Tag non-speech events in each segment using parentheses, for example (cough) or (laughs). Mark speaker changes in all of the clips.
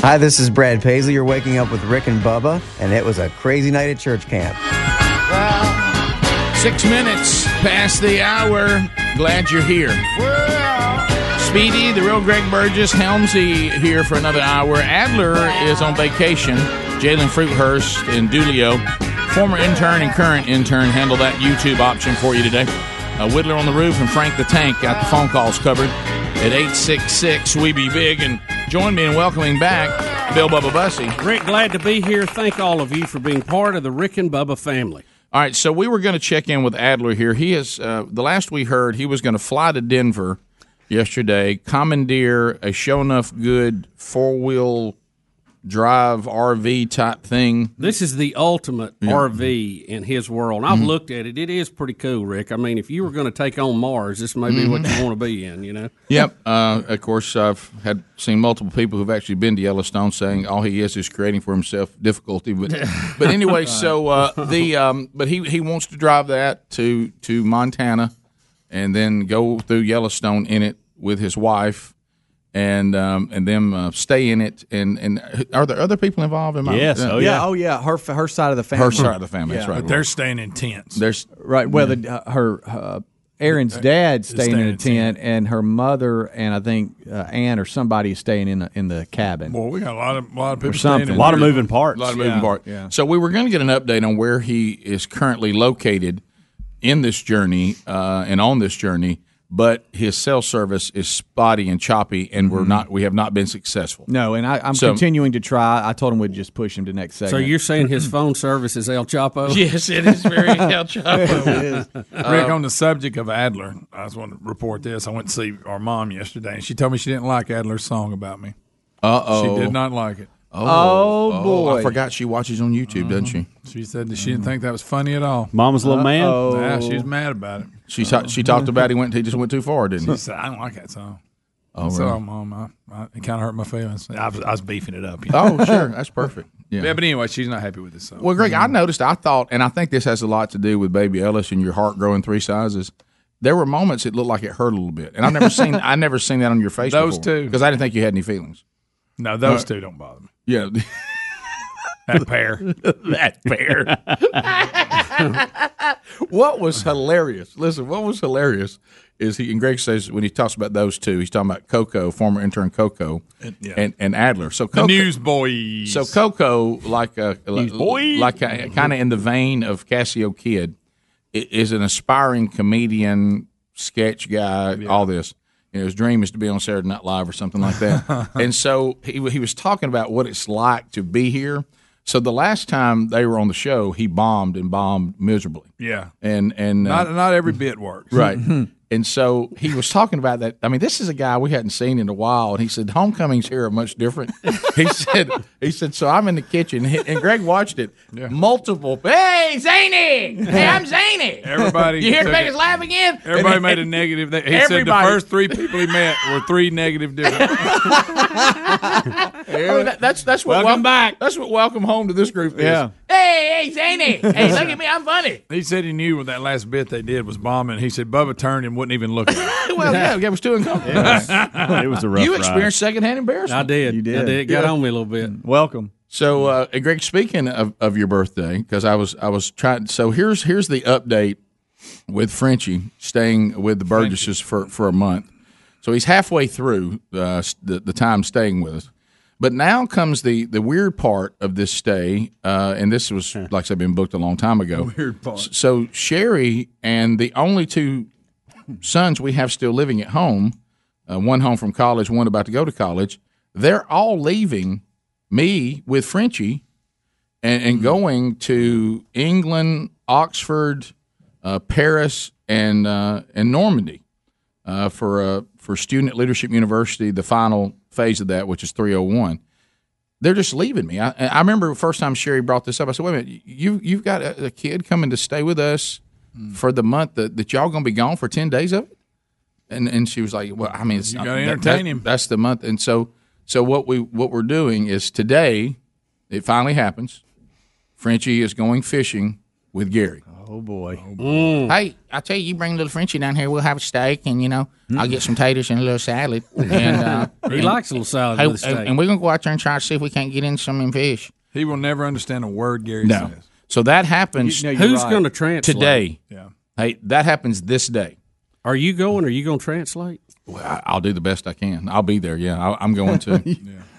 Speaker 1: Hi, this is Brad Paisley. You're waking up with Rick and Bubba, and it was a crazy night at church camp.
Speaker 2: Six minutes past the hour. Glad you're here. Speedy, the real Greg Burgess, Helmsy here for another hour. Adler is on vacation. Jalen Fruithurst and Dulio, former intern and current intern, handle that YouTube option for you today. Uh, Whittler on the roof and Frank the Tank got the phone calls covered at 866 We Be Big. And join me in welcoming back Bill Bubba Bussy.
Speaker 3: Rick, glad to be here. Thank all of you for being part of the Rick and Bubba family.
Speaker 2: All right, so we were going to check in with Adler here. He is uh, the last we heard. He was going to fly to Denver yesterday, commandeer a show enough good four wheel drive RV type thing.
Speaker 3: This is the ultimate RV in his world. And I've
Speaker 2: Mm-hmm.
Speaker 3: looked at it. It is pretty cool, Rick. I mean, if you were going to take on Mars, this may be what
Speaker 2: Mm-hmm.
Speaker 3: you want to be in, you know?
Speaker 2: Yep. Uh, of course, I've had seen multiple people who've actually been to Yellowstone saying all he is is creating for himself difficulty. But but anyway, so uh, the um, but he he wants to drive that to to Montana, and then go through Yellowstone in it with his wife. And um, and them uh, stay in it and and are there other people involved in my
Speaker 4: Yes, oh,
Speaker 5: Yeah. Oh yeah. Her her side of the family.
Speaker 2: her side of the family that's
Speaker 5: Yeah.
Speaker 2: right
Speaker 6: But they're staying in tents.
Speaker 2: there's
Speaker 5: Right. Well, the, uh, her uh, Aaron's dad's staying in
Speaker 6: staying
Speaker 5: a
Speaker 6: in a
Speaker 5: tent, and her mother and I think uh, Ann or somebody is staying in the, in the cabin.
Speaker 6: Boy, we got a lot of lot of people
Speaker 5: something.
Speaker 6: staying
Speaker 4: A
Speaker 6: in
Speaker 4: lot of
Speaker 6: there.
Speaker 4: moving parts.
Speaker 2: A lot of moving parts. So we were going to get an update on where he is currently located in this journey uh, and on this journey, but his cell service is spotty and choppy, and
Speaker 6: Mm-hmm.
Speaker 2: we're not. We have not been successful.
Speaker 5: no, and I, I'm
Speaker 2: So-
Speaker 5: continuing to try. I told him we'd just push him to next
Speaker 3: So
Speaker 5: segment. Mm-hmm.
Speaker 3: you're saying his phone service is El
Speaker 6: (laughs)
Speaker 3: Chapo?
Speaker 2: Yes, it is
Speaker 3: (laughs)
Speaker 2: very choppy.
Speaker 6: Rick, on the subject of Adler, I just want to report this. I went to see our mom yesterday, and she told me she didn't like Adler's song about me.
Speaker 2: Uh
Speaker 6: She
Speaker 2: oh.
Speaker 6: did not like it.
Speaker 5: oh, boy,
Speaker 2: I forgot she watches on YouTube, doesn't she?
Speaker 6: Mm-hmm.
Speaker 2: Mm-hmm.
Speaker 6: She said that she
Speaker 2: Mm.
Speaker 6: didn't think that was funny at all.
Speaker 4: Mama's little man.
Speaker 6: Nah, she was mad about it.
Speaker 2: She ta- she talked about he went he just went too far, didn't
Speaker 6: She
Speaker 2: he?
Speaker 6: said, "I don't like that song." Oh, so, mom, I, I, it kind of hurt my feelings. I was, I was beefing it up. You know?
Speaker 2: Oh, sure, that's perfect. Yeah.
Speaker 6: Yeah, but anyway, she's not happy with this song.
Speaker 2: Well, Greg, I noticed, I thought, and I think this has a lot to do with Baby Ellis and your heart growing three sizes. There were moments it looked like it hurt a little bit, and I've never seen I never seen that on your face.
Speaker 6: Those two.
Speaker 2: because I didn't think you had any feelings. Uh,
Speaker 6: no, those two don't bother me.
Speaker 2: Yeah,
Speaker 6: That pair.
Speaker 2: (laughs) that
Speaker 6: (laughs)
Speaker 2: fair. what was hilarious? Listen, what was hilarious is he and Greg says when he talks about those two, he's talking about Coco, former intern Coco, and
Speaker 6: yeah.
Speaker 2: and, Adler. So
Speaker 6: The
Speaker 2: Coco,
Speaker 6: newsboys.
Speaker 2: So Coco, like a
Speaker 6: boy.
Speaker 2: like kind of in the vein of Cassio Kid, i- is an aspiring comedian, sketch guy, all this. You know, his dream is to be on Saturday Night Live or something like
Speaker 6: (laughs)
Speaker 2: that. and so he w- he was talking about what it's like to be here. So the last time they were on the show, he bombed and bombed miserably.
Speaker 6: yeah,
Speaker 2: And and uh,
Speaker 6: not not every bit
Speaker 4: (laughs)
Speaker 6: works.
Speaker 2: Right.
Speaker 4: Hmm.
Speaker 2: and so he was talking about that. I mean, this is a guy we hadn't seen in a while, and he said homecomings here are much
Speaker 4: (laughs)
Speaker 2: different. he said he said so. I'm in the kitchen, and Greg watched it multiple. (laughs) Hey, Zany! Hey, I'm Zany.
Speaker 6: Everybody
Speaker 2: you here to
Speaker 6: took
Speaker 2: make
Speaker 6: it.
Speaker 2: us laugh again?
Speaker 6: (laughs) Everybody
Speaker 2: And-
Speaker 6: made a negative. They- He said the
Speaker 2: Everybody.
Speaker 6: first three people he met were three
Speaker 2: (laughs)
Speaker 6: negative different.
Speaker 2: I mean, that- that's that's what welcome back. That's what welcome home to this group is.
Speaker 5: Yeah.
Speaker 2: Hey, hey, Zany. Hey, look at me. I'm funny.
Speaker 6: He said he knew what that last bit they did was bombing. He said Bubba turned and wouldn't even look at him.
Speaker 2: Well, yeah, it was too uncomfortable.
Speaker 4: (laughs) It was a rough
Speaker 2: You
Speaker 4: ride.
Speaker 2: experienced secondhand embarrassment.
Speaker 3: I did.
Speaker 5: You did.
Speaker 3: I did. It got on me a little bit.
Speaker 5: welcome.
Speaker 2: So, uh, and Greg, speaking of, of your birthday, because I was I was trying. So here's here's the update with Frenchie staying with the Burgesses for, for a month. So he's halfway through uh, s- the the time staying with us. But now comes the the weird part of this stay, uh, and this was like I said, been booked a long time ago. (laughs) Weird part. So Sherry and the only two sons we have still living at home, uh, one home from college, one about to go to college. They're all leaving me with Frenchie and, and going to England, Oxford, uh, Paris, and uh, and Normandy uh, for uh, for Student Leadership University, the final phase of that, which is 301. They're just leaving me. I, I remember the first time Sherry brought this up. I said, "Wait a minute, you you've got a, a kid coming to stay with us
Speaker 6: Hmm.
Speaker 2: for the month that, that y'all gonna be gone for ten days of it." And and she was like, "Well, I mean, it's, you
Speaker 6: gotta entertain him.
Speaker 2: That's the month." And so so what we what we're doing is today, it finally happens. Frenchie is going fishing with Gary.
Speaker 5: Oh boy.
Speaker 2: Hey, I tell you, you bring little Frenchie down here. We'll have a steak, and you know, I'll get some taters and a little salad. And uh,
Speaker 3: (laughs) He likes a little salad
Speaker 2: hey,
Speaker 3: with steak.
Speaker 2: and we're gonna go out there and try to see if we can't get in some in fish.
Speaker 6: He will never understand a word Gary
Speaker 2: No.
Speaker 6: says.
Speaker 2: So that happens
Speaker 5: You- no, you're
Speaker 3: Who's
Speaker 5: right.
Speaker 3: going to translate
Speaker 2: today.
Speaker 6: Yeah.
Speaker 2: Hey, that happens this day.
Speaker 3: Are you going? Are you going to translate?
Speaker 2: Well, I- I'll do the best I can. I'll be there. Yeah, I, I'm going
Speaker 3: (laughs)
Speaker 2: to.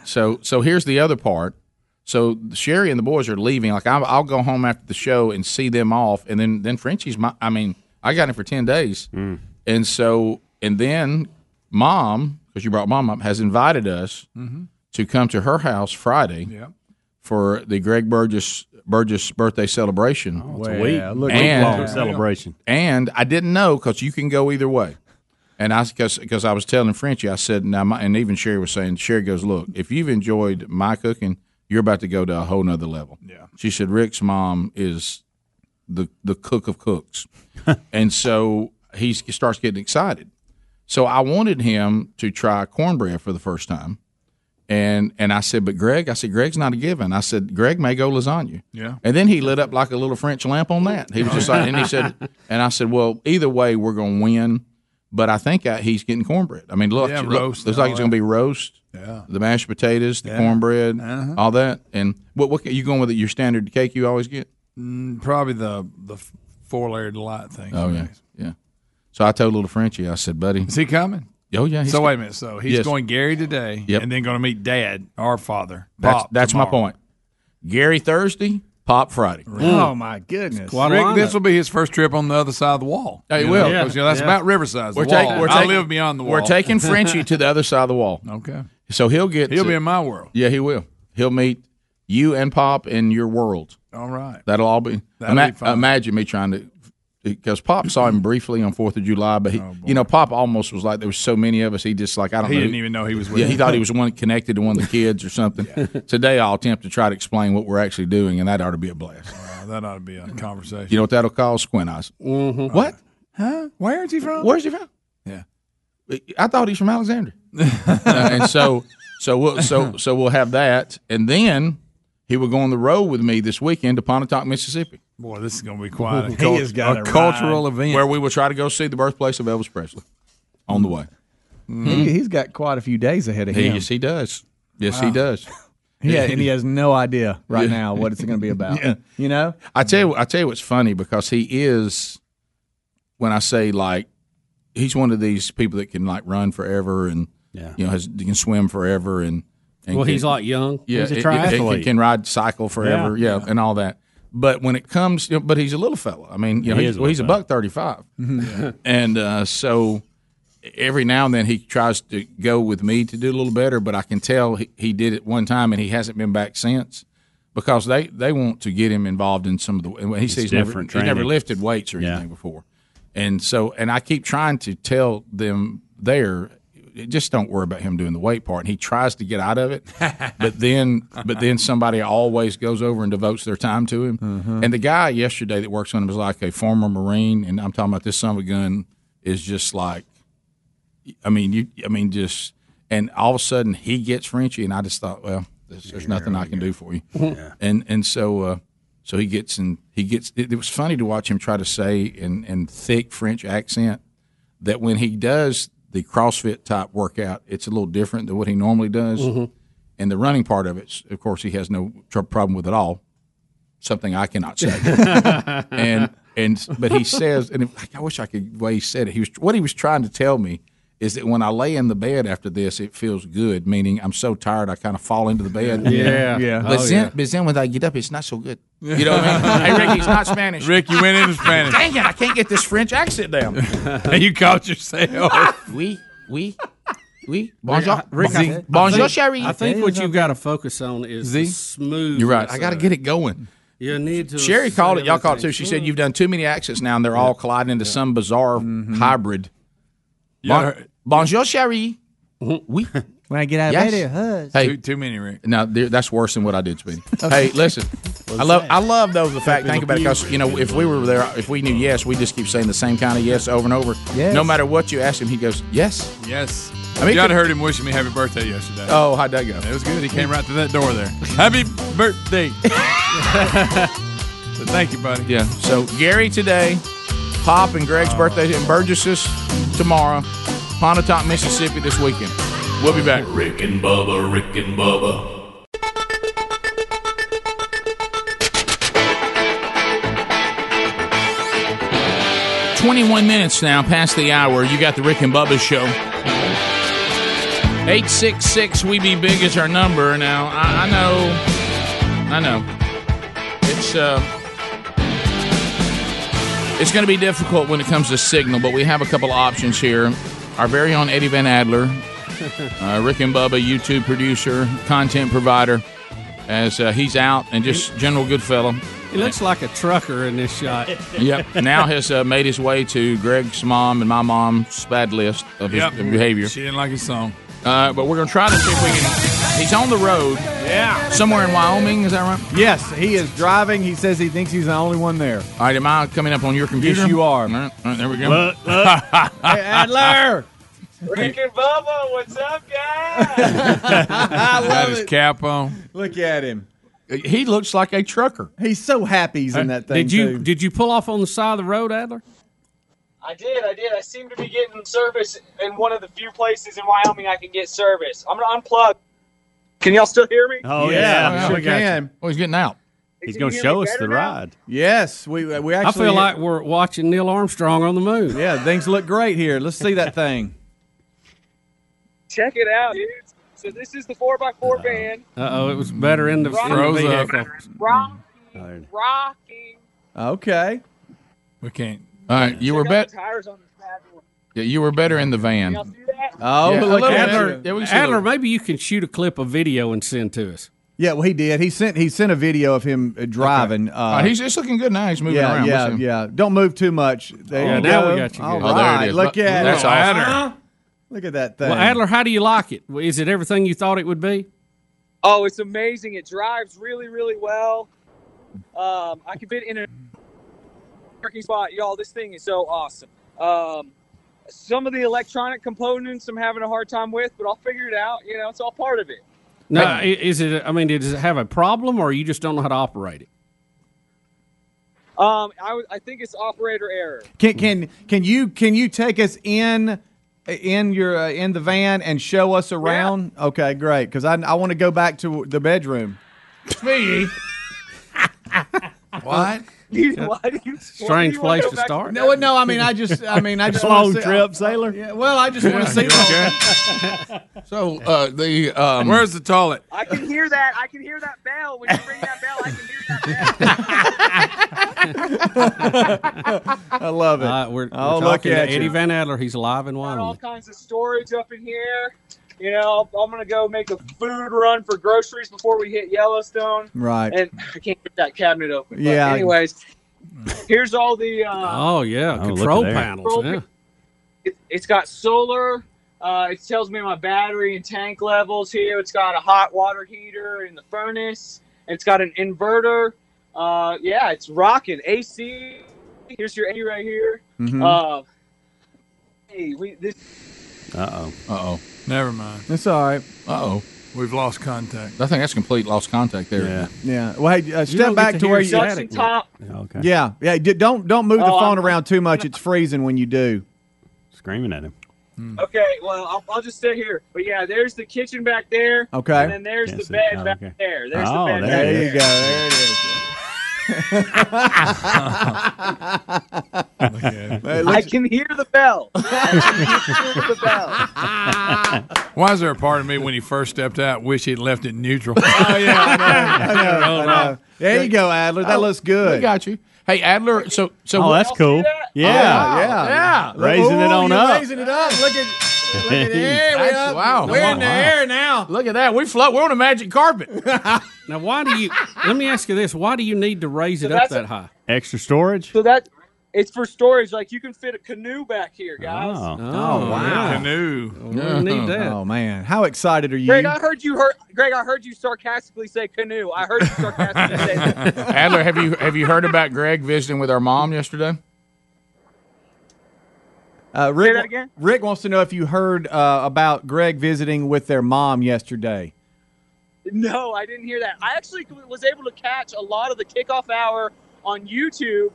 Speaker 2: So, so here's the other part. So Sherry and the boys are leaving. Like I'll, I'll go home after the show and see them off, and then then Frenchie's. My, I mean, I got him for ten days, and so and then mom, because you brought mom up, has invited us
Speaker 6: Mm-hmm.
Speaker 2: to come to her house Friday
Speaker 6: Yeah.
Speaker 2: for the Greg Burgess Burgess birthday celebration.
Speaker 5: Well, look,
Speaker 2: And-
Speaker 5: look,
Speaker 4: celebration.
Speaker 2: And I didn't know because you can go either way. And I, because I was telling Frenchie, I said, now, my, and even Sherry was saying, Sherry goes, look, if you've enjoyed my cooking, you're about to go to a whole nother level.
Speaker 6: Yeah.
Speaker 2: She said, Rick's mom is the the cook of
Speaker 5: (laughs)
Speaker 2: cooks, and so he's, he starts getting excited. So I wanted him to try cornbread for the first time, and and I said, but Greg, I said, Greg's not a given. I said, Greg may go lasagna.
Speaker 6: Yeah.
Speaker 2: And then he lit up like a little French lamp on that. He was just like, and he said, and I said, well, either way, we're going to win. But I think I, he's getting cornbread. I mean, look,
Speaker 6: Yeah,
Speaker 2: look,
Speaker 6: roast
Speaker 2: looks
Speaker 6: and
Speaker 2: like
Speaker 6: all
Speaker 2: it's going to be roast,
Speaker 6: Yeah. Uh-huh.
Speaker 2: the mashed potatoes, the cornbread, all that. And what what you going with it? Your standard cake you always get?
Speaker 6: Mm, Probably the the four layered light thing.
Speaker 2: Oh yeah, yeah. So I told little Frenchie, I said, buddy,
Speaker 6: Is he coming?
Speaker 2: oh yeah. he's-
Speaker 6: so wait a minute. So he's
Speaker 2: Yes.
Speaker 6: going Gary today,
Speaker 2: Yep.
Speaker 6: and then going to meet Dad, our father.
Speaker 2: that's
Speaker 6: Pop,
Speaker 2: that's my
Speaker 6: tomorrow.
Speaker 2: point. Gary Thursday, Pop Friday.
Speaker 5: oh my goodness.
Speaker 3: Quite a
Speaker 6: Rick,
Speaker 3: lineup.
Speaker 6: this will be his first trip on the other side of the wall.
Speaker 2: Yeah, he
Speaker 6: You
Speaker 2: will.
Speaker 6: know, 'cause, you know, that's about Riverside. We're
Speaker 2: take-
Speaker 6: taking.
Speaker 2: we're
Speaker 6: I
Speaker 2: take-
Speaker 6: live beyond the wall.
Speaker 2: We're taking Frenchie
Speaker 6: (laughs)
Speaker 2: to the other side of the wall,
Speaker 6: Okay.
Speaker 2: (laughs) so he'll get
Speaker 6: He'll
Speaker 2: to-
Speaker 6: be in my world.
Speaker 2: Yeah, he will. He'll meet you and Pop in your world.
Speaker 6: All right.
Speaker 2: That'll all be.
Speaker 6: That'll
Speaker 2: ima-
Speaker 6: be fun.
Speaker 2: Imagine me trying to, because Pop saw him briefly on Fourth of July, but he, you know, Pop almost was like there was so many of us. He just like I don't
Speaker 6: Oh, He
Speaker 2: know.
Speaker 6: didn't even know he was with.
Speaker 2: yeah, he
Speaker 6: you.
Speaker 2: thought he was one connected to one of the kids or
Speaker 6: (laughs)
Speaker 2: something. Today, I'll attempt to try to explain what we're actually doing, and that ought to be a blast.
Speaker 6: Wow, Uh, that ought to be a conversation.
Speaker 2: You know what that'll cause? Squint eyes. What?
Speaker 6: huh? Where is he from?
Speaker 2: Where's he from?
Speaker 6: Yeah.
Speaker 2: I thought he's from Alexandria. Uh, and so, so we'll so so we'll have that, and then he will go on the road with me this weekend to Pontotoc, Mississippi,
Speaker 6: Boy, this is going to be quite a,
Speaker 5: He
Speaker 6: cult-
Speaker 5: has got
Speaker 6: a
Speaker 5: a
Speaker 6: cultural event.
Speaker 2: where we will try to go see the birthplace of Elvis Presley. On the way,
Speaker 5: He, he's got quite a few days ahead of
Speaker 2: He-
Speaker 5: him.
Speaker 2: yes, he does. Yes, he does.
Speaker 5: (laughs) Yeah, and he has no idea right now what it's
Speaker 2: (laughs)
Speaker 5: going to be about. You know,
Speaker 2: I tell you, I tell you what's funny because he is. When I say like, he's one of these people that can like run forever and you know has he can swim forever and, and
Speaker 3: Well,
Speaker 2: can-
Speaker 3: he's like young.
Speaker 2: Yeah,
Speaker 3: he's a
Speaker 2: it- it- it
Speaker 3: triathlete.
Speaker 2: can, can ride cycle forever. Yeah, and all that. But when it comes, you know, but he's a little fella. I mean, you know,
Speaker 4: He
Speaker 2: he's,
Speaker 4: is a
Speaker 2: well, he's a
Speaker 4: little
Speaker 2: buck 35 (laughs) and uh, so every now and then he tries to go with me to do a little better. But I can tell he, he did it one time and he hasn't been back since because they they want to get him involved in some of the. and He says he's never,
Speaker 4: different
Speaker 2: he never
Speaker 4: training.
Speaker 2: lifted weights or anything before, and so and I keep trying to tell them there. Just don't worry about him doing the weight part. And he tries to get out of it, but then, but then somebody always goes over and devotes their time to him. And the guy yesterday that works on him is like a former Marine, and I'm talking about this son of a gun is just like I mean, you. I mean, just and all of a sudden he gets Frenchie, and I just thought, well, there's, there's nothing I can do for you. (laughs) And and so uh, so he gets and he gets. It, it was funny to watch him try to say in in thick French accent that when he does the CrossFit type workout, it's a little different than what he normally does. And the running part of it, of course, he has no tr- problem with at all. Something I cannot say and and but he says, and it- I wish I could the way he said it. He was what he was trying to tell me is that when I lay in the bed after this, it feels good. Meaning, I'm so tired, I kind of fall into the bed.
Speaker 3: yeah.
Speaker 6: Oh,
Speaker 2: But then, but then when I get up, it's not so
Speaker 6: (laughs)
Speaker 2: good. You know what I
Speaker 4: (laughs)
Speaker 2: mean? hey, Ricky, it's not Spanish. (laughs)
Speaker 6: Rick, you went into Spanish
Speaker 2: Dang it, I can't get this French accent down.
Speaker 6: and (laughs) you caught yourself.
Speaker 2: (laughs) Oui, oui, oui. Bonjour,
Speaker 3: Rick, I- I
Speaker 2: bonjour,
Speaker 3: think-
Speaker 2: chérie.
Speaker 3: I think what you've got to focus on is the smooth.
Speaker 2: You're right. I got to get it going.
Speaker 3: You need to.
Speaker 2: Sherry
Speaker 3: say
Speaker 2: called it. Y'all called it
Speaker 3: everything.
Speaker 2: too. She said you've done too many accents now, and they're all colliding into some bizarre
Speaker 6: Mm-hmm.
Speaker 2: hybrid. Bon-
Speaker 6: Yeah.
Speaker 2: bonjour, Sherry.
Speaker 6: (laughs)
Speaker 2: Oui.
Speaker 5: when I get out
Speaker 2: Yes.
Speaker 5: hush.
Speaker 2: Hey,
Speaker 6: Mm-hmm. Too, too many, Rick.
Speaker 2: now there- that's worse than what I did,
Speaker 6: (laughs)
Speaker 2: Speedy. Hey, listen. I love I love though the fact. Think about it, because you know if we were there, if we knew yes, we just keep saying the same kind of yes over and over.
Speaker 5: Yes.
Speaker 2: No matter what you ask him, he goes yes.
Speaker 6: Yes.
Speaker 2: I mean,
Speaker 6: you ought
Speaker 2: could-
Speaker 6: to heard him wishing me happy birthday yesterday.
Speaker 2: Oh, how'd that go? (laughs)
Speaker 6: It was good. He came right to that door there. Happy birthday. So thank you, buddy. Uh,
Speaker 2: Yeah. So Gary today, Pop and Greg's birthday and Burgess's tomorrow, Pontotoc, Mississippi this weekend. We'll be back.
Speaker 7: Rick and Bubba, Rick and Bubba.
Speaker 2: Twenty-one minutes now past the hour. You got the Rick and Bubba show. Eight six six. We be big is our number. Now I, I know, I know. It's uh, it's going to be difficult when it comes to signal, but we have a couple of options here. Our very own Eddie Van Adler, uh, Rick and Bubba, YouTube producer, content provider, as uh, he's out and just general good fellow.
Speaker 3: He looks like a trucker in this shot.
Speaker 2: Yep.
Speaker 3: (laughs)
Speaker 2: Now has uh, made his way to Greg's mom and my mom's bad list of his
Speaker 6: Yep.
Speaker 2: behavior.
Speaker 6: She didn't like his song.
Speaker 2: Uh, but we're going to try to see if we can. He's on the road. Yeah. Somewhere in Wyoming, is that right?
Speaker 5: Yes, he is driving. He says he thinks he's the only one there.
Speaker 2: All right. Am I coming up on your computer?
Speaker 5: Yes, you are.
Speaker 2: All right, all right, there we go.
Speaker 5: Hey,
Speaker 2: (laughs)
Speaker 5: Adler!
Speaker 8: Rick and Bubba, what's up, guys?
Speaker 5: I
Speaker 6: Got
Speaker 5: love
Speaker 6: his
Speaker 5: it.
Speaker 6: cap on.
Speaker 5: Look at him.
Speaker 2: he looks like a trucker.
Speaker 5: He's so happy he's in that thing.
Speaker 3: Did you
Speaker 5: too.
Speaker 3: did you pull off on the side of the road, Adler?
Speaker 8: I did, I did. I seem to be getting service in one of the few places in Wyoming I can get service. I'm gonna unplug. Can y'all still hear me?
Speaker 4: Oh
Speaker 5: yeah,
Speaker 4: yeah,
Speaker 5: sure
Speaker 4: we got you.
Speaker 5: can.
Speaker 2: Oh, he's getting out.
Speaker 4: He's
Speaker 8: Can
Speaker 4: gonna
Speaker 8: you hear
Speaker 4: show
Speaker 8: me
Speaker 4: us the
Speaker 8: better now?
Speaker 4: ride.
Speaker 5: Yes, we uh, we
Speaker 3: I
Speaker 5: actually.
Speaker 3: feel like we're watching Neil Armstrong on the moon.
Speaker 5: yeah, things look great here. Let's see that thing.
Speaker 8: Check it out, dudes. So this is the four x four band.
Speaker 3: Uh oh, it was better in the, in the
Speaker 6: Froze up.
Speaker 3: vehicle.
Speaker 8: Rock,
Speaker 4: Tired.
Speaker 8: rocking.
Speaker 5: Okay.
Speaker 6: We can't.
Speaker 2: All right. You were
Speaker 8: Check out
Speaker 2: bet.
Speaker 8: the tires on this bad boy.
Speaker 2: Yeah, you were better in the van.
Speaker 8: Y'all see that?
Speaker 5: Oh,
Speaker 2: Yeah,
Speaker 5: but
Speaker 2: a
Speaker 5: look
Speaker 2: little
Speaker 5: at
Speaker 2: bit.
Speaker 5: you.
Speaker 2: Yeah, we can see a
Speaker 3: Adler,
Speaker 2: little-
Speaker 3: maybe you can shoot a clip of video and send to us.
Speaker 5: Yeah, well, he did. He sent he sent a video of him uh, driving. Uh,
Speaker 2: All right, Oh, he's, he's looking good now. He's moving
Speaker 5: yeah,
Speaker 2: around.
Speaker 5: yeah,
Speaker 2: Listen.
Speaker 5: yeah. Don't move too much. There
Speaker 3: Yeah,
Speaker 5: you
Speaker 3: now
Speaker 5: go.
Speaker 3: we got you
Speaker 5: All
Speaker 3: good.
Speaker 2: Oh, there it
Speaker 5: right,
Speaker 2: is.
Speaker 5: look
Speaker 2: Look-
Speaker 5: at
Speaker 2: that's
Speaker 5: it.
Speaker 2: awesome.
Speaker 5: Look at that thing.
Speaker 3: Well, Adler, how do you like it? Is it everything you thought it would be?
Speaker 8: Oh, it's amazing. It drives really, really well. Um, I can fit in a parking spot, y'all. This thing is so awesome. Um, some of the electronic components I'm having a hard time with, but I'll figure it out. You know, it's all part of it.
Speaker 3: No, i is it? I mean, does it have a problem, or you just don't know how to operate it?
Speaker 8: Um, I, w- I think it's operator error.
Speaker 5: Can can can you can you take us in uh, in your uh, in the van and show us around? Okay, great. Because I I want to go back to the bedroom. (laughs)
Speaker 2: What?
Speaker 8: Why do you- why do
Speaker 3: Strange
Speaker 8: you wanna
Speaker 3: place
Speaker 8: go
Speaker 3: to
Speaker 8: back
Speaker 3: start.
Speaker 5: No, no. I mean, I just I
Speaker 2: (laughs)
Speaker 5: mean, I just
Speaker 4: Long
Speaker 5: wanna see-
Speaker 4: trip, sailor.
Speaker 5: Yeah, well, I just
Speaker 4: (laughs)
Speaker 5: want to see.
Speaker 2: So uh, the um,
Speaker 6: Where's the toilet?
Speaker 8: I can hear that. I can hear that bell. When you ring that bell, I can hear that bell.
Speaker 5: (laughs)
Speaker 4: (laughs)
Speaker 2: (laughs)
Speaker 5: I love it.
Speaker 3: Uh, we're,
Speaker 5: Oh,
Speaker 3: we're
Speaker 5: look
Speaker 3: talking to
Speaker 5: at you.
Speaker 3: Eddie Van Adler. He's live in
Speaker 8: Got all
Speaker 3: Wyoming.
Speaker 8: kinds of storage up in here. You know, I'm gonna go make a food run for groceries before we hit Yellowstone.
Speaker 5: right.
Speaker 8: and I can't get that cabinet open. But
Speaker 5: Yeah.
Speaker 8: Anyways, here's all the. Uh,
Speaker 3: Oh yeah,
Speaker 4: look
Speaker 3: control
Speaker 4: at there.
Speaker 3: panels. Yeah.
Speaker 8: it, it's got solar. Uh, it tells me my battery and tank levels here. It's got a hot water heater in the furnace. It's got an inverter. Uh, yeah, it's rocking. AC. Here's your AC right here.
Speaker 4: Mm-hmm.
Speaker 5: Mhm.
Speaker 8: Uh, hey, we this
Speaker 4: Uh oh.
Speaker 2: uh oh,
Speaker 6: Never mind.
Speaker 5: That's all right.
Speaker 2: uh oh.
Speaker 6: We've lost contact.
Speaker 2: (laughs) I think that's complete lost contact there.
Speaker 4: Yeah.
Speaker 5: Yeah. Well, hey, uh,
Speaker 3: don't
Speaker 5: step
Speaker 3: get
Speaker 5: back
Speaker 3: to
Speaker 5: to,
Speaker 3: hear
Speaker 5: where you.
Speaker 3: yourself.
Speaker 8: suction
Speaker 3: Static work.
Speaker 8: top.
Speaker 4: Okay.
Speaker 5: Yeah, yeah. d- Don't don't move the
Speaker 8: Oh,
Speaker 5: phone
Speaker 8: I'm-
Speaker 5: around too much. It's freezing when you do.
Speaker 4: Screaming at him.
Speaker 8: Okay, well I'll, I'll just sit here. But yeah, there's the kitchen back there.
Speaker 5: Okay.
Speaker 8: And then there's
Speaker 4: Can't
Speaker 8: the
Speaker 4: see.
Speaker 8: bed
Speaker 4: Oh,
Speaker 8: back
Speaker 4: okay.
Speaker 8: (laughs) there. There's
Speaker 4: Oh,
Speaker 8: the
Speaker 4: there
Speaker 8: bed
Speaker 4: it
Speaker 8: back
Speaker 5: There
Speaker 8: there.
Speaker 5: you go. There it is.
Speaker 6: Yeah.
Speaker 5: Hey,
Speaker 8: I
Speaker 5: look-
Speaker 8: can hear the
Speaker 4: (laughs)
Speaker 8: bell. I can hear the bell.
Speaker 6: (laughs) Why is there a part of me when he first stepped out wish he'd left it neutral?
Speaker 5: oh yeah, I know, I know, I know. There you go, Adler. That looks
Speaker 2: Oh, We
Speaker 5: good.
Speaker 2: got you. Hey Adler. So so
Speaker 4: Oh,
Speaker 2: what-
Speaker 4: that's
Speaker 8: Y'all see
Speaker 4: cool.
Speaker 8: that?
Speaker 4: Yeah.
Speaker 5: yeah,
Speaker 2: Oh, yeah.
Speaker 5: Look-
Speaker 4: Raising it
Speaker 5: ooh,
Speaker 4: on
Speaker 5: you're
Speaker 4: up.
Speaker 9: (laughs)
Speaker 5: Raising it up. Look at, look at there. We
Speaker 2: That's-
Speaker 5: up.
Speaker 2: wow.
Speaker 5: We're in the
Speaker 4: Wow.
Speaker 5: air now.
Speaker 2: Look at that. We float. We're on a magic carpet.
Speaker 3: (laughs) Now, why do you? let me ask you this: Why do you need to raise it up
Speaker 8: that's a-
Speaker 3: that high?
Speaker 4: Extra storage.
Speaker 8: So that it's for storage. Like you can fit a canoe back here, guys.
Speaker 4: Oh.
Speaker 3: Oh, wow.
Speaker 6: Canoe.
Speaker 3: We need that.
Speaker 5: Oh man, how excited are you?
Speaker 8: Greg, I heard you heard Greg, I heard you sarcastically say canoe. I heard you sarcastically say that.
Speaker 2: Adler, have you have you heard about Greg visiting with our mom yesterday?
Speaker 5: Uh, Rick,
Speaker 8: Say that again?
Speaker 5: Rick wants to know if you heard uh, about Greg visiting with their mom yesterday.
Speaker 8: No, I didn't hear that. I actually was able to catch a lot of the kickoff hour on YouTube,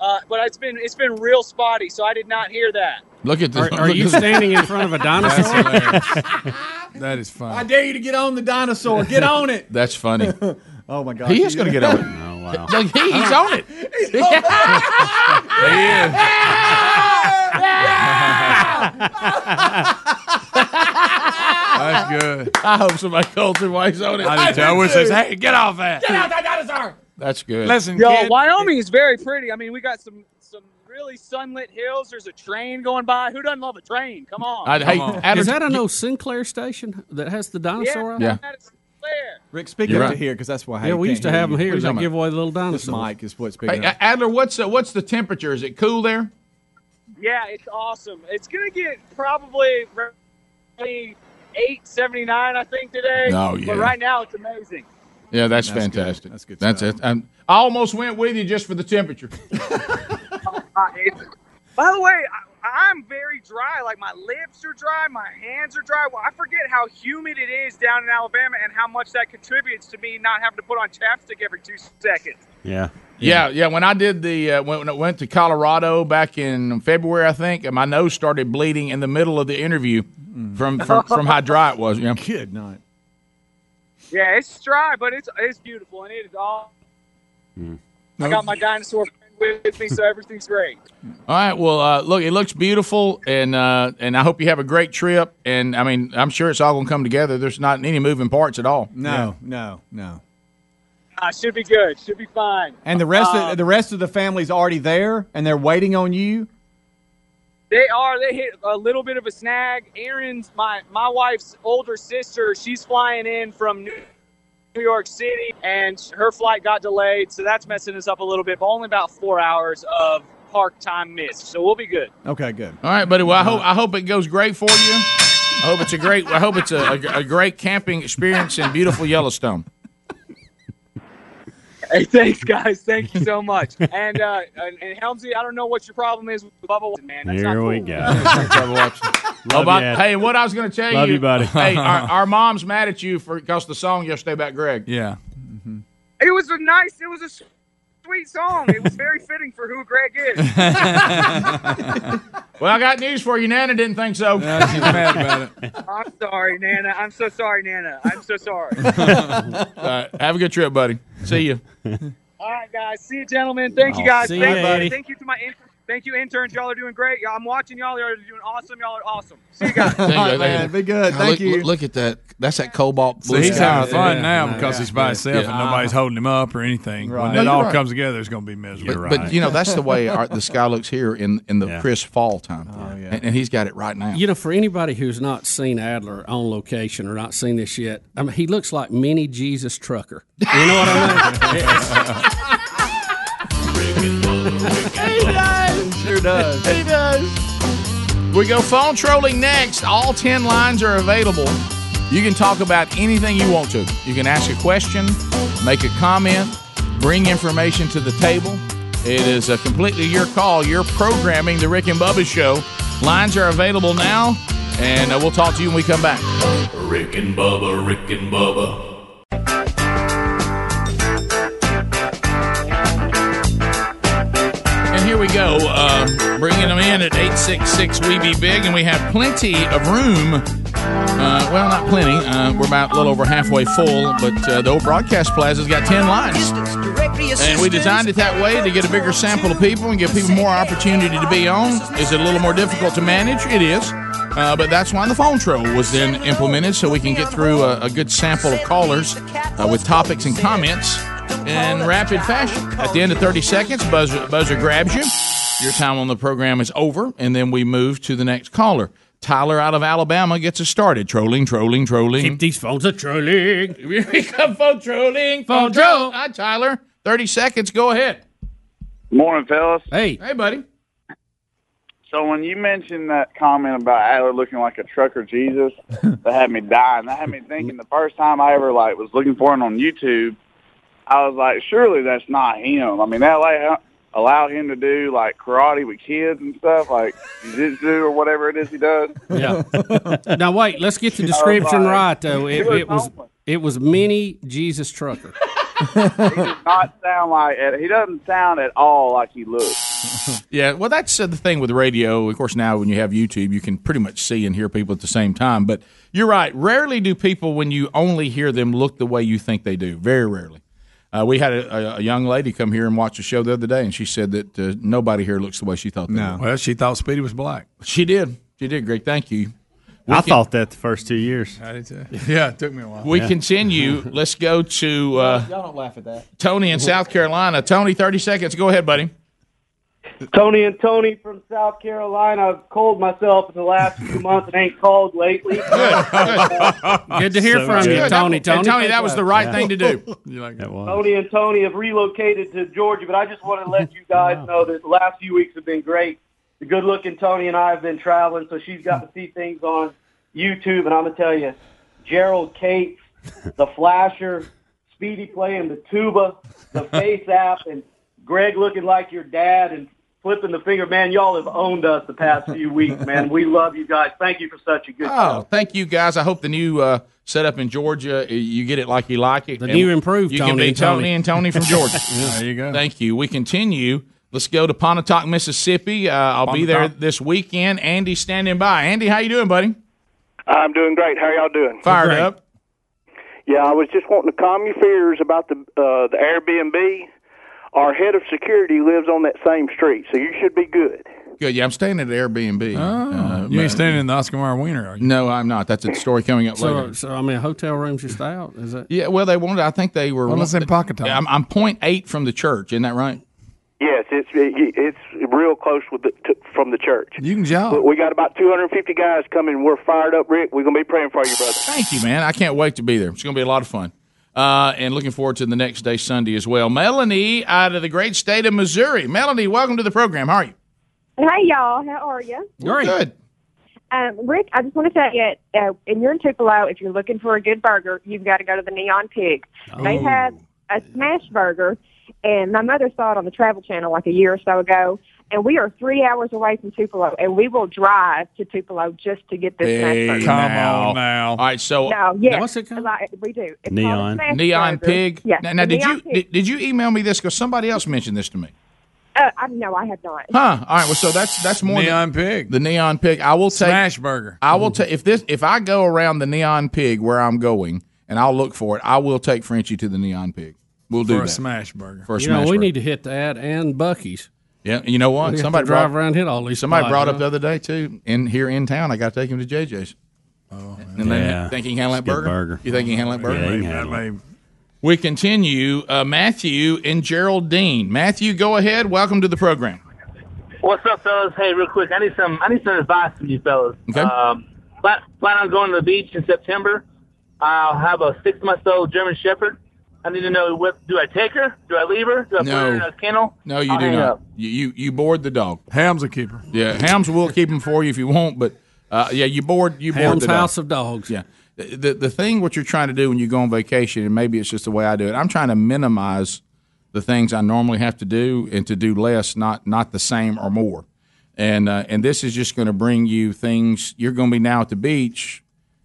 Speaker 8: uh, but it's been it's been real spotty, so I did not hear that.
Speaker 2: Look at this.
Speaker 3: Are, are you
Speaker 2: look at this-
Speaker 3: standing
Speaker 2: (laughs)
Speaker 3: in front of a
Speaker 6: That's
Speaker 3: dinosaur?
Speaker 6: (laughs) hilarious. that is
Speaker 5: I
Speaker 6: fun.
Speaker 5: dare you to get on the dinosaur. (laughs) Get on it.
Speaker 2: That's funny.
Speaker 5: (laughs) Oh my God.
Speaker 2: He is going to get (laughs) on it.
Speaker 3: Oh wow!
Speaker 2: Like, he- he's on it.
Speaker 5: (laughs)
Speaker 8: (laughs)
Speaker 6: That's good.
Speaker 2: I hope somebody calls him while he's on it.
Speaker 6: I, just, I wish they said, hey, get off that. Get out that dinosaur.
Speaker 2: That's good.
Speaker 6: Listen,
Speaker 8: Yo,
Speaker 6: kid.
Speaker 8: Wyoming is very pretty. I mean, we got some some really sunlit hills. There's a train going by. Who doesn't love a train? Come on.
Speaker 2: I'd hate.
Speaker 6: on.
Speaker 2: adver-
Speaker 3: Is that an old Sinclair station that has the dinosaur? out?
Speaker 2: Yeah.
Speaker 8: Madison Square.
Speaker 5: Rick, speak
Speaker 2: You're
Speaker 5: up to
Speaker 2: right.
Speaker 5: here because that's why.
Speaker 3: Yeah, we used to have them here.
Speaker 2: What are you
Speaker 3: They
Speaker 2: talking
Speaker 3: give away the little
Speaker 5: This
Speaker 3: dinosaurs.
Speaker 5: mic is what's
Speaker 2: Hey,
Speaker 5: picking up.
Speaker 2: Adler, what's uh, what's the temperature? Is it cool there?
Speaker 8: Yeah, it's awesome. It's gonna get probably eight seventy nine, I think today.
Speaker 2: Oh, yeah.
Speaker 8: But right now it's amazing.
Speaker 2: Yeah, that's,
Speaker 5: That's good.
Speaker 2: fantastic.
Speaker 5: That's good
Speaker 2: That's
Speaker 5: stuff.
Speaker 2: it. I'm- I almost went with you just for the
Speaker 5: (laughs)
Speaker 2: temperature.
Speaker 8: Uh, it's, by the way, I, I'm very dry. Like my lips are dry, my hands are dry. Well, I forget how humid it is down in Alabama and how much that contributes to me not having to put on chapstick every two seconds.
Speaker 4: Yeah.
Speaker 2: Yeah, yeah. When I did the uh, when, when I went to Colorado back in February, I think, and my nose started bleeding in the middle of the interview from from, from how dry it was. You know?
Speaker 5: Mm. Good night.
Speaker 8: Yeah, it's dry, but it's it's beautiful and it is all. I got my dinosaur friend with me, so everything's great.
Speaker 2: All right. Well, uh, look, it looks beautiful, and uh, and I hope you have a great trip. And I mean, I'm sure it's all going to come together. There's not any moving parts at all.
Speaker 5: No, no, no.
Speaker 8: I Uh, should be good. Should be fine.
Speaker 5: And the rest
Speaker 8: Uh,
Speaker 5: of the rest of the family's already there, and they're waiting on you.
Speaker 8: They are. They hit a little bit of a snag. Erin's my my wife's older sister. She's flying in from New New York City, and her flight got delayed, so that's messing us up a little bit. But only about four hours of park time missed, so we'll be good. (laughs)
Speaker 5: Okay, good.
Speaker 2: All right, buddy. Well, I hope I hope it goes great for you. I hope it's a great. I hope it's a, a, a great camping experience in beautiful Yellowstone.
Speaker 8: Hey, thanks, guys. Thank you so much. and, uh, and and Helmsy, I don't know what your problem is with Bubba
Speaker 10: (laughs)
Speaker 8: Watson, man. That's not
Speaker 4: Here we
Speaker 8: cool.
Speaker 4: go.
Speaker 2: Oh,
Speaker 4: Love
Speaker 2: but-
Speaker 4: you, Ed.
Speaker 2: hey, what I was going to tell
Speaker 4: Love
Speaker 2: you,
Speaker 4: you, buddy.
Speaker 2: hey, our, our mom's mad at you for because the song yesterday about Greg.
Speaker 6: Yeah.
Speaker 2: Mm-hmm.
Speaker 8: It was a nice. It was a s- sweet song. It was very fitting for who Greg is.
Speaker 2: (laughs) Well, I got news for you. Nana didn't think so.
Speaker 6: Yeah, she's mad about it.
Speaker 8: (laughs) I'm sorry, Nana. I'm so sorry, Nana. I'm so
Speaker 6: (laughs)
Speaker 8: sorry.
Speaker 2: (laughs) All right, have a good trip, buddy. See you.
Speaker 8: All right, guys. See you, gentlemen. Thank you, guys.
Speaker 3: see
Speaker 8: thank,
Speaker 3: ya,
Speaker 8: you,
Speaker 3: Eddie.
Speaker 8: thank you to my in- thank you interns. Y'all are doing great. Y'all, I'm watching y'all. Y'all are doing awesome. Y'all are awesome. See you guys.
Speaker 2: There you go,
Speaker 5: All right,
Speaker 2: there you
Speaker 5: man,
Speaker 2: go.
Speaker 5: be good.
Speaker 2: God,
Speaker 5: Thank
Speaker 2: look,
Speaker 5: you.
Speaker 2: Look, look at that. That's that cobalt blue.
Speaker 6: So he's
Speaker 2: sky.
Speaker 6: having fun
Speaker 3: Yeah.
Speaker 6: now because he's by himself
Speaker 2: Yeah.
Speaker 6: and nobody's holding him up or anything.
Speaker 5: Right.
Speaker 6: When
Speaker 5: No,
Speaker 6: it
Speaker 2: you're
Speaker 6: all
Speaker 2: right.
Speaker 6: comes together, it's going to be miserable.
Speaker 4: You're
Speaker 2: But
Speaker 4: right.
Speaker 2: you know that's the way our, the sky looks here in in the
Speaker 4: Yeah.
Speaker 2: crisp fall time,
Speaker 6: Oh,
Speaker 5: yeah.
Speaker 2: and, and he's got it right now.
Speaker 3: You know, for anybody who's not seen Adler on location or not seen this yet, I mean, he looks like mini Jesus trucker. You know what I mean?
Speaker 5: sure does.
Speaker 2: He does. We go phone trolling next. All 10 lines are available. You can talk about anything you want to. You can ask a question, make a comment, bring information to the table. It is a completely your call. You're programming the Rick and Bubba show. Lines are available now, and uh, we'll talk to you when we come back.
Speaker 7: Rick and Bubba, Rick and Bubba,
Speaker 2: And here we go, uh, bringing them in at 866 We Be Big, and we have plenty of room. Uh, well, not plenty. Uh, we're about a little over halfway full, but uh, the old broadcast plaza's got 10 lines. And we designed it that way to get a bigger sample of people and give people more opportunity to be on. Is it a little more difficult to manage? It is. Uh, but that's why the phone troll was then implemented, so we can get through a, a good sample of callers uh, with topics and comments in rapid fashion. At the end of 30 seconds, buzzer, buzzer grabs you. Your time on the program is over, and then we move to the next caller. Tyler out of Alabama gets us started. Trolling, trolling, trolling.
Speaker 3: Keep these phones a trolling.
Speaker 2: Here we come, phone trolling. Phone troll. Hi, Tyler. 30 seconds. Go ahead.
Speaker 11: Morning, fellas.
Speaker 3: Hey,
Speaker 2: Hey, buddy.
Speaker 11: So when you mentioned that comment about Adler looking like a
Speaker 2: (laughs)
Speaker 11: trucker Jesus, that had me dying. That had me thinking. The first time I ever like was looking for it on YouTube, I was like, surely that's not him. I mean, that like allow him to do like karate with kids and stuff, like jiu-jitsu or whatever it is he does.
Speaker 3: yeah. (laughs) now wait, let's get the description
Speaker 11: Oh, my.
Speaker 3: right though. It,
Speaker 11: It was
Speaker 3: it was
Speaker 11: awful.
Speaker 3: it was mini Jesus trucker.
Speaker 11: he
Speaker 2: (laughs)
Speaker 11: does not sound like he doesn't sound at all like he looks.
Speaker 2: Yeah, well, that's uh, the thing with radio. Of course, now when you have YouTube, you can pretty much see and hear people at the same time. But you're right. Rarely do people, when you only hear them, look the way you think they do. Very rarely. Uh, we had a, a, a young lady come here and watch a show the other day, and she said that uh, nobody here looks the way she thought they no.
Speaker 6: (laughs) Well, she thought Speedy was black.
Speaker 2: She did. She did, Greg. Thank you.
Speaker 4: I thought that the first two years.
Speaker 6: I did too. Yeah, it took me a while.
Speaker 2: We continue. Let's go to uh,
Speaker 5: Y'all don't laugh at that.
Speaker 2: Tony in South Carolina. Tony, 30 seconds. Go ahead, buddy.
Speaker 12: Tony and Tony from South Carolina. I've cold myself in the last few months and ain't called lately.
Speaker 3: Good to hear
Speaker 4: So
Speaker 3: from
Speaker 4: good.
Speaker 3: you, Tony.
Speaker 2: And
Speaker 3: Tony,
Speaker 2: Tony, that was the right thing to do.
Speaker 6: You like
Speaker 4: That
Speaker 6: that?
Speaker 4: was.
Speaker 12: Tony and Tony have relocated to Georgia, but I just want to let you guys know that the last few weeks have been great. The good looking Tony and I have been traveling, so she's got to see things on YouTube. And I'm going to tell you, Gerald Cates, The Flasher, Speedy playing the tuba, the face app, and Greg looking like your dad and flipping the finger. Man, y'all have owned us the past few weeks, man. We love you guys. Thank you for such a
Speaker 2: (laughs)
Speaker 12: good show.
Speaker 2: Oh, thank you guys. I hope the new uh, setup in Georgia, uh, you get it like you like it.
Speaker 3: The new improved
Speaker 2: you can
Speaker 3: Tony
Speaker 2: be
Speaker 3: and Tony.
Speaker 2: Tony and Tony from
Speaker 6: (laughs)
Speaker 2: Georgia.
Speaker 6: There you go.
Speaker 2: Thank you. We continue. Let's go to Pontotoc, Mississippi. Uh, I'll be there
Speaker 6: Pontotoc.
Speaker 2: this weekend. Andy standing by. Andy, how you doing, buddy?
Speaker 12: I'm doing great. How are y'all doing?
Speaker 2: Fired
Speaker 3: Great.
Speaker 2: up.
Speaker 12: Yeah, I was just wanting to calm your fears about the uh, the Airbnb. Our head of security lives on that same street, so you should be good.
Speaker 2: Good. Yeah, I'm staying at Airbnb. Uh,
Speaker 6: Oh. you
Speaker 2: but-
Speaker 6: ain't standing in the Oscar Mayer wiener, are you?
Speaker 2: No, I'm not. That's a story coming up
Speaker 3: so,
Speaker 2: later.
Speaker 3: so I mean, hotel rooms just out. Is that?
Speaker 2: Yeah, well, they wanted. I think they were.
Speaker 6: Well, let's say pocket time.
Speaker 2: Yeah, I'm, I'm 0.8 from the church. Isn't that right?
Speaker 12: Yes, it's it, it's real close with the, to, from the church.
Speaker 6: You can
Speaker 12: But
Speaker 6: jog.
Speaker 12: we got about 250 guys coming. We're fired up, Rick. We're gonna be praying for you, brother.
Speaker 2: Thank you, man. I can't wait to be there. It's going to be a lot of fun. Uh, and looking forward to the next day, Sunday, as well. Melanie out of the great state of Missouri. Melanie, welcome to the program. How are you?
Speaker 13: Hey y'all, how are you?
Speaker 3: Great.
Speaker 2: Good.
Speaker 13: Um, Rick, I just want to tell you, uh, and you're in Tupelo. If you're looking for a good burger, you've got to go to the Neon Pig. They
Speaker 2: Oh.
Speaker 13: have a smash burger, and my mother saw it on the Travel Channel like a year or so ago. And we are three hours away from Tupelo, and we will drive to Tupelo just to get this
Speaker 2: Hey,
Speaker 13: smash burger.
Speaker 6: Come on now.
Speaker 2: All right, so
Speaker 13: No, yes,
Speaker 3: What's it called?
Speaker 13: like, we do. It's called a
Speaker 4: Neon.
Speaker 13: smash
Speaker 2: Neon
Speaker 13: burger.
Speaker 2: Pig.
Speaker 13: Yes.
Speaker 2: Now,
Speaker 13: the
Speaker 2: now, did
Speaker 13: Neon
Speaker 2: you
Speaker 13: Pig.
Speaker 2: did, did you email me this? Because somebody else mentioned this to me.
Speaker 13: uh, I, no, I have not.
Speaker 2: Huh. All right. Well, so that's that's more than-
Speaker 6: Neon pig.
Speaker 2: the neon pig. I will take.
Speaker 6: Smash burger.
Speaker 2: I will take if this if I go around the neon pig where I'm going and I'll look for it. I will take Frenchie to the neon pig. We'll do
Speaker 6: For
Speaker 2: that
Speaker 6: a smash burger.
Speaker 2: for a
Speaker 3: You know,
Speaker 2: smash.
Speaker 3: we
Speaker 2: burger.
Speaker 3: need to hit that and Bucky's.
Speaker 2: Yeah. You know what?
Speaker 3: We have
Speaker 2: Somebody
Speaker 3: to drive
Speaker 2: brought,
Speaker 3: around, hit all these.
Speaker 2: Somebody
Speaker 3: spots,
Speaker 2: brought up
Speaker 3: huh?
Speaker 2: the other day too. In here in town, I got to take him to JJ's. Oh, and then
Speaker 4: Yeah.
Speaker 2: think he can handle that
Speaker 4: It's a good
Speaker 2: burger?
Speaker 4: burger.
Speaker 2: You think he can handle that burger?
Speaker 4: Yeah, he can
Speaker 6: That
Speaker 4: handle it.
Speaker 6: lady-
Speaker 2: We continue. Uh, Matthew and Geraldine. Matthew, go ahead. Welcome to the program.
Speaker 12: What's up, fellas? Hey, real quick, I need some I need some advice from you fellas.
Speaker 2: Okay.
Speaker 12: Um, plan, plan on going to the beach in September. I'll have a six month old German Shepherd. I need to know what do I take her? Do I leave her? Do I put
Speaker 2: No.
Speaker 12: her in a kennel?
Speaker 2: No, you
Speaker 12: I'll
Speaker 2: do
Speaker 12: hang
Speaker 2: not.
Speaker 12: up.
Speaker 2: You, you you board the dog.
Speaker 6: Ham's a keeper.
Speaker 2: Yeah, Hams will keep him for you if you want, but uh, yeah, you board you board
Speaker 3: Ham's
Speaker 2: the dog.
Speaker 3: House of Dogs.
Speaker 2: Yeah. The, the the thing what you're trying to do when you go on vacation, and maybe it's just the way I do it. I'm trying to minimize the things I normally have to do and to do less, not not the same or more. And uh, and this is just going to bring you things. You're going to be now at the beach,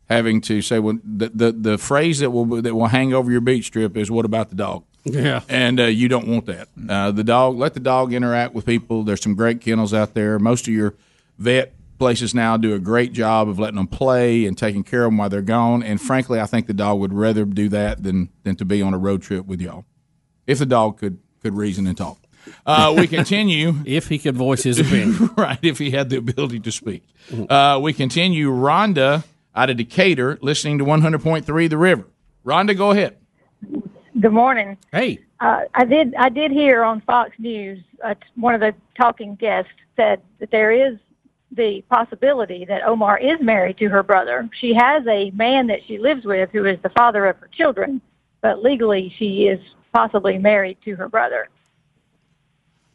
Speaker 2: having to say well, the, the the phrase that will that will hang over your beach trip is what about the dog?
Speaker 3: Yeah.
Speaker 2: and uh, you don't want that. Uh, the dog, let the dog interact with people. There's some great kennels out there. Most of your vet places now do a great job of letting them play and taking care of them while they're gone. And frankly, I think the dog would rather do that than than to be on a road trip with y'all. If the dog could could reason and talk, uh, we continue.
Speaker 3: (laughs) If he could voice his opinion.
Speaker 2: (laughs) right, if he had the ability to speak, uh, we continue. Rhonda out of Decatur, listening to 100.3 The River. Rhonda, go ahead.
Speaker 13: Good morning.
Speaker 3: hey,
Speaker 13: Uh, I did. I did hear on Fox News uh, t- one of the talking guests said that there is the possibility that Omar is married to her brother. She has a man that she lives with who is the father of her children, but legally she is possibly married to her brother.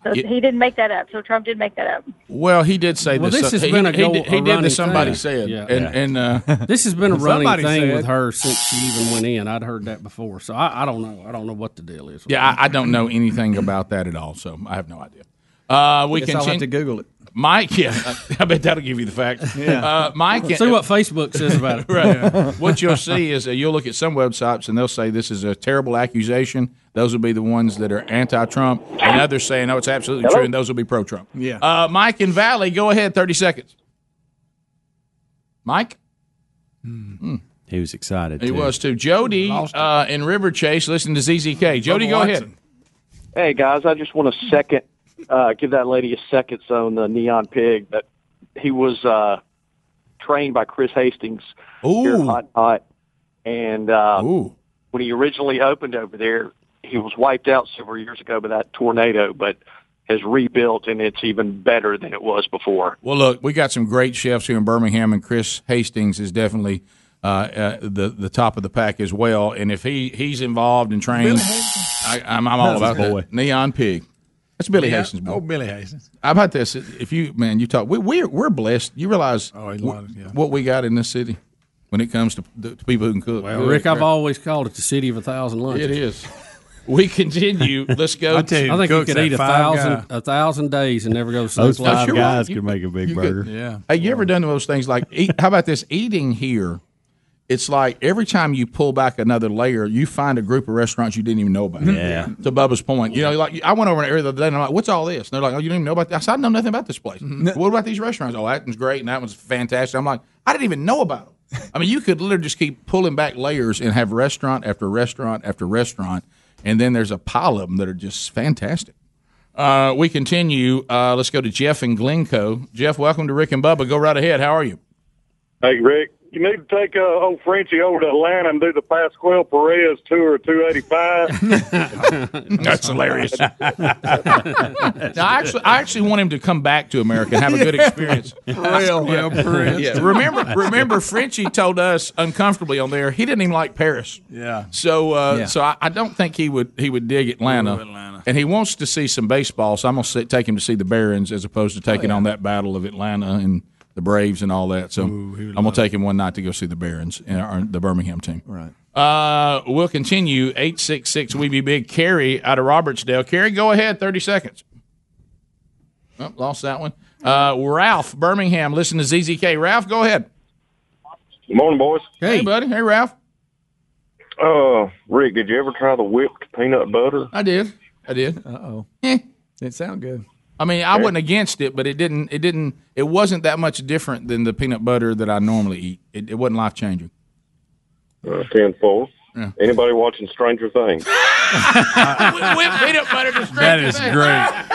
Speaker 13: So
Speaker 2: It-
Speaker 13: he didn't make that up. So Trump did make that up.
Speaker 2: Well, he did say
Speaker 3: Well,
Speaker 2: this.
Speaker 3: this has
Speaker 2: he,
Speaker 3: been a
Speaker 2: he
Speaker 3: go-
Speaker 2: did, he
Speaker 3: a
Speaker 2: did
Speaker 3: running
Speaker 2: this. Somebody
Speaker 3: thing.
Speaker 2: said,
Speaker 3: Yeah.
Speaker 2: and and uh,
Speaker 3: (laughs) this has been a running
Speaker 5: Somebody
Speaker 3: thing
Speaker 5: said-
Speaker 3: with her since she even went in. I'd heard that before, so I, I don't know. I don't know what the deal is. with
Speaker 2: yeah, I, I don't know anything about that at all, so I have no idea. (laughs) Uh, we
Speaker 5: Guess
Speaker 2: can
Speaker 5: I'll have
Speaker 2: change-
Speaker 5: to Google it.
Speaker 2: Mike, yeah, (laughs) I- I bet that'll give you the facts.
Speaker 5: Yeah.
Speaker 2: Uh, Mike,
Speaker 5: See what Facebook says
Speaker 3: about it.
Speaker 2: (laughs)
Speaker 6: (laughs)
Speaker 2: right. What you'll see is uh, you'll look at some websites and they'll say this is a terrible accusation. Those will be the ones that are anti-Trump, and others saying, "No, it's absolutely
Speaker 10: Hello?
Speaker 2: true," and those will be pro-Trump.
Speaker 10: Yeah.
Speaker 2: Uh, Mike and Valley, go ahead. Thirty seconds. Mike,
Speaker 14: He was excited.
Speaker 2: he
Speaker 14: too.
Speaker 2: was too. Jody uh, in River Chase, listen to ZZK. Jody, go ahead.
Speaker 15: Hey guys, I just want to second uh, give that lady a second on the neon pig that he was uh, trained by Chris Hastings here at Hot Hot, and uh, when he originally opened over there, he was wiped out several years ago by that tornado, but has rebuilt and it's even better than it was before.
Speaker 2: Well, look, we got some great chefs here in Birmingham, and Chris Hastings is definitely uh, uh, the the top of the pack as well. And if he he's involved and trained, I, I'm, I'm all
Speaker 6: That's
Speaker 2: about
Speaker 6: his
Speaker 2: that. Neon Pig. That's Billy
Speaker 6: Yeah.
Speaker 2: Hastings. Boy.
Speaker 6: Oh, Billy Hastings.
Speaker 2: How about this? If you man, you talk. We, we're we're blessed. You realize
Speaker 3: Oh,
Speaker 6: lied,
Speaker 2: wh- what we got in this city when it comes to, to people who can cook.
Speaker 3: Well, Rick, I've always called it the city of a thousand lunches.
Speaker 2: It is. We
Speaker 3: (laughs)
Speaker 2: continue. Let's go.
Speaker 3: I, think you could eat a thousand, a thousand days and never go to sleep.
Speaker 2: Those
Speaker 3: like
Speaker 2: five
Speaker 3: that.
Speaker 2: guys could make
Speaker 14: a big
Speaker 2: Oh, You could- Hey, you ever done those things like eat, how about this eating here? It's like every time you pull back another layer, you find a group of restaurants you didn't even know about.
Speaker 14: Yeah.
Speaker 2: To Bubba's point, you know, like I went over an area the other day and I'm like, "What's all this?" And they're like, "Oh, you didn't even know about that." I said, "I know nothing about this place. What about these restaurants? Oh, that one's great and that one's fantastic." I'm like, "I didn't even know about them." I mean, you could literally just keep pulling back layers and have restaurant after restaurant after restaurant, and then there's a pile of them that are just fantastic. Uh, we continue. Uh, let's go to Jeff and Glencoe. Jeff, welcome to Rick and Bubba. Go right ahead. How are you?
Speaker 9: Hey, Rick, you need to take uh, old Frenchie over to Atlanta and do the Pasquale Perez tour of
Speaker 6: (laughs)
Speaker 2: (laughs)
Speaker 9: 285.
Speaker 2: That's hilarious. (laughs) now, I actually, I actually want him to come back to America and have a good (laughs) experience.
Speaker 6: Real, real Perez.
Speaker 2: Yeah. Remember, (laughs) remember, Frenchie told us uncomfortably on there he didn't even like Paris.
Speaker 6: Yeah.
Speaker 2: So, uh,
Speaker 6: Yeah.
Speaker 2: so I, I don't think he would he would dig Atlanta.
Speaker 6: Ooh, Atlanta.
Speaker 2: And he wants to see some baseball, so I'm gonna sit, take him to see the Barons as opposed to taking
Speaker 6: yeah.
Speaker 2: on that battle of Atlanta and the Braves and all that. So I'm gonna take him one night to go see the Barons and or the Birmingham team. Right. Uh, we'll continue. Eight six six. We be big. Carrie out of Robertsdale. Carrie, go ahead. Thirty seconds. Oh, lost that one. Uh, Ralph Birmingham. Listen to ZZK. Ralph, go ahead.
Speaker 9: Good morning, boys.
Speaker 2: Hey, buddy. Hey, Ralph.
Speaker 9: Uh, Rick, did you ever try the whipped peanut butter?
Speaker 2: I did. I did. Uh oh. It sound good. I mean, I wasn't against it, but it didn't. It didn't. It wasn't that much different than the peanut butter that I normally eat. It, it wasn't life changing.
Speaker 9: Uh, ten four.
Speaker 2: Yeah.
Speaker 9: Anybody watching Stranger
Speaker 2: (laughs) peanut
Speaker 9: Things?
Speaker 2: butter to
Speaker 6: That is great.
Speaker 2: (laughs)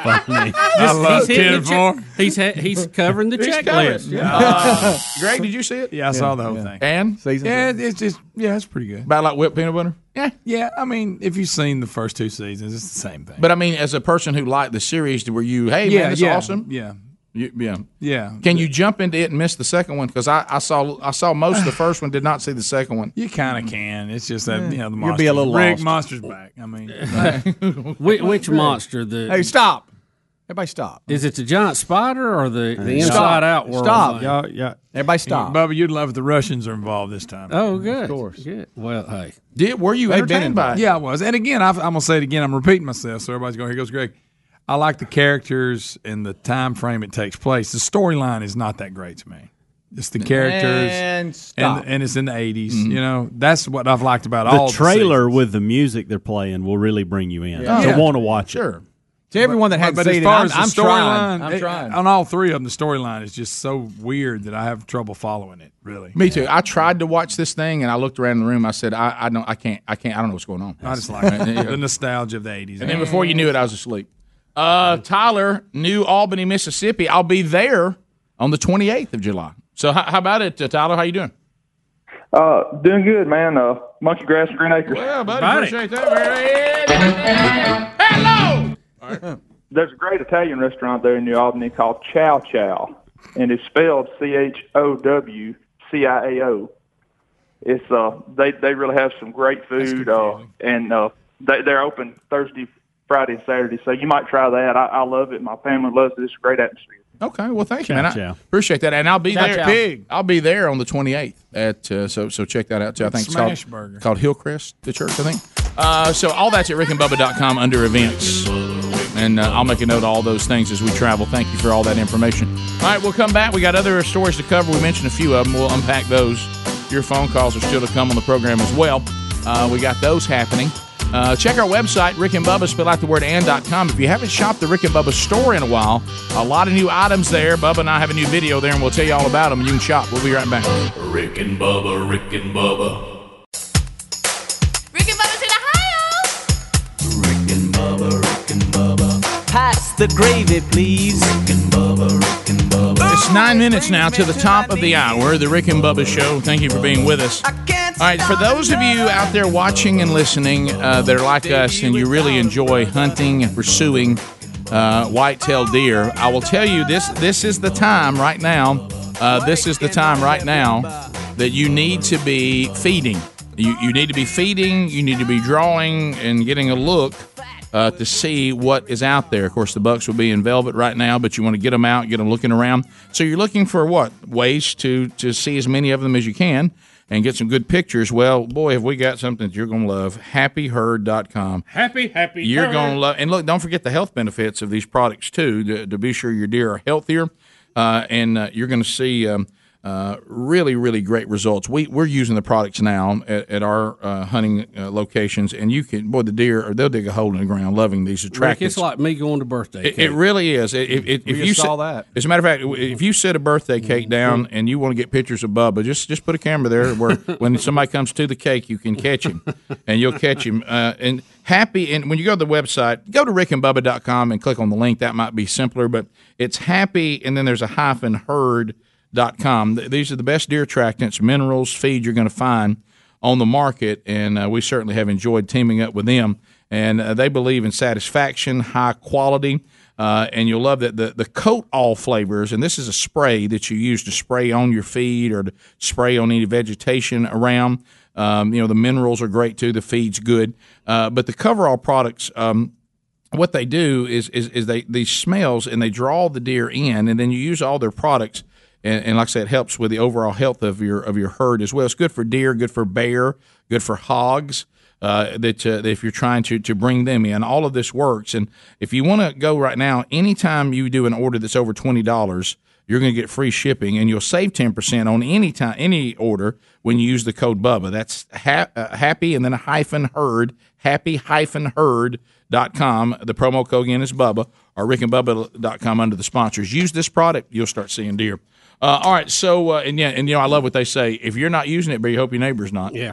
Speaker 3: funny.
Speaker 6: I love ten four.
Speaker 3: He's ha- he's covering the
Speaker 6: He's
Speaker 3: checklist.
Speaker 6: covered, yeah.
Speaker 2: Uh, Greg, did you see it?
Speaker 6: Yeah, I saw the whole thing.
Speaker 2: And
Speaker 6: Yeah, it's just yeah, it's pretty good.
Speaker 2: About like whipped peanut butter. Yeah,
Speaker 6: yeah. I mean, if you've seen the first two seasons, it's the same thing.
Speaker 2: But I mean, as a person who liked the series, were you? Hey,
Speaker 6: yeah,
Speaker 2: man, it's
Speaker 6: yeah,
Speaker 2: awesome.
Speaker 6: Yeah,
Speaker 2: You, yeah.
Speaker 6: yeah.
Speaker 2: Can you jump into it and miss the second one? Because I, I saw I saw most of the first one, did not see the second one.
Speaker 6: You kind of can. It's just that you know the monster.
Speaker 2: You'll be a little
Speaker 6: Rick
Speaker 2: lost.
Speaker 6: monster's back. I mean,
Speaker 3: Which, which monster? The
Speaker 5: Hey, stop! Everybody, stop!
Speaker 3: Is it the giant spider or the, the
Speaker 6: Stop.
Speaker 3: inside out world?
Speaker 5: Stop.
Speaker 3: thing?
Speaker 5: Y'all-
Speaker 6: yeah.
Speaker 5: Everybody,
Speaker 3: stop.
Speaker 6: Bubba, you'd love if the Russians are involved this time.
Speaker 3: Oh, good. Of course. Good. Well, hey.
Speaker 2: Did were you
Speaker 6: They've been
Speaker 2: entertained by it?
Speaker 6: involved. Yeah, I was. And again, I've, I'm gonna say it again. I'm repeating myself, so everybody's going. Here goes Greg. I like the characters and the time frame it takes place. The storyline is not that great to me. It's the characters
Speaker 5: And
Speaker 6: and,
Speaker 5: stop.
Speaker 6: and it's in the 80s.
Speaker 3: Mm-hmm.
Speaker 6: You know, that's what I've liked about
Speaker 14: The
Speaker 6: all the
Speaker 14: trailer with the music they're playing will really bring you in
Speaker 6: Yeah.
Speaker 14: to
Speaker 6: Yeah.
Speaker 14: want to watch
Speaker 2: Sure.
Speaker 5: To everyone that
Speaker 6: But,
Speaker 5: had
Speaker 6: but
Speaker 5: seen
Speaker 6: as
Speaker 5: it,
Speaker 6: far
Speaker 5: I'm,
Speaker 6: as the
Speaker 5: I'm trying.
Speaker 6: storyline,
Speaker 5: I'm
Speaker 6: it-
Speaker 5: trying.
Speaker 6: on all three of them, the storyline is just so weird that I have trouble following it. Really,
Speaker 2: Me too. I tried to watch this thing and I looked around the room. I said, I, I don't, I can't, I can't, I don't know what's going on.
Speaker 6: I just like (laughs) it. the
Speaker 2: and
Speaker 6: nostalgia of the '80s.
Speaker 2: then before you knew it, I was asleep. Uh, Tyler, New Albany, Mississippi. I'll be there on the 28th of July. So how, how about it, uh, Tyler? How you doing?
Speaker 16: Uh, doing good, man. Uh, monkey grass, green acres.
Speaker 2: Well, buddy,
Speaker 16: Right.
Speaker 2: appreciate that. Very- Hello.
Speaker 16: There's a great Italian restaurant there in New Albany called Chow Chow, and it's spelled C H O W C I A O. It's uh, they they really have some great food, uh, and uh, they they're open Thursday, Friday, and Saturday. So you might try that. I, I love it. My family loves it. It's a great atmosphere.
Speaker 2: Okay. Well, thank you,
Speaker 16: Ciao,
Speaker 2: man. I
Speaker 16: ciao.
Speaker 2: appreciate that, and I'll be
Speaker 16: Ciao,
Speaker 2: there.
Speaker 16: ciao.
Speaker 2: Pig. I'll be there on the 28th at uh, so so check that out too. I think it's
Speaker 6: Smash
Speaker 2: called
Speaker 6: burger.
Speaker 2: called Hillcrest, the church, I think. Uh, so all that's at rickandbubba.com under events. And and uh, I'll make a note of all those things as we travel. Thank you for all that information. All right, we'll come back. We got other stories to cover. We mentioned a few of them. We'll unpack those. Your phone calls are still to come on the program as well. Uh, we got those happening. Uh, check our website, Rick and Bubba, spell out the word and.com. If you haven't shopped the Rick and Bubba store in a while, a lot of new items there. Bubba and I have a new video there, and we'll tell you all about them. You can shop. We'll be right back.
Speaker 7: Rick and Bubba, Rick and Bubba,
Speaker 10: Pass the gravy, please.
Speaker 2: It's nine minutes now to the top of the hour, the Rick and Bubba Show. Thank you for being with us. All right, for those of you out there watching and listening uh, that are like us and you really enjoy hunting and pursuing uh, white-tailed deer, I will tell you this: this is the time right now. Uh, this is the time right now that you need to be feeding. You, you need to be feeding. You need to be drawing and getting a look uh, to see what is out there. Of course, the bucks will be in velvet right now, but you want to get them out, get them looking around. So you're looking for what ways to to see as many of them as you can and get some good pictures. Well, boy, have we got something that you're going to love. HappyHerd.com.
Speaker 3: Happy, happy.
Speaker 2: You're
Speaker 3: bird.
Speaker 2: going to love, and look, don't forget the health benefits of these products too, to, to be sure your deer are healthier, uh, and uh, you're going to see. Um, uh, really, really great results. We we're using the products now at, at our uh, hunting uh, locations, and you can boy the deer or they'll dig a hole in the ground. Loving these
Speaker 3: Rick,
Speaker 2: attractive.
Speaker 3: it's like me going to birthday.
Speaker 2: It, it
Speaker 3: cake.
Speaker 2: really is. It- it- it- if
Speaker 3: We
Speaker 2: you
Speaker 3: just
Speaker 2: sit-
Speaker 3: saw that. Mm-hmm.
Speaker 2: as a matter of fact, w- if you set a birthday cake down and you want to get pictures of Bubba, just just put a camera there
Speaker 3: (laughs)
Speaker 2: where when somebody comes to the cake, you can catch him, and you'll catch him. Uh, and happy and when you go to the website, go to rickandbubba.com and click on the link. That might be simpler, but it's happy, and then there's a hyphen herd. Dot com. Th- These are the best deer attractants, minerals, feed you're going to find on the market, and uh, we certainly have enjoyed teaming up with them. And uh, they believe in satisfaction, high quality, uh, and you'll love that the the coat all flavors. And this is a spray that you use to spray on your feed or to spray on any vegetation around. Um, you know the minerals are great too. The feed's good, uh, but the cover all products. Um, what they do is is, is they these smells and they draw the deer in, and then you use all their products. And, and like I said, it helps with the overall health of your of your herd as well. It's good for deer, good for bear, good for hogs. Uh, that, uh, that if you're trying to to bring them in, all of this works. And if you want to go right now, anytime you do an order that's over twenty dollars, you're going to get free shipping, and you'll save ten percent on any time any order when you use the code Bubba. That's ha- uh, happy and then a hyphen herd happy hyphen herd dot com. The promo code again is Bubba or rickandbubba.com under the sponsors. Use this product, you'll start seeing deer. Uh, all right, so uh, and yeah, and you know I love what they say. If you're not using it, but you hope your neighbor's not.
Speaker 3: Yeah,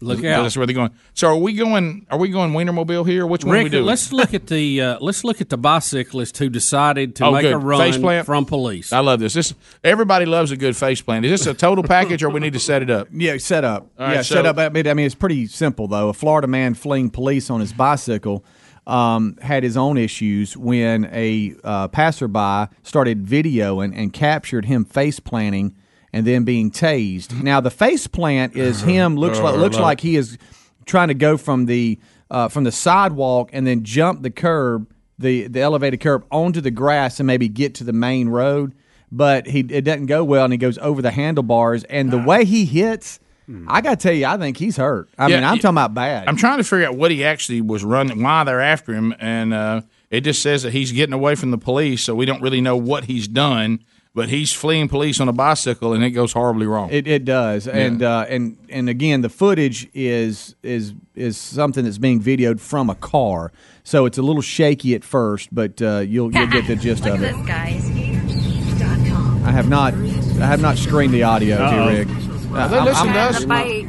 Speaker 3: Look
Speaker 2: Because
Speaker 3: out.
Speaker 2: That's where they're going. So are we going? Are we going Wienermobile here? Which one are we
Speaker 3: Rick,
Speaker 2: doing?
Speaker 3: let's look at the uh, let's look at the bicyclist who decided to
Speaker 2: Oh,
Speaker 3: make
Speaker 2: good.
Speaker 3: a run
Speaker 2: Face plant?
Speaker 3: from police.
Speaker 2: I love this. This everybody loves a good face plan. Is this a total package, or we need to set it up?
Speaker 5: Yeah, set up.
Speaker 2: All right,
Speaker 5: yeah,
Speaker 2: so-
Speaker 5: set up. I mean, I mean, it's pretty simple though. A Florida man fleeing police on his bicycle um, had his own issues when a uh, passerby started videoing and captured him face planting and then
Speaker 2: (laughs)
Speaker 5: being tased. Now the face plant is him
Speaker 2: Oh,
Speaker 5: looks like looks like he is trying to go from the uh, from the sidewalk and then jump the curb the the elevated curb onto the grass and maybe get to the main road. But he it doesn't go well and he goes over the handlebars and the way he hits. I gotta tell you, I think he's hurt. (laughs) I
Speaker 2: Yeah,
Speaker 5: mean, I'm
Speaker 2: yeah.
Speaker 5: talking about bad.
Speaker 2: I'm trying to figure out what he actually was running, why they're after him, and uh, it just says that he's getting away from the police, so we don't really know what he's done. But he's fleeing police on a bicycle, and it goes horribly wrong.
Speaker 5: It, it does, and uh, and and again, the footage is is is something that's being videoed from a car, so it's a little shaky at first, but uh, you'll you'll get the gist of it.
Speaker 17: guys.
Speaker 5: I have not I have not screened the audio
Speaker 2: Uh-oh.
Speaker 5: here, Rick.
Speaker 2: Are they listening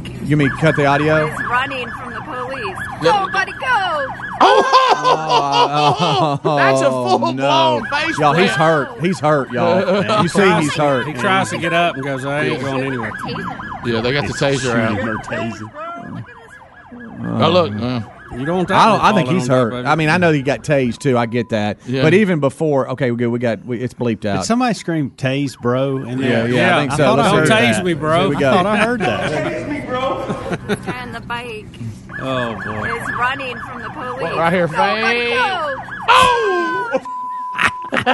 Speaker 2: to us?
Speaker 5: You mean cut the audio?
Speaker 17: running from the police.
Speaker 2: Go,
Speaker 17: buddy, go!
Speaker 5: Oh!
Speaker 2: That's a
Speaker 5: full
Speaker 2: blown face
Speaker 5: oh, Y'all, he's
Speaker 2: plant.
Speaker 5: hurt. He's hurt,
Speaker 2: (laughs)
Speaker 5: y'all. you see, he's hurt.
Speaker 3: He tries to get up and goes, "I ain't going anywhere."
Speaker 2: Yeah, they got the taser out. Oh, look, uh,
Speaker 3: you don't.
Speaker 5: I, don't, I think he's hurt. I mean, I know he got tased too. I get that.
Speaker 14: Yeah.
Speaker 5: But even before, okay, we good. We got we, it's bleeped out.
Speaker 14: Did somebody scream "Tase, bro"? In
Speaker 5: Yeah,
Speaker 14: there?
Speaker 5: yeah, I think so.
Speaker 14: thought
Speaker 5: Let's
Speaker 14: I
Speaker 5: hear
Speaker 14: heard
Speaker 5: that.
Speaker 14: that.
Speaker 5: Here we
Speaker 14: Oh, I
Speaker 5: go.
Speaker 14: thought I heard
Speaker 12: (laughs)
Speaker 14: that.
Speaker 10: (laughs)
Speaker 17: And the bike
Speaker 3: Oh boy.
Speaker 17: is running from the police.
Speaker 6: Well, right here, Oh!
Speaker 17: Go, buddy,
Speaker 6: fake.
Speaker 17: go!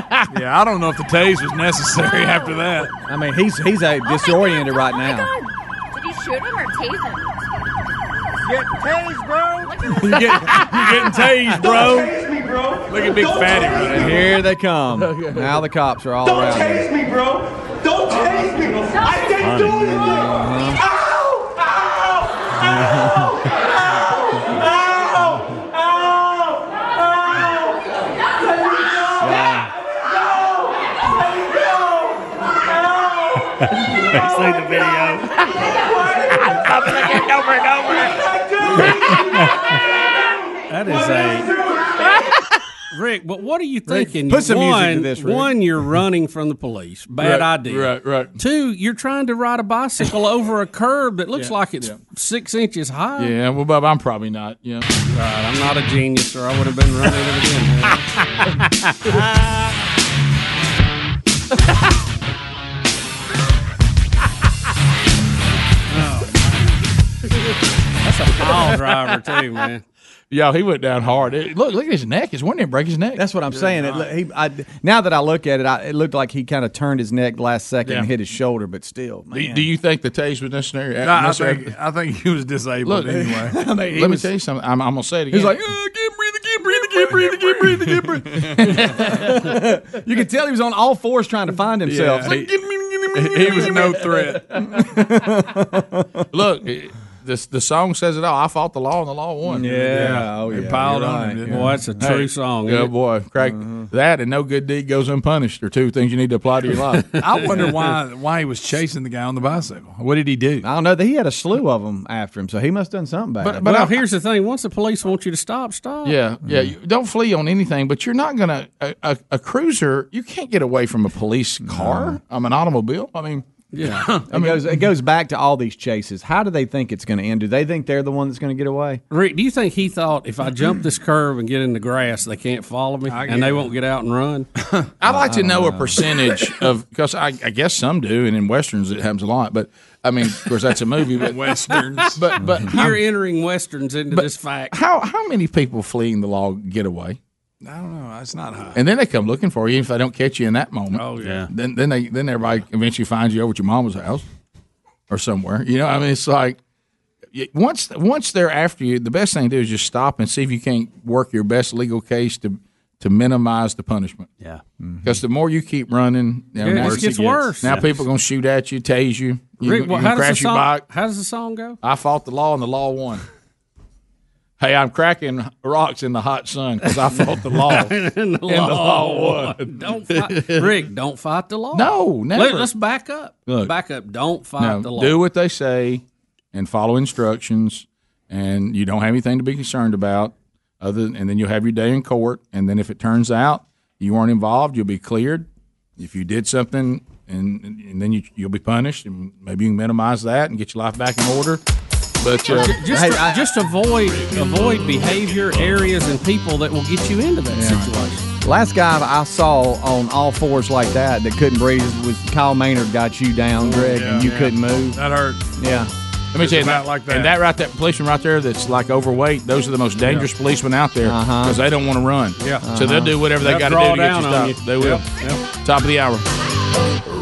Speaker 6: (laughs)
Speaker 17: Oh
Speaker 6: yeah, I don't know if the tase was necessary (laughs) after that.
Speaker 5: I mean, he's he's uh, disoriented right now.
Speaker 17: Did he shoot him or tase him?
Speaker 18: Get tased, bro!
Speaker 6: (laughs) You're getting, you're getting tased, bro.
Speaker 12: bro.
Speaker 6: Look at Big
Speaker 12: Don't
Speaker 6: Fatty
Speaker 12: tase
Speaker 6: right
Speaker 12: me.
Speaker 5: Here
Speaker 2: (laughs)
Speaker 5: they come. Now the cops are all
Speaker 12: Don't
Speaker 5: around.
Speaker 12: tase me, bro. Don't tase me. I didn't do anything.
Speaker 5: Uh-huh.
Speaker 12: Ow! Ow! Ow! Ow! Ow! Ow! Let me go! No!
Speaker 6: (laughs)
Speaker 12: Let me go! No!
Speaker 4: See the video.
Speaker 12: I'm looking over and over.
Speaker 3: That is a Rick. But what are you thinking?
Speaker 5: put some music
Speaker 3: one,
Speaker 5: to this, Rick.
Speaker 3: One, you're running from the police. Bad
Speaker 2: Right,
Speaker 3: idea.
Speaker 2: right, right.
Speaker 3: Two, you're trying to ride a bicycle over a curb that looks like it's six inches high.
Speaker 2: Yeah, well, Bob, I'm probably not. Yeah,
Speaker 3: right. I'm not a genius, or I would have been running
Speaker 2: (laughs)
Speaker 3: it again. (laughs) That's a foul driver too, man.
Speaker 2: Yo, he went down hard. It- look, look at his neck. His one didn't break his neck.
Speaker 5: That's what I'm saying. It, he, I, now that I look at it, I, it looked like he kind of turned his neck last second and
Speaker 2: Yeah.
Speaker 5: hit his shoulder, but still, man.
Speaker 2: Do, do you think the tase was necessary?
Speaker 5: No, I
Speaker 2: Necessary?
Speaker 5: think-
Speaker 6: I think he was
Speaker 2: Look,
Speaker 6: disabled anyway.
Speaker 2: (laughs) I mean, he let me tell you something. I'm, I'm gonna say it again.
Speaker 5: He's like,
Speaker 2: breathe, breathe, breathe, breathe, breathe, breathe,
Speaker 5: you could tell he was on all fours trying to find himself.
Speaker 6: Yeah, he- he was
Speaker 5: (laughs)
Speaker 6: no threat.
Speaker 2: Look, it- this the song says it all. I fought the law, and the law won.
Speaker 5: Yeah. Yeah. Oh,
Speaker 2: It
Speaker 5: yeah.
Speaker 2: piled
Speaker 5: You're
Speaker 2: on
Speaker 5: right.
Speaker 2: him. didn't
Speaker 5: Yeah.
Speaker 2: it?
Speaker 5: Boy, that's a true song, isn't
Speaker 2: Yeah,
Speaker 5: it?
Speaker 2: boy, crack that, and no good deed goes unpunished. Are two things you need to apply to your life.
Speaker 3: (laughs)
Speaker 6: I wonder why why he was chasing the guy on the bicycle. What did he do?
Speaker 5: I don't know. He had a slew of them after him, so he must have done something bad.
Speaker 2: But-
Speaker 3: But Hmm.
Speaker 2: but
Speaker 3: now, here's the thing: once the police want you to stop, stop.
Speaker 2: Yeah, yeah. You don't flee on anything, but you're not gonna a, a, a cruiser. You can't get away from a police car. I'm an automobile. I mean,
Speaker 5: I mean, it, goes, it goes back to all these chases. How do they think it's going to end? Do they think they're the one that's going to get away?
Speaker 3: Rick, do you think he thought if I jump this curve and get in the grass, they can't follow me and they won't get out and run?
Speaker 2: (laughs) I'd like to know, a (laughs)
Speaker 5: (laughs)
Speaker 2: percentage of because I, I guess some do, and in westerns it happens a lot. But I mean, of course, that's a movie.
Speaker 3: (laughs)
Speaker 2: But
Speaker 6: westerns,
Speaker 2: but
Speaker 6: (laughs)
Speaker 2: but
Speaker 3: You're entering westerns into this fact.
Speaker 2: How how many people fleeing the law get away?
Speaker 6: I don't know. It's not high.
Speaker 2: And then they come looking for you. If they don't catch you in that moment,
Speaker 6: Oh, yeah.
Speaker 2: Then then they then everybody eventually finds you over at your mama's house or somewhere. You know, I mean, it's like y- once once they're after you, the best thing to do is just stop and see if you can't work your best legal case to to minimize the punishment.
Speaker 14: Yeah.
Speaker 6: Mm-hmm.
Speaker 2: Because the more you keep running, you know,
Speaker 3: Yeah, it
Speaker 2: now-
Speaker 3: just gets worse.
Speaker 2: Now
Speaker 3: Yeah.
Speaker 2: people are going to shoot at you, tase you, you
Speaker 3: Rick,
Speaker 2: you
Speaker 3: well,
Speaker 2: gonna
Speaker 3: how, does the
Speaker 2: crash your
Speaker 3: song,
Speaker 2: bike.
Speaker 3: how does the song go?
Speaker 2: I fought the law and the law won. Hey, I'm cracking rocks in the hot sun because I fought the law
Speaker 3: (laughs) And the law
Speaker 2: won. (laughs)
Speaker 3: Don't fight, Rick. Don't fight the law.
Speaker 2: No, never.
Speaker 3: Let, us back up.
Speaker 2: Look.
Speaker 3: back up. Don't fight
Speaker 2: No,
Speaker 3: the law.
Speaker 2: do what they say and follow instructions, and you don't have anything to be concerned about. Other than, and then you'll have your day in court, and then if it turns out you weren't involved, you'll be cleared. If you did something, and and then you you'll be punished, and maybe you can minimize that and get your life back in order. But uh,
Speaker 3: Ju- Just, just avoid avoid behavior areas and people that will get you into that situation.
Speaker 5: Last guy I saw on all fours like that that couldn't breathe was Kyle Maynard. Got you down, Greg, and you couldn't move.
Speaker 6: That hurt.
Speaker 5: Yeah.
Speaker 2: Let me tell you,
Speaker 6: It's about
Speaker 2: that,
Speaker 6: like that.
Speaker 2: and that right, that policeman right there, that's like overweight. Those are the most dangerous policemen out there
Speaker 5: Uh-huh.
Speaker 2: because they don't want to run. Yeah, so they'll do whatever they
Speaker 7: They'll
Speaker 2: got to
Speaker 7: draw
Speaker 2: do to get you
Speaker 7: down on
Speaker 2: stopped.
Speaker 7: you.
Speaker 2: They will. Top of the hour.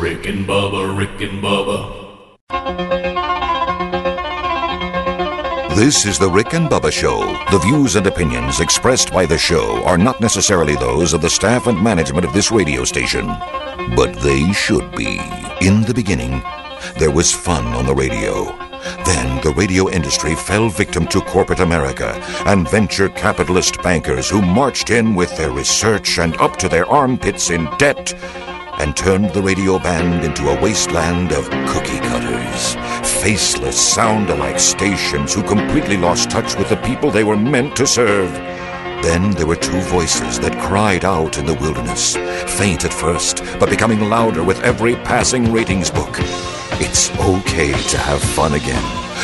Speaker 7: Rick and Bubba, Rick and Bubba,
Speaker 18: This is the Rick and Bubba Show. The views and opinions expressed by the show are not necessarily those of the staff and management of this radio station, but they should be. In the beginning, there was fun on the radio. Then the radio industry fell victim to corporate America and venture capitalist bankers who marched in with their research and up to their armpits in debt and turned the radio band into a wasteland of cookie cutters. Faceless, sound alike stations who completely lost touch with the people they were meant to serve. Then there were two voices that cried out in the wilderness, faint at first, but becoming louder with every passing ratings book. It's okay to have fun again,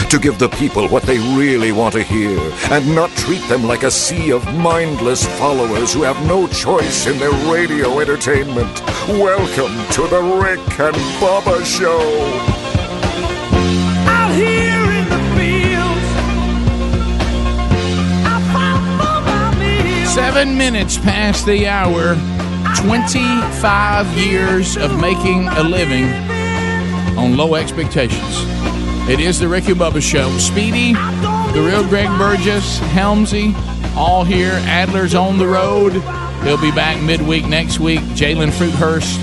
Speaker 18: to give the people what they really want to hear, and not treat them like a sea of mindless followers who have no choice in their radio entertainment. Welcome to the Rick and Bubba Show.
Speaker 12: (laughs) Out here in the fields.
Speaker 2: Seven minutes past the hour. Twenty-five years of making a living on low expectations. It is the Ricky Bubba Show. Speedy, the real Greg Burgess, Helmsy, all here. Adler's on the road. He'll be back midweek next week. Jalen Fruithurst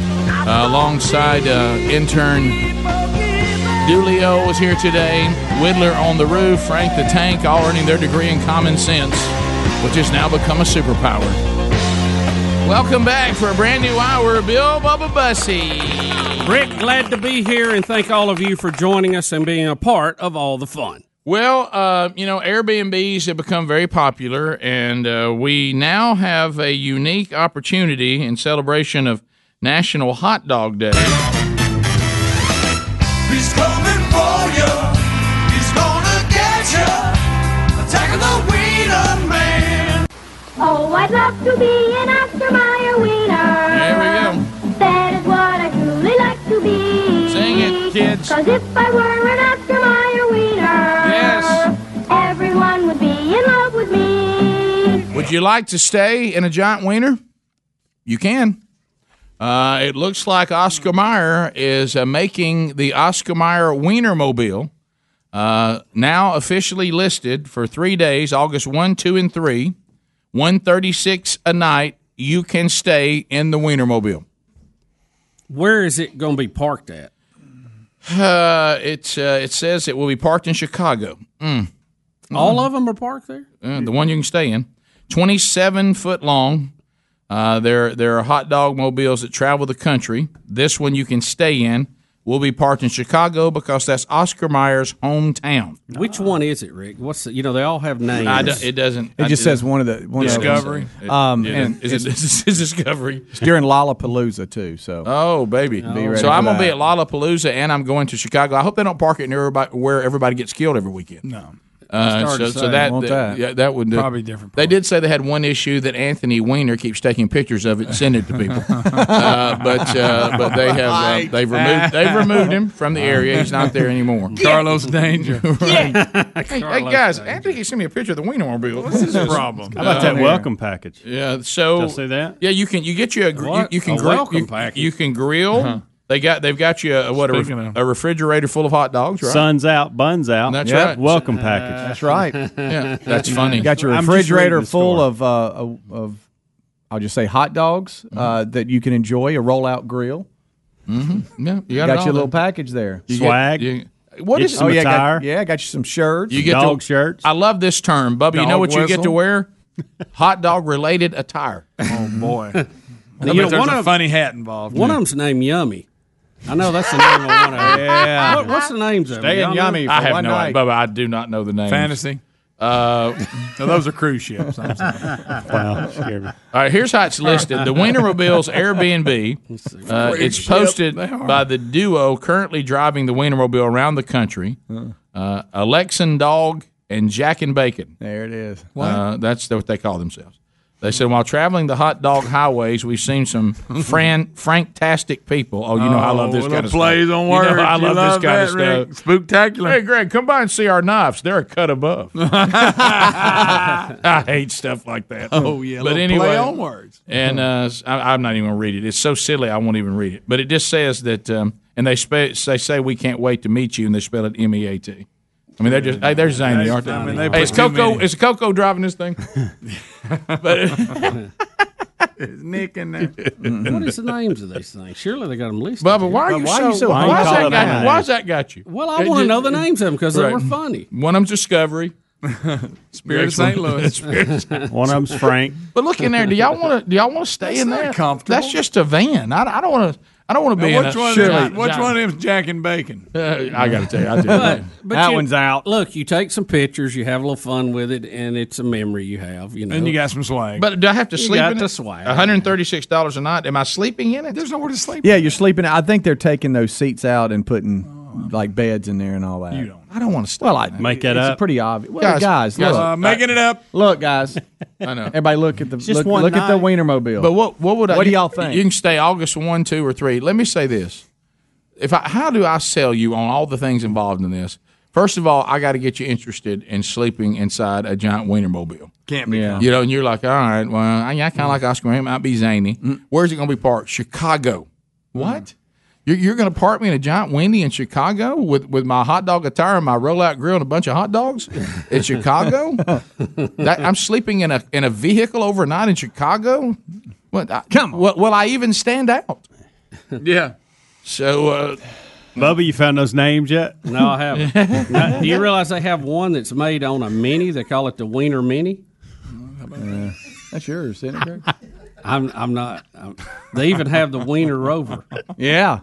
Speaker 2: uh, alongside uh, intern Dulio was here today. Whittler on the roof. Frank the Tank all earning their degree in common sense, which has now become a superpower. Welcome back for a brand new hour, Bill Bubba Bussy.
Speaker 3: Rick, glad to be here and thank all of you for joining us and being a part of all the fun.
Speaker 2: Well, uh, you know, Airbnbs have become very popular, and uh, we now have a unique opportunity in celebration of National Hot Dog Day.
Speaker 10: He's coming for you. He's gonna get you. Attack of the wiener man.
Speaker 19: Oh, I'd love to be an Oscar Mayer wiener. There we go. That is what I truly like to be. Sing it, kids. Cause if I were an Oscar Mayer wiener, yes. everyone would be in love with me.
Speaker 2: Would you like to stay in a giant wiener? You can. Uh, it looks like Oscar Mayer is uh, making the Oscar Mayer Wienermobile uh, now officially listed for three days, August one, two, and three, one thirty-six a night. You can stay in the Wienermobile.
Speaker 3: Where is it going to be parked at?
Speaker 2: Uh, it's uh, it says it will be parked in Chicago. Mm.
Speaker 3: All of them are parked there?
Speaker 2: Uh, the one you can stay in. 27 foot long. Uh, there, there are hot dog mobiles that travel the country. This one you can stay in. Will be parked in Chicago because that's Oscar Mayer's hometown.
Speaker 3: Which one is it, Rick? What's the, you know they all have names.
Speaker 2: I don't- it doesn't.
Speaker 5: It
Speaker 2: I-
Speaker 5: just says one of the one of the-
Speaker 2: Discovery.
Speaker 5: um,
Speaker 2: It- it
Speaker 5: and
Speaker 2: is- is it- (laughs) is it Discovery?
Speaker 5: It's during Lollapalooza too. So
Speaker 2: Oh, baby!
Speaker 5: Be ready
Speaker 2: so I'm
Speaker 5: for
Speaker 2: gonna be
Speaker 5: that.
Speaker 2: at Lollapalooza and I'm going to Chicago. I hope they don't park it near everybody, where everybody gets killed every weekend.
Speaker 6: No.
Speaker 2: Uh, so, so that,
Speaker 6: Want
Speaker 2: that-
Speaker 6: that.
Speaker 2: yeah, that would uh,
Speaker 6: Probably different
Speaker 2: They did say they had one issue that Anthony Weiner keeps taking pictures of it and sending it to
Speaker 14: (laughs)
Speaker 2: people. uh, but uh, but they have uh,
Speaker 6: Right.
Speaker 2: they've removed they've removed him from the area. He's not there (laughs) anymore.
Speaker 6: Carlos Danger.
Speaker 2: Hey, hey, guys, Anthony sent me a picture of the Wienermobile. What's his
Speaker 6: problem?
Speaker 14: How about that (laughs) welcome package?
Speaker 2: Yeah, so
Speaker 14: Did I say that?
Speaker 2: Yeah, you can you get you a gr- you,
Speaker 14: What?
Speaker 2: you can
Speaker 14: A
Speaker 2: grill
Speaker 14: welcome
Speaker 2: you, you can grill.
Speaker 14: Uh-huh.
Speaker 2: They got they've got you a, what a, ref-
Speaker 14: Speaking of-
Speaker 2: a refrigerator full of hot dogs, right?
Speaker 14: Sun's out, buns out.
Speaker 2: That's
Speaker 14: Yep.
Speaker 2: right.
Speaker 14: Welcome
Speaker 5: (laughs)
Speaker 14: package.
Speaker 5: That's right.
Speaker 2: Yeah,
Speaker 5: (laughs)
Speaker 2: that's funny.
Speaker 5: You got your
Speaker 2: I'm just reading
Speaker 5: refrigerator
Speaker 2: the
Speaker 5: full of uh, of- of I'll just say hot dogs uh, that you can enjoy. A rollout grill.
Speaker 2: Mm-hmm. Yeah, you
Speaker 5: you got,
Speaker 2: got it all
Speaker 5: your little
Speaker 2: there.
Speaker 5: package there.
Speaker 2: You get- Swag. you- What Get is you it? some
Speaker 5: Oh yeah, I
Speaker 2: attire.
Speaker 5: got, yeah, I got you some shirts.
Speaker 2: You get to, shirts. I love this term, Bubba. you know
Speaker 5: Dog
Speaker 2: what you get to
Speaker 5: whistle.
Speaker 2: wear? Hot dog related attire. Oh
Speaker 3: (laughs)
Speaker 6: boy,
Speaker 3: You know, one of-
Speaker 6: hat involved.
Speaker 3: One of them's named Yummy. I know that's
Speaker 2: (laughs)
Speaker 3: the name of one of them.
Speaker 6: Yeah.
Speaker 3: What, what's the names of them? Y'all know?
Speaker 2: I have no idea, Bubba. I do not know the name.
Speaker 6: Fantasy?
Speaker 2: Uh,
Speaker 6: No, those are cruise ships. I'm
Speaker 2: (laughs)
Speaker 6: sorry.
Speaker 14: Wow, scared me.
Speaker 2: All right, here's how it's listed. The Wienermobile's
Speaker 6: (laughs)
Speaker 2: Airbnb. Uh, it's
Speaker 6: Yep,
Speaker 2: posted
Speaker 6: they are.
Speaker 2: by the duo currently driving the Wienermobile around the country, uh, Alexan Dog and Jack and Bacon.
Speaker 5: There it is.
Speaker 2: Uh, that's what they call themselves. They said while traveling the hot dog highways, we've seen
Speaker 6: (laughs)
Speaker 2: some fran- franktastic people. Oh, you know I love this
Speaker 6: Oh,
Speaker 2: kind
Speaker 6: the
Speaker 2: of
Speaker 6: plays
Speaker 2: stuff.
Speaker 6: on
Speaker 2: You know
Speaker 6: words.
Speaker 2: I love,
Speaker 6: You love
Speaker 2: this kind
Speaker 6: that,
Speaker 2: of stuff. Spooktacular. Hey, Greg, come by and see our knives. They're a cut
Speaker 6: (laughs)
Speaker 2: above. I hate stuff like that.
Speaker 6: Oh, yeah,
Speaker 2: But
Speaker 6: little
Speaker 2: anyway,
Speaker 6: play on words.
Speaker 2: And uh, I, I'm not even going to read it. It's so silly, I won't even read it. But it just says that, um, and they spe- they say we can't wait to meet you, and they spell it M E A T. I mean, they're just hey, they're zany, aren't they?
Speaker 6: I mean, they
Speaker 2: hey, is
Speaker 6: put too
Speaker 2: Coco
Speaker 6: many.
Speaker 2: is Coco driving this thing?
Speaker 3: (laughs)
Speaker 2: but
Speaker 6: E It's Nick uh, in there.
Speaker 3: What is the names of these things? Surely they got them listed.
Speaker 2: Bubba,
Speaker 3: here.
Speaker 2: why are you so? why's that got, why's that got you?
Speaker 3: Well, I want to know the names of them because they
Speaker 2: Right.
Speaker 3: were funny.
Speaker 2: One of them's Discovery. Spirit
Speaker 6: of St. Louis.
Speaker 14: One of them's Frank.
Speaker 2: But look in there. Do y'all want to? Do y'all want to stay in there? Comfortable. That's just a van. I, I don't want to. I don't want to
Speaker 6: Now,
Speaker 2: be in
Speaker 6: which
Speaker 2: a.
Speaker 6: one? Is,
Speaker 2: Surely-
Speaker 6: which one of them's Jack and Bacon?
Speaker 2: Uh, I got to tell you, I do.
Speaker 3: (laughs) But, but
Speaker 6: That
Speaker 3: you-
Speaker 6: one's
Speaker 14: out.
Speaker 3: Look, you take some pictures, you have a little fun with it, and it's a memory you have. You know,
Speaker 6: And you got some swag.
Speaker 2: But do I have to
Speaker 3: You
Speaker 2: sleep
Speaker 3: got
Speaker 2: in
Speaker 3: to
Speaker 2: it?
Speaker 3: swag.
Speaker 2: One hundred thirty-six dollars a night. Am I sleeping in it?
Speaker 6: There's nowhere to sleep.
Speaker 5: Yeah, you're sleeping. I think they're taking those seats out and putting like beds in there and all that. You don't.
Speaker 2: I don't want to stay.
Speaker 5: Well, I
Speaker 14: Make that
Speaker 5: it's
Speaker 14: up.
Speaker 5: Pretty obvious. Well,
Speaker 14: Guys,
Speaker 5: guys,
Speaker 14: guys,
Speaker 5: look,
Speaker 14: uh, making
Speaker 6: it up.
Speaker 5: Look, guys.
Speaker 2: (laughs) I know.
Speaker 5: Everybody, look at the
Speaker 2: just
Speaker 5: look,
Speaker 2: one
Speaker 5: look at the
Speaker 2: night.
Speaker 5: Wienermobile.
Speaker 2: But what what would I?
Speaker 5: What do
Speaker 2: you-
Speaker 5: y'all
Speaker 2: (laughs)
Speaker 5: think?
Speaker 2: You can stay August one, two, or three. Let me say this: if I, how do I sell you on all the things involved in this? First of all, I got to get you interested in sleeping inside a giant Wienermobile.
Speaker 6: (laughs) Can't be.
Speaker 2: You know, and you're like, all right, well,
Speaker 5: Mm.
Speaker 2: I, I kind of like Oscar. Mayer. It might be zany. Where's it going to be parked? Chicago. What? You're, you're going to park me in a giant Wendy in Chicago with, with my hot dog attire and my rollout grill and a bunch of hot
Speaker 5: (laughs)
Speaker 2: dogs in Chicago? that, I'm sleeping in a in a vehicle overnight in Chicago. What? I, Come on. Will, will I even stand out?
Speaker 6: Yeah.
Speaker 2: So, uh,
Speaker 14: Bubba, you found those names
Speaker 3: (laughs)
Speaker 14: yet?
Speaker 3: No, I
Speaker 5: (laughs)
Speaker 3: haven't. Now, do you realize they have one that's made on a mini? They call it the Wiener Mini.
Speaker 5: Uh, that's yours, isn't it?
Speaker 3: (laughs) I'm I'm not. I'm, they even have the Wiener Rover.
Speaker 5: yeah.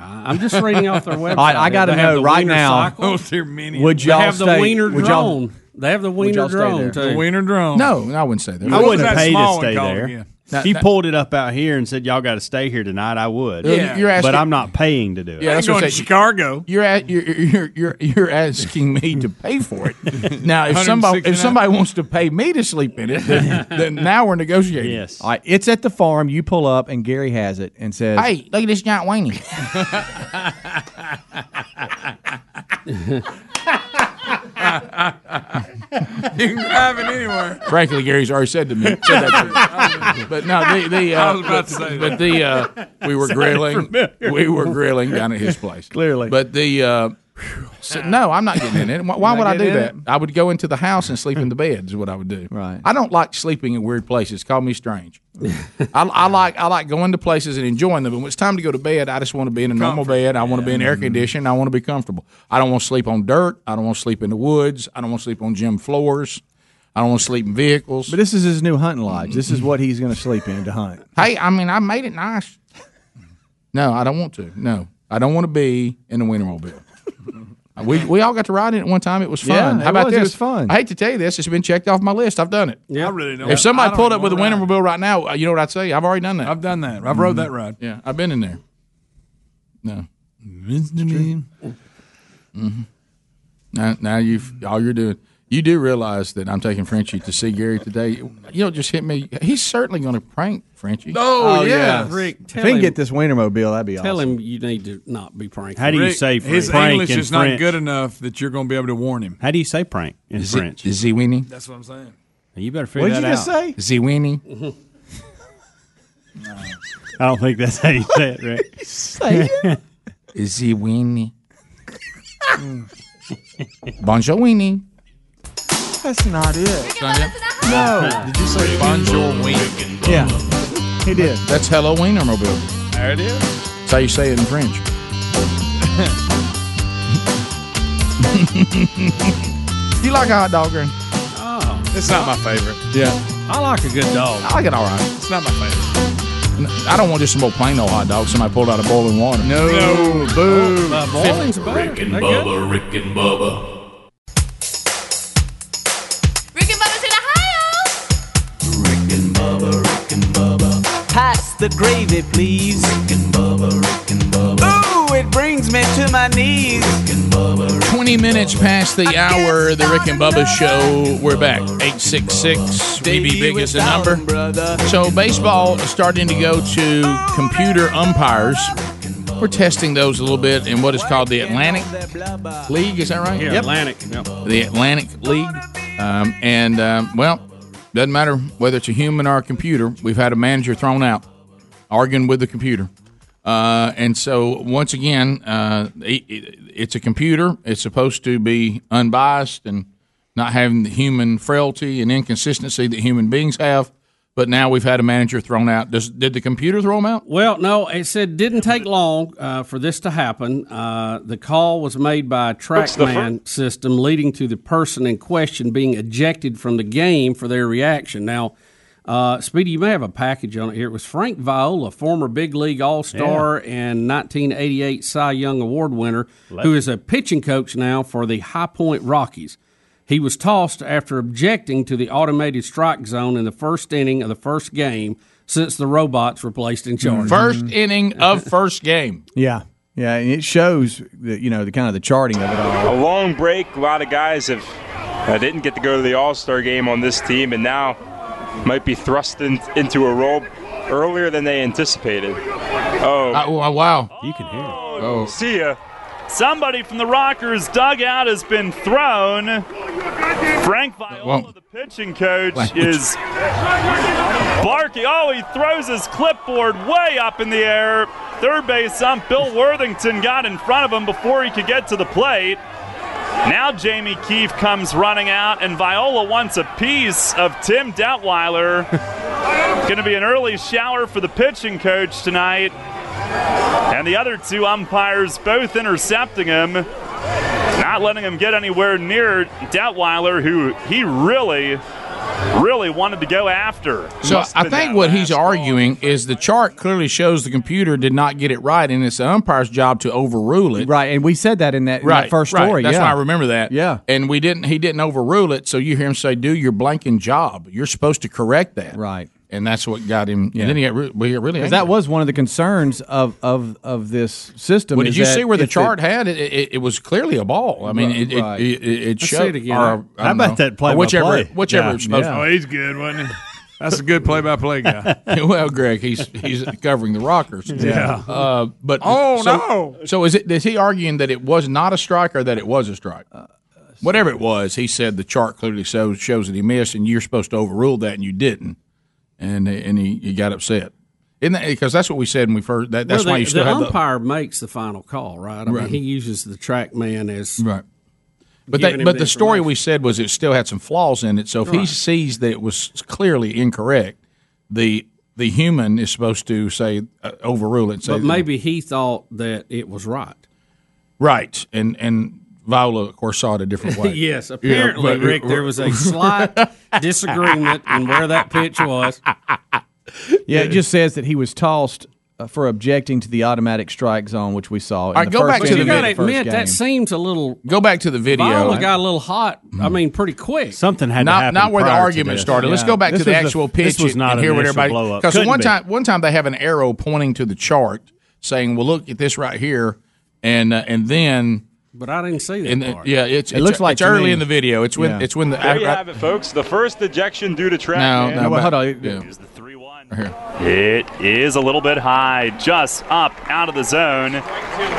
Speaker 3: I'm just reading off their website.
Speaker 5: All right, (laughs) I got to
Speaker 3: They have
Speaker 5: know
Speaker 3: the
Speaker 5: right
Speaker 3: Wiener
Speaker 5: now.
Speaker 3: cycle.
Speaker 5: Would
Speaker 3: They
Speaker 5: y'all
Speaker 3: have
Speaker 5: stay-
Speaker 3: the Wiener
Speaker 5: would y'all-
Speaker 3: drone? They have the
Speaker 5: Would
Speaker 3: Wiener
Speaker 5: y'all stay
Speaker 3: drone
Speaker 5: there?
Speaker 3: too.
Speaker 5: The Wiener
Speaker 6: drone.
Speaker 2: No, I wouldn't stay there.
Speaker 14: I wouldn't pay to
Speaker 6: small
Speaker 14: stay
Speaker 6: and call it
Speaker 14: there.
Speaker 6: again.
Speaker 14: If you pulled it up out here and said y'all got to stay here tonight, I would.
Speaker 2: Yeah. You're asking-
Speaker 14: but I'm not paying to do it.
Speaker 2: Yeah, that's what I'm saying.
Speaker 6: Chicago.
Speaker 2: You're, at, you're you're you're you're asking me to pay for it. Now, if somebody if somebody wants to pay me to sleep in it,
Speaker 14: (laughs)
Speaker 2: then, then now we're negotiating. Yes.
Speaker 5: All right, it's at the farm. You pull up, and Gary has it and says,
Speaker 2: Hey, look at this giant weenie.
Speaker 6: (laughs) you can drive it anywhere.
Speaker 2: Frankly, Gary's already said to me. said that to me. But no, the,
Speaker 7: (laughs)
Speaker 6: (laughs)
Speaker 2: the uh,
Speaker 6: I was about
Speaker 2: but,
Speaker 6: to say that.
Speaker 2: but the uh, we were
Speaker 6: (laughs) Sounded
Speaker 2: grilling,
Speaker 6: familiar.
Speaker 2: we were grilling down
Speaker 7: (laughs)
Speaker 2: at his place. Clearly, but the uh, so, no, I'm not getting in it. Why, why
Speaker 5: You're
Speaker 2: would
Speaker 5: not
Speaker 2: I do
Speaker 5: getting in
Speaker 2: that? I would go into the house and sleep in the bed. Is what I would do. Right. I don't like sleeping in weird places. Call me strange. I, I like I like going to places and enjoying them. But when it's time to go to bed, I just want to be in a normal bed. I want to be in air conditioned. I want to be comfortable. I don't want to sleep on dirt. I don't want to sleep in the woods. I don't want to sleep on gym floors. I don't want to sleep in vehicles.
Speaker 5: But this is his new hunting lodge. This is what he's going to sleep in to hunt.
Speaker 2: Hey, I mean, I made it nice. No, I don't want to. No, I don't want to be in the Wienermobile. we we all got to ride in it one time. It was fun.
Speaker 5: Yeah,
Speaker 2: How
Speaker 5: it
Speaker 2: about
Speaker 5: was. It
Speaker 2: this?
Speaker 5: was fun.
Speaker 2: I hate to tell you this. It's been checked off my list. I've done it.
Speaker 6: Yeah, I really don't.
Speaker 2: If
Speaker 6: I
Speaker 2: somebody
Speaker 6: don't
Speaker 2: pulled
Speaker 6: even
Speaker 2: up with a
Speaker 6: wanna ride.
Speaker 2: Wienermobile right now, uh, you know what I'd say? I've already done that.
Speaker 6: I've done that. I've rode that ride.
Speaker 2: Yeah, I've been in there. No. hmm Now, now you've all you're doing. You do realize that I'm taking Frenchie to see Gary today. You know, just hit me. He's certainly going to prank Frenchie.
Speaker 6: Oh, yeah.
Speaker 3: Rick,
Speaker 5: if
Speaker 3: tell
Speaker 5: he can
Speaker 3: him-
Speaker 5: get this Wienermobile, that'd be awesome.
Speaker 3: Tell him you need to not be pranking.
Speaker 6: Rick, his English is not good enough that you're going to be able to warn him?
Speaker 14: How do you say prank in
Speaker 6: Z-
Speaker 14: French?
Speaker 2: Z weenie.
Speaker 6: That's what I'm saying.
Speaker 14: You better figure that out.
Speaker 2: Z weenie.
Speaker 14: I don't think that's how you say
Speaker 2: (laughs)
Speaker 14: it, Rick.
Speaker 2: say
Speaker 5: (laughs)
Speaker 14: (laughs)
Speaker 2: it? Z weenie. Bonjour weenie.
Speaker 5: (laughs) That's not it. No.
Speaker 2: Did you say bonjour weenie? Yeah,
Speaker 5: he did.
Speaker 2: That's hello Wienermobile.
Speaker 6: There it is.
Speaker 2: That's how you say it in French. (laughs) you like a hot dog, Grin?
Speaker 3: Oh,
Speaker 6: it's not my favorite.
Speaker 2: Yeah.
Speaker 3: I like a good dog.
Speaker 2: I like it all right.
Speaker 6: It's not my favorite.
Speaker 2: I don't want just some old plain old hot dog somebody pulled out of boiling water. No,
Speaker 3: Oh,
Speaker 5: boo.
Speaker 6: uh,
Speaker 2: boiling's
Speaker 7: Rick and Bubba, Rick and Bubba.
Speaker 17: Rick and Bubba's in Ohio.
Speaker 20: Pass the gravy, please. Rick and Bubba, Rick and Bubba. Ooh, it brings me to my knees.
Speaker 2: 20 minutes past the hour, the Rick and Bubba show. We're back. 866 We Be Big is the number. So, baseball is starting to go to computer umpires. We're testing those a little bit in what is called the Atlantic League. Is that right?
Speaker 3: Yeah, Atlantic. Yep.
Speaker 2: The Atlantic League. Um, and, um, well, doesn't matter whether it's a human or a computer, we've had a manager thrown out arguing with the computer. Uh, and so, once again, uh, it, it- it's a computer. It's supposed to be unbiased and not having the human frailty and inconsistency that human beings have. But now we've had a manager thrown out. Does, did the computer throw him out?
Speaker 3: Well, no, it said didn't take long uh, for this to happen. Uh, the call was made by a
Speaker 14: What's the
Speaker 3: TrackMan system, leading to the person in question being ejected from the game for their reaction. Now, uh, Speedy, you may have a package on it here. It was Frank Viola, former big league All Star and 1988 Cy Young Award winner, who is a pitching coach now for the High Point Rockies. He was tossed after objecting to the automated strike zone in the first inning of the first game since the robots were placed in charge.
Speaker 2: First inning of first game.
Speaker 5: Yeah. Yeah, and it shows that you know the kind of the charting of it all.
Speaker 21: A long break. A lot of guys have uh, didn't get to go to the All Star game on this team, and now might be thrust in, into a role earlier than they anticipated. Oh,
Speaker 2: wow!
Speaker 21: You can hear. It.
Speaker 2: Oh,
Speaker 21: see ya.
Speaker 22: Somebody from the Rockers dugout has been thrown. Frank Viola,
Speaker 2: Well,
Speaker 22: the pitching coach,
Speaker 2: Language.
Speaker 22: is barking. Oh, he throws his clipboard way up in the air. third base on. Bill Worthington got in front of him before he could get to the plate. Now Jamie Keefe comes running out, and Viola wants a piece of Tim Detweiler. Going to be an early shower for the pitching coach tonight. And the other two umpires both intercepting him, not letting him get anywhere near Detweiler, who he really, really wanted to go after.
Speaker 2: So
Speaker 22: Must've
Speaker 2: I
Speaker 22: been
Speaker 2: think what he's arguing is the chart clearly shows the computer did not get it right, and it's the umpire's job to overrule it.
Speaker 5: Right, and we said that in that, in that
Speaker 2: Right,
Speaker 5: first
Speaker 2: right.
Speaker 5: story.
Speaker 2: That's
Speaker 5: yeah.
Speaker 2: why I remember that. Yeah, and we didn't. He didn't overrule it, so you hear him say, "Do your blanking job. You're supposed to correct that." Right, and that's what got him. And then he got re- we got really.
Speaker 5: Because
Speaker 2: Angry.
Speaker 5: that was one of the concerns of of of this system.
Speaker 2: well, did
Speaker 5: is
Speaker 2: you
Speaker 5: that
Speaker 2: see where the
Speaker 5: if it-
Speaker 2: chart had it, it? It was clearly a ball. I mean, it
Speaker 5: Right.
Speaker 2: it, it, it
Speaker 5: Let's
Speaker 2: showed.
Speaker 5: see it again.
Speaker 2: or, I
Speaker 5: How
Speaker 2: don't know.
Speaker 5: about that
Speaker 2: Or Whichever,
Speaker 5: play-by-play?
Speaker 2: whichever
Speaker 5: Yeah.
Speaker 2: it's supposed
Speaker 5: Yeah.
Speaker 2: to.
Speaker 6: Oh, he's good, wasn't he? That's a good play-by-play guy.
Speaker 2: (laughs) well, Greg, he's he's covering the rockers.
Speaker 6: Yeah.
Speaker 2: Uh, but
Speaker 6: Oh,
Speaker 2: so,
Speaker 6: no.
Speaker 2: So is it? Is he arguing that it was not a strike or that it was a strike?
Speaker 3: Uh,
Speaker 2: Whatever it was, he said the chart clearly shows shows that he missed, and you're supposed to overrule that, and you didn't, and and he, he got upset. Isn't that because that's what we said when we first? That, that's
Speaker 3: Well, the,
Speaker 2: why you still
Speaker 3: the
Speaker 2: have the
Speaker 3: umpire makes the final call, right? I mean,
Speaker 2: Right.
Speaker 3: he uses the track man as
Speaker 2: right. But
Speaker 3: giving
Speaker 2: that,
Speaker 3: him
Speaker 2: but
Speaker 3: the
Speaker 2: the story we said was it still had some flaws in it. So if he
Speaker 3: Right.
Speaker 2: sees that it was clearly incorrect, the the human is supposed to say uh, overrule it. And say
Speaker 3: But maybe he thought that it was right.
Speaker 2: Right, and and Viola, of course, saw it a different (laughs) way.
Speaker 3: (laughs) yes,
Speaker 2: Yeah,
Speaker 3: apparently,
Speaker 2: but-
Speaker 3: Rick, there
Speaker 2: (laughs)
Speaker 3: was a slight (laughs) disagreement in where that pitch was.
Speaker 5: Yeah, it just says that he was tossed uh, for objecting to the automatic strike zone, which we saw. In the first
Speaker 3: But
Speaker 5: game
Speaker 3: you
Speaker 5: of
Speaker 3: gotta
Speaker 5: the first
Speaker 3: admit that
Speaker 5: game.
Speaker 3: seems a little.
Speaker 2: Go back to the video.
Speaker 3: Viola got a little hot.
Speaker 5: Mm-hmm.
Speaker 3: I mean, pretty quick.
Speaker 14: Something had
Speaker 2: not not where the argument started. Let's go back to the actual pitch
Speaker 14: This was
Speaker 2: and-
Speaker 14: not
Speaker 2: and
Speaker 14: an
Speaker 2: hear what
Speaker 14: initial
Speaker 2: everybody.
Speaker 14: blow-up.
Speaker 2: Because
Speaker 14: Couldn't
Speaker 2: one
Speaker 14: be.
Speaker 2: time, one time they have an arrow pointing to the chart saying, "Well, look at this right here," and uh, and then
Speaker 3: But I didn't see that
Speaker 2: and, uh,
Speaker 3: part.
Speaker 2: yeah, it's it's, it's early in the video. It's when it's when the
Speaker 22: There you
Speaker 2: I- I-
Speaker 22: have it, folks. The first ejection due to track.
Speaker 2: No,
Speaker 22: man.
Speaker 2: no, but- Hold on.
Speaker 22: Here's the It is a little bit high, just up out of the zone.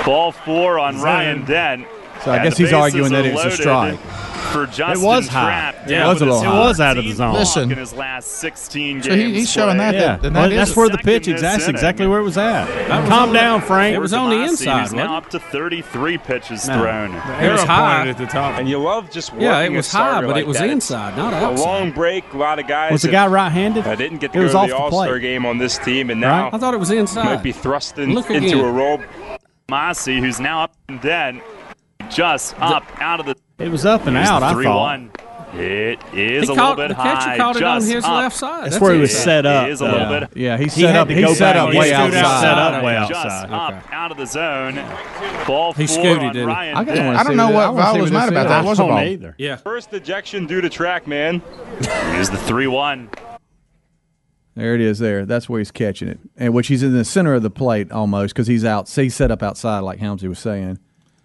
Speaker 22: Ball four on Ryan Dent.
Speaker 5: So I
Speaker 22: And
Speaker 5: guess
Speaker 22: the
Speaker 5: he's arguing
Speaker 22: bases
Speaker 5: that
Speaker 22: are
Speaker 5: it's a
Speaker 22: loaded
Speaker 5: strike.
Speaker 22: For Justin
Speaker 5: was high.
Speaker 22: Trapp,
Speaker 5: It
Speaker 22: down
Speaker 5: was a
Speaker 22: with
Speaker 5: little
Speaker 22: his
Speaker 5: high. It was out of the
Speaker 22: 14th
Speaker 5: zone.
Speaker 22: walk
Speaker 5: Listen.
Speaker 22: in his last 16
Speaker 5: So he-
Speaker 22: games
Speaker 5: he's showing
Speaker 22: played.
Speaker 5: that- that- that Well, that
Speaker 14: that's
Speaker 5: is-
Speaker 14: where the pitch
Speaker 22: Second this
Speaker 14: exactly.
Speaker 22: inning.
Speaker 14: exactly where it was at.
Speaker 22: That was
Speaker 14: Calm
Speaker 22: on
Speaker 14: down,
Speaker 22: the-
Speaker 14: Frank.
Speaker 22: It was He's now up to 33 pitches
Speaker 14: No.
Speaker 22: thrown.
Speaker 14: The arrow It was high. pointed at
Speaker 22: the top.
Speaker 21: And you love just
Speaker 22: Yeah,
Speaker 21: working
Speaker 22: it was
Speaker 21: a
Speaker 22: high,
Speaker 21: starter
Speaker 22: but
Speaker 21: like
Speaker 22: it was
Speaker 21: that.
Speaker 22: inside, not
Speaker 21: a
Speaker 22: outside.
Speaker 21: long break. A lot of guys.
Speaker 14: Was the
Speaker 22: if-
Speaker 14: guy right-handed?
Speaker 21: I uh, didn't get to
Speaker 14: It
Speaker 22: It
Speaker 21: go
Speaker 22: was
Speaker 21: to
Speaker 22: off
Speaker 21: the
Speaker 22: the
Speaker 21: All Star
Speaker 22: plate.
Speaker 21: game on this team, and now
Speaker 22: Right? I thought it was inside. Might be thrust in- Look into again. a roll. Masi, who's now up and dead, just up out of the.
Speaker 14: It was up and
Speaker 22: Here's
Speaker 14: out,
Speaker 22: the
Speaker 14: I thought.
Speaker 22: One. It is
Speaker 14: He
Speaker 22: a
Speaker 14: caught-
Speaker 22: little bit
Speaker 14: the
Speaker 22: high.
Speaker 14: catcher caught it on
Speaker 22: just
Speaker 14: his
Speaker 22: up.
Speaker 14: left side. That's That's where he it. was set up,
Speaker 22: It is a little
Speaker 14: though.
Speaker 22: bit.
Speaker 14: Yeah, he He set had up- to he go set back. up He way stood outside. outside. Set up way
Speaker 22: Just
Speaker 14: outside.
Speaker 22: up out of the zone. Ball
Speaker 14: He
Speaker 22: four
Speaker 14: scooted,
Speaker 22: on
Speaker 14: didn't he?
Speaker 22: Ryan.
Speaker 14: I kinda
Speaker 22: Dent.
Speaker 14: wanna I don't see know what what that- I wanna Val see was what mad this about. is. That I was a don't ball. either.
Speaker 22: Yeah. First ejection due to track, man. (laughs) Here's the three-one.
Speaker 5: There it is. There, that's where he's catching it, and which he's in the center of the plate almost because he's out. He's set up outside, like Helmsy was saying.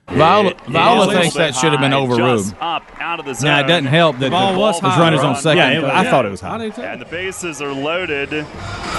Speaker 2: Viola,
Speaker 5: Yeah,
Speaker 2: Viola
Speaker 5: it's a
Speaker 2: thinks
Speaker 5: little
Speaker 2: that
Speaker 5: bit
Speaker 2: should have been
Speaker 5: high,
Speaker 2: overruled.
Speaker 5: just
Speaker 22: Up out of the zone.
Speaker 5: Now, it doesn't help that The ball the- was his high. runner's on second
Speaker 14: Yeah, it- and I third. thought it was high.
Speaker 22: And the bases are loaded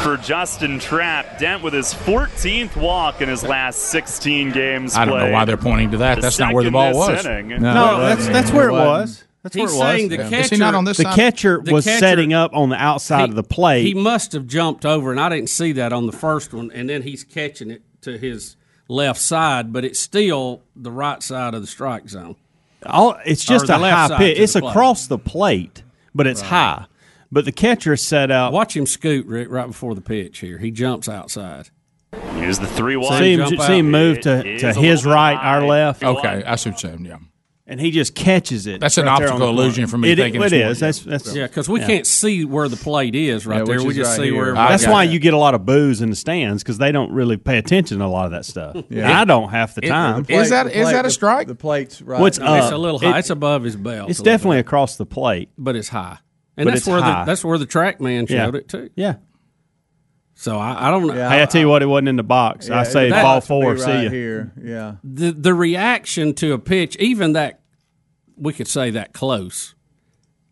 Speaker 22: for Justin Trapp. Dent with his 14th walk in his last 16 games.
Speaker 2: I don't know
Speaker 22: played.
Speaker 2: why they're pointing to that.
Speaker 22: The
Speaker 2: That's not where the
Speaker 22: second
Speaker 2: ball
Speaker 22: this
Speaker 2: was.
Speaker 22: inning.
Speaker 14: No, that's that's where it was. That's
Speaker 3: He's
Speaker 14: where it was.
Speaker 3: saying the catcher.
Speaker 14: The catcher was setting up on the outside of the plate.
Speaker 3: He must have jumped over, and I didn't see that on the first one. And then he's catching it to his left side, but it's still the right side of the strike zone.
Speaker 14: All, it's
Speaker 3: Or
Speaker 14: just a
Speaker 3: the left
Speaker 14: high
Speaker 3: side
Speaker 14: pitch.
Speaker 3: to
Speaker 14: It's
Speaker 3: the plate.
Speaker 14: across the plate, but it's high. But the catcher set out.
Speaker 3: Watch him scoot Rick right before the pitch. Here, he jumps outside.
Speaker 22: Here's the three-one.
Speaker 14: See him, see him move to, to his right, our left.
Speaker 2: Okay, I see what you're saying. Yeah,
Speaker 14: and he just catches it.
Speaker 2: That's an
Speaker 14: right there on
Speaker 2: optical
Speaker 14: the corner.
Speaker 2: illusion for me
Speaker 14: It,
Speaker 2: thinking
Speaker 14: it
Speaker 2: it's
Speaker 14: is.
Speaker 2: one.
Speaker 14: That's, that's,
Speaker 3: yeah, because we can't see where the plate is right there. We just see where.
Speaker 14: That's
Speaker 3: everybody-
Speaker 14: why you get a lot of boos in the stands because they don't really pay attention to a lot of that stuff.
Speaker 5: Yeah.
Speaker 14: And I don't half the
Speaker 5: It-
Speaker 14: time.
Speaker 5: the plate- Is that-
Speaker 2: the is plate- that a strike?
Speaker 5: The, plate's right.
Speaker 14: What's
Speaker 3: No, It's
Speaker 14: up?
Speaker 3: a little high.
Speaker 14: It-
Speaker 3: it's above his belt.
Speaker 14: It's
Speaker 3: a little
Speaker 14: definitely across the plate,
Speaker 3: but it's high. And
Speaker 14: But
Speaker 3: that's
Speaker 14: it's
Speaker 3: where
Speaker 14: high.
Speaker 3: the that's where the track man
Speaker 14: Yeah.
Speaker 3: showed it too.
Speaker 14: Yeah.
Speaker 3: So I, I don't know.
Speaker 14: hey, I tell you what, it wasn't in the box. I say
Speaker 3: that-
Speaker 14: ball
Speaker 3: that's me
Speaker 14: four.
Speaker 3: right
Speaker 14: see you
Speaker 5: here. Yeah.
Speaker 3: the the reaction to a pitch, even that we could say that close,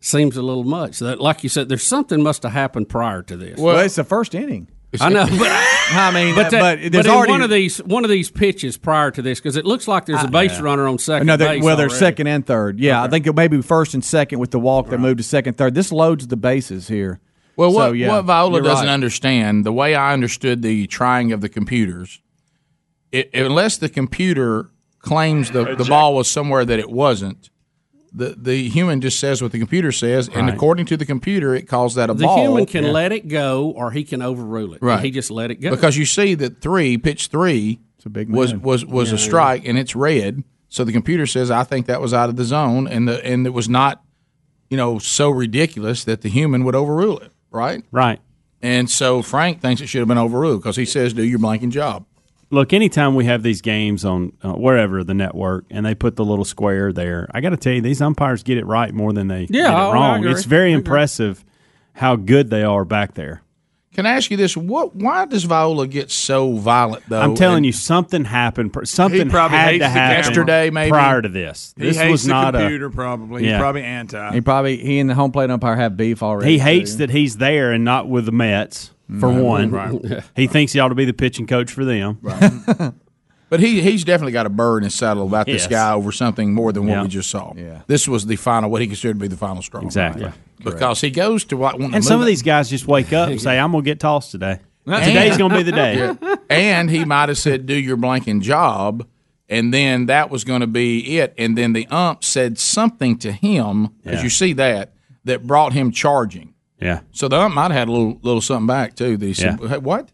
Speaker 3: seems a little much. That, like you said, there's something must have happened prior to this.
Speaker 5: Well, it's the first inning.
Speaker 3: I know,
Speaker 5: (laughs)
Speaker 3: but
Speaker 5: I mean, that-
Speaker 3: but, that-
Speaker 5: but
Speaker 3: but
Speaker 5: there's
Speaker 3: in
Speaker 5: already Ah,
Speaker 3: one of these one of these pitches prior to this because it looks like there's a base
Speaker 5: Yeah.
Speaker 3: runner on second.
Speaker 5: No, they're,
Speaker 3: base
Speaker 5: well, they're
Speaker 3: already.
Speaker 5: second and third. Yeah, I think it may be first and second with the walk. They moved to second, third. This loads the bases here.
Speaker 2: Well, what,
Speaker 5: So, yeah,
Speaker 2: what Viola
Speaker 5: you're
Speaker 2: doesn't
Speaker 5: right.
Speaker 2: understand, the way I understood the trying of the computers, it, unless the computer claims the, the ball was somewhere that it wasn't, the, the human just says what the computer says, and
Speaker 3: Right.
Speaker 2: according to the computer, it calls that a
Speaker 3: the
Speaker 2: ball.
Speaker 3: human can
Speaker 2: Yeah.
Speaker 3: let it go, or he can overrule it.
Speaker 2: Right.
Speaker 3: He just let it go
Speaker 2: because you see that three pitch three was was was
Speaker 3: Yeah,
Speaker 2: a
Speaker 3: yeah.
Speaker 2: strike and it's red. So the computer says I think that was out of the zone and the and it was not, you know, so ridiculous that the human would overrule it. Right.
Speaker 14: Right.
Speaker 2: And so Frank thinks it should have been overruled because he says, "Do your blanking job."
Speaker 14: Look, anytime we have these games on uh, wherever the network, and they put the little square there, I got to tell you, these umpires get it right more than they get it
Speaker 3: oh,
Speaker 2: I- I
Speaker 14: wrong.
Speaker 2: agree.
Speaker 14: It's very impressive how good they are back there.
Speaker 2: Can I ask you this? What? Why does Viola get so violent though?
Speaker 14: I'm telling
Speaker 2: And
Speaker 14: you, something happened. pr- Something
Speaker 2: probably
Speaker 14: had
Speaker 2: hates
Speaker 14: to
Speaker 2: the
Speaker 14: happen
Speaker 2: yesterday, maybe.
Speaker 14: prior to this.
Speaker 6: He
Speaker 14: this
Speaker 6: hates
Speaker 14: was
Speaker 6: the
Speaker 14: not
Speaker 6: computer,
Speaker 14: a,
Speaker 6: probably. He's probably anti.
Speaker 5: He probably he and the home plate umpire have beef already.
Speaker 14: He hates
Speaker 5: too.
Speaker 14: that he's there and not with the Mets for
Speaker 5: Right.
Speaker 14: one.
Speaker 5: Right.
Speaker 14: He thinks he ought to be the pitching coach for them.
Speaker 2: But he he's definitely got a bird in his saddle about this
Speaker 14: Yes.
Speaker 2: guy over something more than what
Speaker 14: Yeah.
Speaker 2: we just saw. Yeah. This was the final, what he considered to be the final straw.
Speaker 14: Exactly.
Speaker 2: Because he goes to what?
Speaker 14: And some of these guys just wake up and say, "I'm going to get tossed today. Today's going to
Speaker 2: (laughs)
Speaker 14: be the day."
Speaker 2: Yeah. And he might have said, "Do your blanking job," and then that was going to be it. And then the ump said something to him, as
Speaker 14: Yeah.
Speaker 2: you see that, that brought him charging.
Speaker 14: Yeah.
Speaker 2: So the ump might have had a little little something back too. That he said, hey, "What?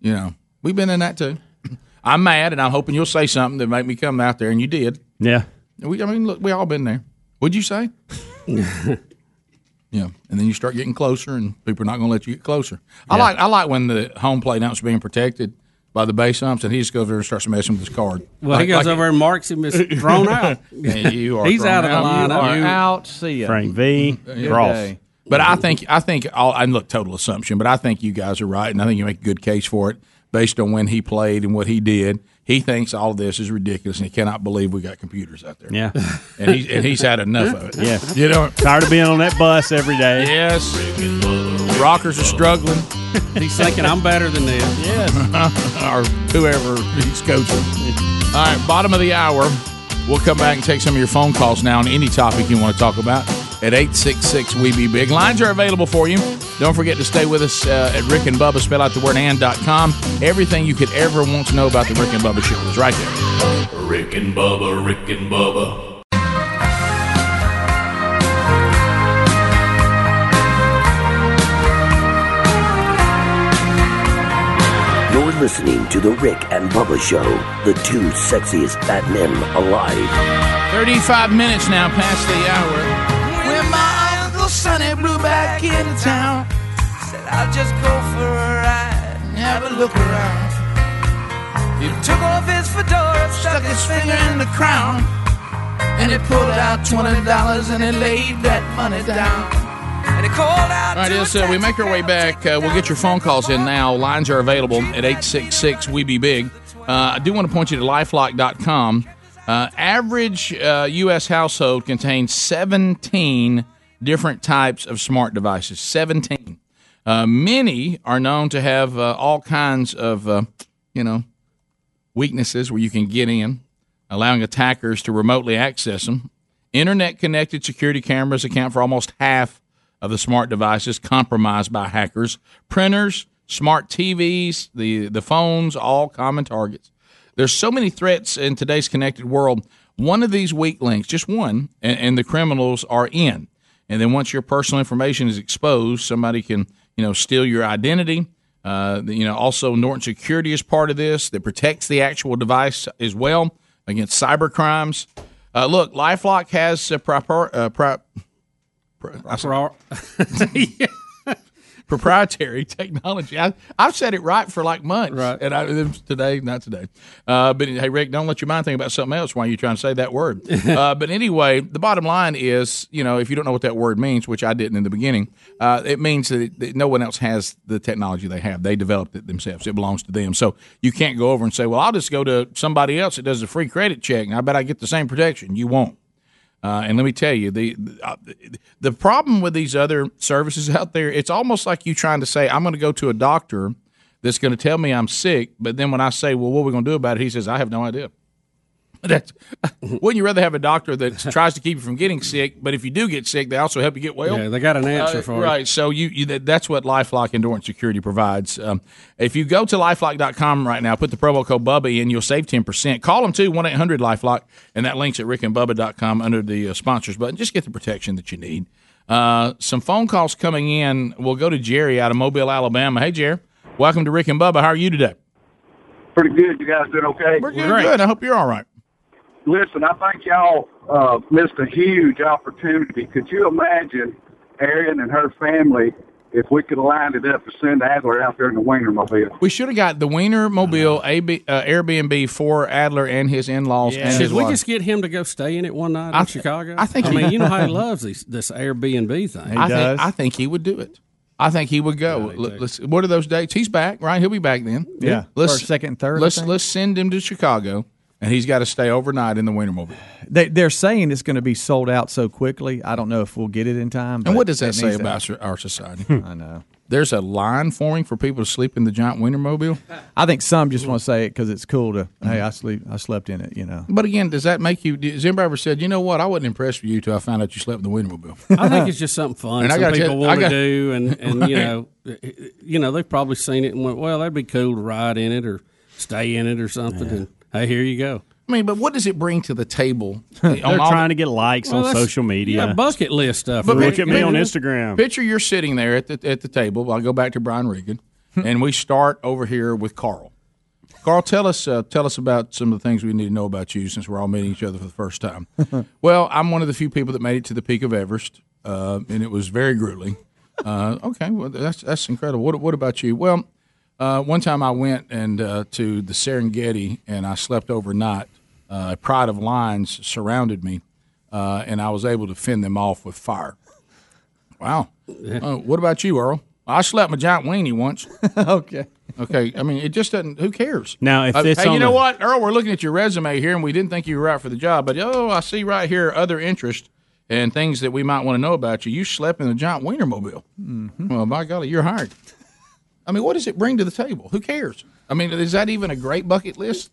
Speaker 2: You know, we've been in that too." (clears throat) I'm mad, and I'm hoping you'll say something that make me come out there, and you did.
Speaker 14: Yeah.
Speaker 2: We, I mean, look, we all been there. What'd you
Speaker 14: (laughs)
Speaker 2: say? yeah, and then you start getting closer, and people are not going to let you get closer. I
Speaker 14: Yeah.
Speaker 2: like I like when the home plate ump's being protected by the base umps, and he just goes over there and starts messing with his card.
Speaker 3: Well, he
Speaker 2: Like-
Speaker 3: goes
Speaker 2: like-
Speaker 3: over and marks him as
Speaker 5: (laughs)
Speaker 3: thrown out.
Speaker 2: Yeah, you are
Speaker 3: He's
Speaker 2: thrown
Speaker 3: out of the
Speaker 2: out.
Speaker 3: lineup.
Speaker 2: You are out.
Speaker 5: See
Speaker 14: Frank V.
Speaker 2: Mm-hmm. Yeah.
Speaker 14: Cross.
Speaker 2: But I think I think all and look total assumption, but I think you guys are right, and I think you make a good case for it based on when he played and what he did. He thinks all this is ridiculous, and he cannot believe we got computers out there.
Speaker 14: Yeah.
Speaker 2: and he's and he's had enough of it.
Speaker 14: (laughs) Yeah.
Speaker 2: you know,
Speaker 14: tired of being on that bus every day.
Speaker 2: Yes. Rockers are struggling.
Speaker 3: He's thinking I'm better than them.
Speaker 14: Yes.
Speaker 2: (laughs) or whoever he's coaching. All right, bottom of the hour. We'll come back and take some of your phone calls now on any topic you want to talk about at 866 We Be Big. Lines are available for you. Don't forget to stay with us uh, at Rick and Bubba. Spell out the word and.com. Everything you could ever want to know about the Rick and Bubba show is right there.
Speaker 7: Rick and Bubba, Rick and Bubba,
Speaker 1: You're listening to The Rick and Bubba Show, the two sexiest fat men alive.
Speaker 2: 35 minutes now past the hour.
Speaker 10: When my Uncle Sonny blew back into town, said I'll just go for a ride and have a look around. He took off his fedora, stuck his finger in the crown, and he pulled out $20 and he laid that money down. And he called out,
Speaker 2: All right, yes, uh, we make our way back. Uh, we'll get your phone calls in now. Lines are available at 866 We Be Big. Uh, I do want to point you to lifelock.com. Uh, average uh, U.S. household contains 17 different types of smart devices. 17. Uh, many are known to have uh, all kinds of, uh, you know, weaknesses where you can get in, allowing attackers to remotely access them. Internet connected security cameras account for almost half of the smart devices compromised by hackers. Printers, smart TVs, the, the phones, all common targets. There's so many threats in today's connected world. One of these weak links, just one, and, and the criminals are in. And then once your personal information is exposed, somebody can, you know, steal your identity. Uh, you know, also Norton Security is part of this that protects the actual device as well against cyber crimes. Uh, look, LifeLock has a proper, uh, pro, pro, (laughs) proprietary technology. I, I've said it right for like months, right? And I, it was today, not today. Uh, but hey, Rick, don't let your mind think about something else while you're trying to say that (laughs) word. uh, but anyway, the bottom line is, you know, if you don't know what that word means, which I didn't in the beginning, uh, it means that, it, that no one else has the technology they have. They developed it themselves. It belongs to them. So you can't go over and say, "Well, I'll just go to somebody else that does a free credit check, and I bet I get the same protection." You won't. Uh, and let me tell you, the the, uh, the problem with these other services (laughs) out there, it's almost like you trying to say, "I'm going to go to a doctor that's going to tell me I'm sick," but then when I say, "Well, what are we going to do about it?" He says, "I have no idea." That's, (laughs) wouldn't you rather have a doctor
Speaker 3: (laughs)
Speaker 2: that tries to keep you from getting sick, but if you do get sick, they also help you get well? Uh,
Speaker 3: Yeah, they got an answer for it.
Speaker 2: Right. So you, you that- that's what Lifelock Endurance Security provides. Um, if you go to lifelock.com right now, put the promo code Bubba in, you'll save 10%. Call them too, 1 800 Lifelock, and that link's at rickandbubba.com under the uh, sponsors button. Just get the protection that you need. Uh, some phone calls coming in. We'll go to Jerry out of Mobile, Alabama. Hey, Jerry. Welcome to Rick and Bubba. How are you today?
Speaker 8: Pretty good. You guys doing okay? We're
Speaker 2: doing good. I hope you're all right.
Speaker 8: Listen, I think y'all uh, missed a huge opportunity. Could you imagine Erin and her family if we could have lined it up to send Adler out there in the Wienermobile?
Speaker 2: We should have got the Wiener Mobile AB, uh, Airbnb for Adler and his in-laws. And his
Speaker 3: Should we
Speaker 2: wife.
Speaker 3: just get him to go stay in it one night in
Speaker 2: I th-
Speaker 3: Chicago?
Speaker 2: I think
Speaker 3: I
Speaker 2: he-
Speaker 3: mean, you
Speaker 2: (laughs)
Speaker 3: know how he loves these, this Airbnb thing.
Speaker 2: I Think, I think he would do it. I think he would go. Let- let's, what are those dates? He's back, right? He'll be back then.
Speaker 5: Yeah.
Speaker 2: Let's,
Speaker 5: First, second, and third, I
Speaker 2: Let's
Speaker 5: think.
Speaker 2: let's send him to Chicago, and he's got to stay overnight in the Wienermobile.
Speaker 5: They, they're saying it's going to be sold out so quickly. I don't know if we'll get it in time.
Speaker 2: And
Speaker 5: but
Speaker 2: what does that say
Speaker 5: needs to-
Speaker 2: about our society?
Speaker 5: (laughs) I know.
Speaker 2: There's a line forming for people to sleep in the giant Wienermobile.
Speaker 5: I think some just want to say it because it's cool to. Hey, I sleep. I slept in it. You know.
Speaker 2: But again, does that make you? Has anybody ever said, you know what? I wasn't impressed with you till I found out you slept in the Wienermobile.
Speaker 3: I think it's just something fun.
Speaker 2: And I
Speaker 3: Some
Speaker 2: gotta
Speaker 3: people
Speaker 2: tell- I
Speaker 3: want
Speaker 2: gotta-
Speaker 3: to do,
Speaker 2: (laughs)
Speaker 3: and and you
Speaker 2: Right.
Speaker 3: know, you know, they've probably seen it and went, "Well, that'd be cool to ride in it or stay in it or something." And hey, here you go.
Speaker 2: I mean, but what does it bring to the table?
Speaker 3: (laughs) They're trying
Speaker 2: to
Speaker 14: get likes
Speaker 3: Well, on that's- social media. yeah, bucket list stuff. Look at me on Instagram.
Speaker 2: Picture you're sitting there at the at the table. I'll go back to Brian Regan, and we start over here with Carl. Carl, tell us uh, tell us about some of the things we need to know about you since we're all meeting each other for the first time. well, I'm one of the few people that made it to the peak of Everest, uh, and it was very grueling. Uh, okay, well that's that's incredible. What what about you? Well, uh, one time I went and uh, to the Serengeti and I slept overnight. Uh, a pride of lions surrounded me, uh, and I was able to fend them off with fire. Wow. Uh, what about you, Earl? I slept my giant weenie once.
Speaker 5: okay.
Speaker 2: Okay. I mean, it just doesn't. Who cares?
Speaker 14: Now, if
Speaker 2: Uh,
Speaker 14: it's
Speaker 2: hey, you
Speaker 14: on
Speaker 2: know
Speaker 14: the-
Speaker 2: what, Earl? We're looking at your resume here, and we didn't think you were right for the job. But oh, I see right here other interest and things that we might want to know about you. You slept in a giant Wienermobile. Well, by golly, you're hired. I mean, what does it bring to the table? Who cares? I mean, is that even a great bucket list?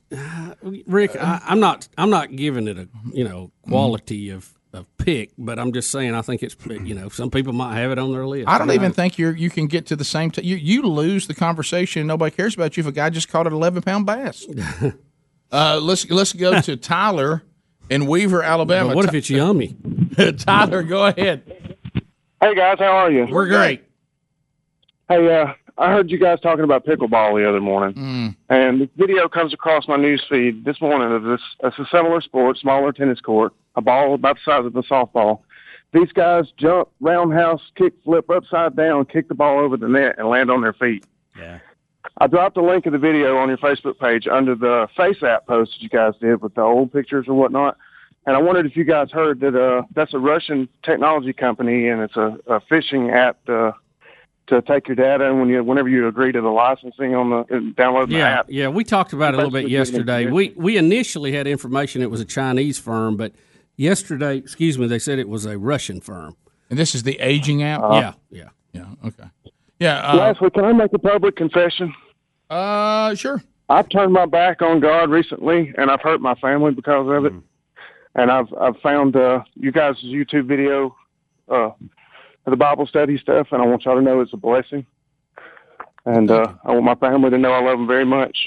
Speaker 3: Rick, I, I'm not I'm not giving it a you know quality of, of pick, but I'm just saying I think it's you know some people might have it on their list.
Speaker 2: I don't
Speaker 3: You know?
Speaker 2: even think you you can get to the same. T- you you lose the conversation. and Nobody cares about you if a guy just caught an eleven pound bass. uh, let's let's go to Tyler in Weaver, Alabama.
Speaker 3: But what if
Speaker 2: (laughs)
Speaker 3: it's yummy?
Speaker 2: Tyler, go ahead.
Speaker 11: Hey guys, how are you?
Speaker 2: We're great.
Speaker 11: Hey, uh, I heard you guys talking about pickleball the other morning,
Speaker 20: Mm.
Speaker 11: and this video comes across my news feed this morning of this. It's a similar sport, smaller tennis court, a ball about the size of a softball. These guys jump, roundhouse, kick, flip upside down, kick the ball over the net, and land on their feet.
Speaker 14: Yeah.
Speaker 11: I dropped a link of the video on your Facebook page under the Face app post that you guys did with the old pictures and whatnot. And I wondered if you guys heard that uh, that's a Russian technology company and it's a, a phishing app to, to take your data and when you whenever you agree to the licensing on the and download the
Speaker 3: Yeah,
Speaker 11: app.
Speaker 3: yeah. We talked about it a little bit yesterday. We we initially had information it was a Chinese firm, but yesterday, excuse me, they said it was a Russian firm.
Speaker 2: And this is the aging app.
Speaker 10: Uh,
Speaker 3: yeah,
Speaker 20: Ah.
Speaker 3: yeah,
Speaker 2: yeah. Okay. Yeah. Uh,
Speaker 11: Lastly, can I make a public confession?
Speaker 2: Uh, sure.
Speaker 11: I've turned my back on God recently, and I've hurt my family because of it.
Speaker 2: Hmm.
Speaker 11: And I've I've found uh, you guys' YouTube video, uh, for the Bible study stuff, and I want y'all to know it's a blessing. And uh, I want my family to know I love them very much.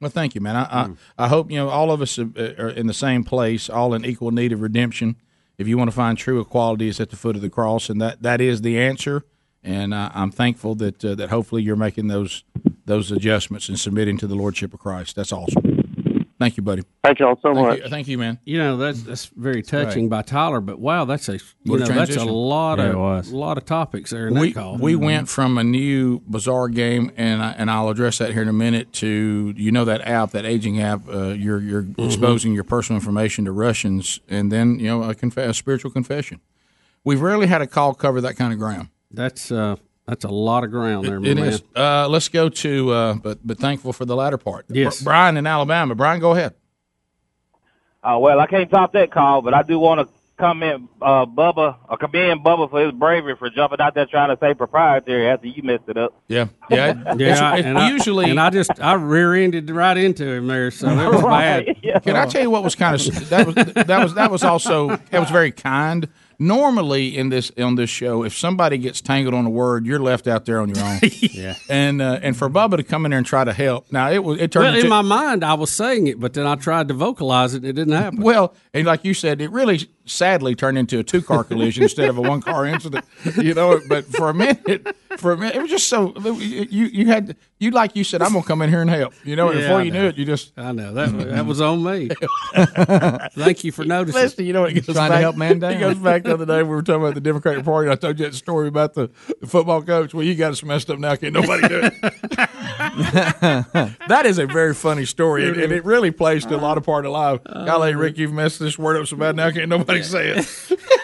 Speaker 2: Well, thank you, man. I, I, I hope you know all of us are, are in the same place, all in equal need of redemption. If you want to find true equality, it's at the foot of the cross, and that, that is the answer. And I, I'm thankful that uh, that hopefully you're making those those adjustments and submitting to the lordship of Christ. That's awesome. Thank you, buddy.
Speaker 11: Thank y'all so
Speaker 2: much. thank you, man.
Speaker 3: You know that's that's very touching by Tyler, but wow, that's a you
Speaker 2: What a
Speaker 3: know that's a
Speaker 2: transition.
Speaker 3: lot
Speaker 2: Yeah, it
Speaker 3: of lot of topics there in
Speaker 2: we,
Speaker 3: that call. Mm-hmm.
Speaker 2: We went from a new bizarre game, and I, and I'll address that here in a minute. To you know that app, that aging app, uh, you're you're
Speaker 3: Mm-hmm.
Speaker 2: exposing your personal information to Russians, and then you know a, conf- a spiritual confession. We've rarely had a call cover that kind of ground.
Speaker 3: That's uh, that's a lot of ground there, my
Speaker 2: It
Speaker 3: man.
Speaker 2: is. Uh, let's go to, uh, but but thankful for the latter part.
Speaker 3: Yes.
Speaker 2: Br- Brian in Alabama. Brian, go ahead.
Speaker 23: Uh, well, I can't top that call, but I do want to
Speaker 13: comment uh, Bubba, I commend Bubba for his bravery for jumping out there trying to say proprietary after you messed it up.
Speaker 2: Yeah, yeah,
Speaker 3: Yeah,
Speaker 2: It's-
Speaker 3: and
Speaker 2: it's
Speaker 3: I-
Speaker 2: usually
Speaker 3: and I just I rear-ended right into him there, so
Speaker 2: (laughs)
Speaker 3: that was (laughs) bad. Uh,
Speaker 2: Can I tell you what was kind of that was that was that was also that was very kind. Normally in this on this show, if somebody gets tangled on a word, you're left out there on your
Speaker 3: (laughs)
Speaker 2: own. yeah, and uh, and for Bubba to come in there and try to help, now it was it turned
Speaker 3: Well,
Speaker 2: into
Speaker 3: in my mind, I was saying it, but then I tried to vocalize it, and it didn't happen.
Speaker 2: Well, and like you said, it really sadly turned into a two
Speaker 3: (laughs)
Speaker 2: car collision instead of a one car incident. (laughs) You know, but for a minute, for a minute, it was just so you you had you like you said, I'm gonna come in here and help. You know, and
Speaker 3: Yeah,
Speaker 2: before
Speaker 3: I
Speaker 2: you knew it, you just
Speaker 3: I know that that was on
Speaker 2: (laughs)
Speaker 3: me. Thank you for noticing.
Speaker 2: Listen, you know what it goes
Speaker 3: Trying to
Speaker 2: back,
Speaker 3: help man
Speaker 2: (laughs)
Speaker 3: down.
Speaker 2: It goes back the other
Speaker 3: (laughs)
Speaker 2: day. We were talking about the Democratic Party. And I told you that story about the, the football coach. Well, you got us messed up now. Can't nobody
Speaker 3: (laughs)
Speaker 2: do it. that is a very funny story, and, and it really plays to a lot of part of life. Golly, Rick, you've messed this word up so bad now. Can't nobody say it.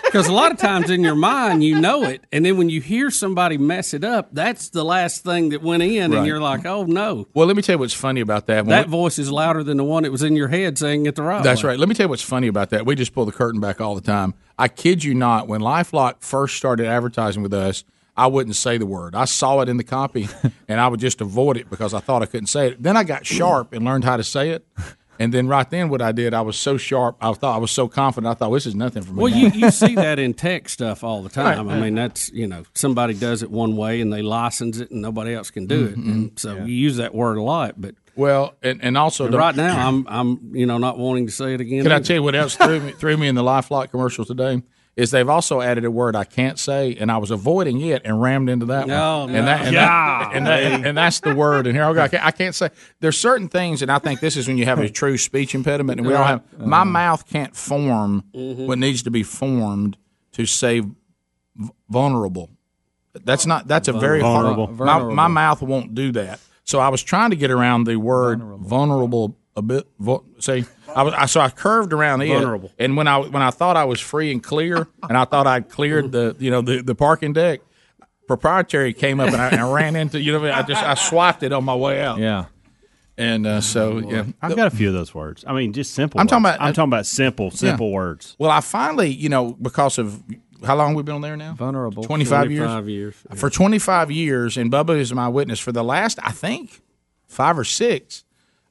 Speaker 3: Because a lot of times in your mind, you know it, and then when you hear somebody mess it up, that's the last thing that went in,
Speaker 2: Right.
Speaker 3: and you're like, "Oh no!"
Speaker 2: Well, let me tell you what's funny about that. When
Speaker 3: That
Speaker 2: we-
Speaker 3: voice is louder than the one that was in your head saying it the right.
Speaker 2: That's
Speaker 3: way.
Speaker 2: right. Let me tell you what's funny about that. We just pull the curtain back all the time. I kid you not, when Lifelock first started advertising with us, I wouldn't say the word. I saw it in the
Speaker 3: (laughs)
Speaker 2: copy and I would just avoid it because I thought I couldn't say it. Then I got sharp and learned how to say it. And then right then what I did, I was so sharp, I thought I was so confident, I thought this is nothing for me.
Speaker 3: Well,
Speaker 2: now.
Speaker 3: you, you see that in tech stuff all the time.
Speaker 2: Right.
Speaker 3: I mean, that's you know somebody does it one way and they license it and nobody else can do
Speaker 2: Mm-hmm.
Speaker 3: it, and so you use that word a lot. But
Speaker 2: (laughs) well, and, and also
Speaker 3: And
Speaker 2: don't-
Speaker 3: right now, I'm I'm you know not wanting to say it again.
Speaker 2: Can I
Speaker 3: either.
Speaker 2: tell you what else threw me threw me in the LifeLock commercial today? Is they've also added a word I can't say, and I was avoiding it and rammed into that
Speaker 3: No,
Speaker 2: one.
Speaker 3: no.
Speaker 2: And, that, and, that, and, that- and that's the word. And here I go. I can't, I can't say. There's certain things, and I think this is when you have a true speech impediment, and we all have. My mouth can't form
Speaker 6: Mm-hmm.
Speaker 2: what needs to be formed to say v- vulnerable. That's not. That's a very
Speaker 14: Vulnerable.
Speaker 2: hard. My, my
Speaker 14: Vulnerable.
Speaker 2: mouth won't do that. So I was trying to get around the word vulnerable, a bit. Vul, see, I was I, so I curved around it.
Speaker 14: Vulnerable.
Speaker 2: And when I when I thought I was free and clear, and I thought I'd cleared the you know the, the parking deck, proprietary came up and I, and I ran into you know I just I swiped it on my way out.
Speaker 5: Yeah.
Speaker 2: And uh, so yeah,
Speaker 14: I've got a few of those words. I mean, just simple.
Speaker 2: I'm talking
Speaker 14: words.
Speaker 2: about-
Speaker 14: I'm talking about simple,
Speaker 2: Yeah.
Speaker 14: simple words.
Speaker 2: Well, I finally, you know, because of how long we've been on there now? Vulnerable. 25,
Speaker 3: 25
Speaker 2: years.
Speaker 3: years,
Speaker 2: For 25 years, and Bubba is my witness, for the last, I think, five or six,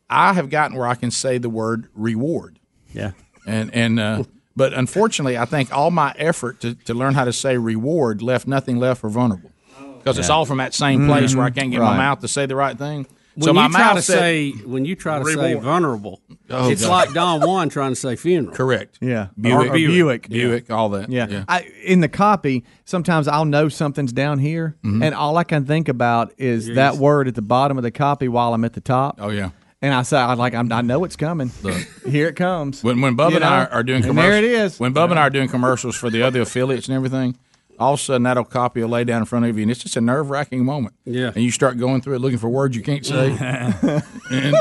Speaker 2: I have gotten where I can say the word reward.
Speaker 14: Yeah.
Speaker 2: And, and, uh, but unfortunately, I think all my effort to, to learn how to say reward left nothing left for vulnerable. Because it's
Speaker 3: Yeah.
Speaker 2: all from that same place where I can't get my
Speaker 3: Right.
Speaker 2: mouth to say the right thing.
Speaker 3: When
Speaker 2: so my
Speaker 3: you try
Speaker 2: mouth
Speaker 3: to
Speaker 2: said-
Speaker 3: say when you try to say
Speaker 2: Reward.
Speaker 3: vulnerable,
Speaker 2: Oh,
Speaker 3: it's
Speaker 2: God.
Speaker 3: like Don Juan trying to say funeral.
Speaker 2: Correct.
Speaker 5: Yeah.
Speaker 2: Buick.
Speaker 5: Or Buick.
Speaker 2: Buick, all that.
Speaker 5: Yeah. I, in the copy, sometimes I'll know something's down here,
Speaker 2: Mhm.
Speaker 5: and all I can think about is that word at the bottom of the copy while I'm at the top.
Speaker 2: Oh yeah.
Speaker 5: And I say, I like, I'm, I know it's coming. (laughs) here it comes.
Speaker 2: When when Bubba
Speaker 5: You
Speaker 2: and I
Speaker 5: know?
Speaker 2: are doing
Speaker 5: And
Speaker 2: commercials,
Speaker 5: there it is.
Speaker 2: When Bubba and I are doing commercials for the other affiliates and everything, all of a sudden that'll copy will lay down in front of you, and it's just a nerve wracking moment.
Speaker 3: Yeah.
Speaker 2: and you start going through it looking for words you can't say.
Speaker 3: (laughs)
Speaker 6: (laughs)
Speaker 2: and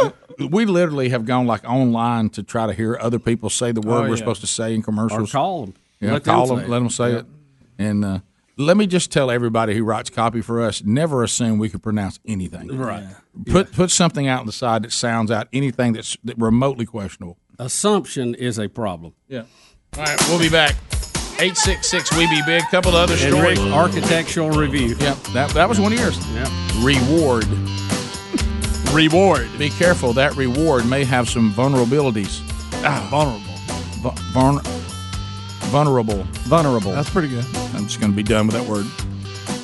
Speaker 2: we literally have gone like online to try to hear other people say the word
Speaker 3: Oh,
Speaker 2: we're
Speaker 3: yeah.
Speaker 2: supposed to say in commercials.
Speaker 3: Or call 'em.
Speaker 2: Yeah,
Speaker 3: Let them
Speaker 2: call
Speaker 3: say
Speaker 2: them.
Speaker 3: it.
Speaker 2: Let them say it. And uh, let me just tell everybody who writes copy for us: never assume we can pronounce anything.
Speaker 3: Right.
Speaker 2: Put put something out on the side that sounds out anything that's that remotely questionable.
Speaker 3: Assumption is a problem.
Speaker 2: Yeah. All right, we'll be back. 866 We Be Big. Couple other
Speaker 3: And
Speaker 2: stories.
Speaker 3: Rick, architectural review.
Speaker 2: Yep, that, that was one of yours. Reward.
Speaker 6: reward.
Speaker 2: Be careful. That reward may have some vulnerabilities. Ah, vulnerable. vulnerable. Vulnerable.
Speaker 6: That's pretty good.
Speaker 2: I'm just going to be done with that word.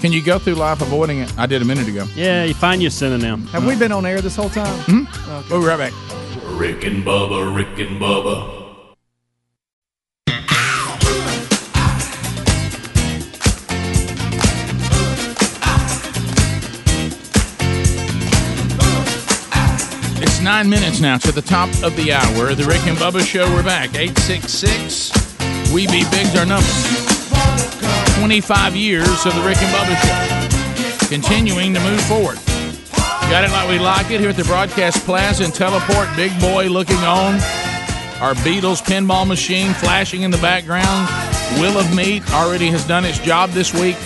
Speaker 2: Can you go through life avoiding it? I did a minute ago.
Speaker 14: Yeah, you find your synonym.
Speaker 5: Have we been on air this whole time?
Speaker 2: Hmm? We'll be right back.
Speaker 7: Rick and Bubba, Rick and Bubba.
Speaker 2: It's nine minutes now to the top of the hour. The Rick and Bubba Show. We're back. 866 We Be Big's our number. 25 years of the Rick and Bubba Show. Continuing to move forward. Got it like we like it here at the Broadcast Plaza and Teleport. Big boy looking on. Our Beatles pinball machine flashing in the background. Will of Meat already has done its job this week.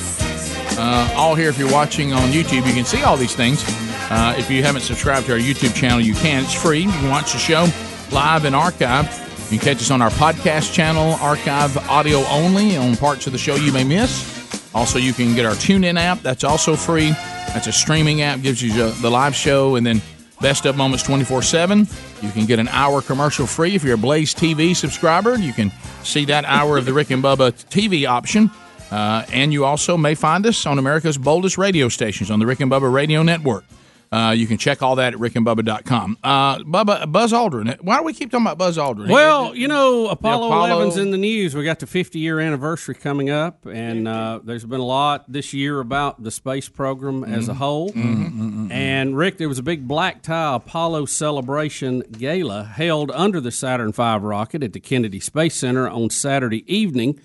Speaker 2: Uh, all here if you're watching on YouTube. You can see all these things. Uh, if you haven't subscribed to our YouTube channel, you can. It's free. You can watch the show live and archived. You can catch us on our podcast channel, archive audio only on parts of the show you may miss. Also, you can get our TuneIn app. That's also free. That's a streaming app, gives you the live show and then best of moments 24 7. You can get an hour commercial free if you're a Blaze TV subscriber. You can see that hour of the Rick and Bubba TV option. Uh, and you also may find us on America's boldest radio stations on the Rick and Bubba Radio Network. Uh, you can check all that at rickandbubba.com. Uh, Bubba, Buzz Aldrin. Why do we keep talking about Buzz Aldrin?
Speaker 3: Well, you know, Apollo, 11's in the news. We got the 50 year anniversary coming up, and uh, there's been a lot this year about the space program as a
Speaker 15: Mhm.
Speaker 3: whole. And Rick, there was a big black tie Apollo celebration gala held under the Saturn V rocket at the Kennedy Space Center on Saturday evening.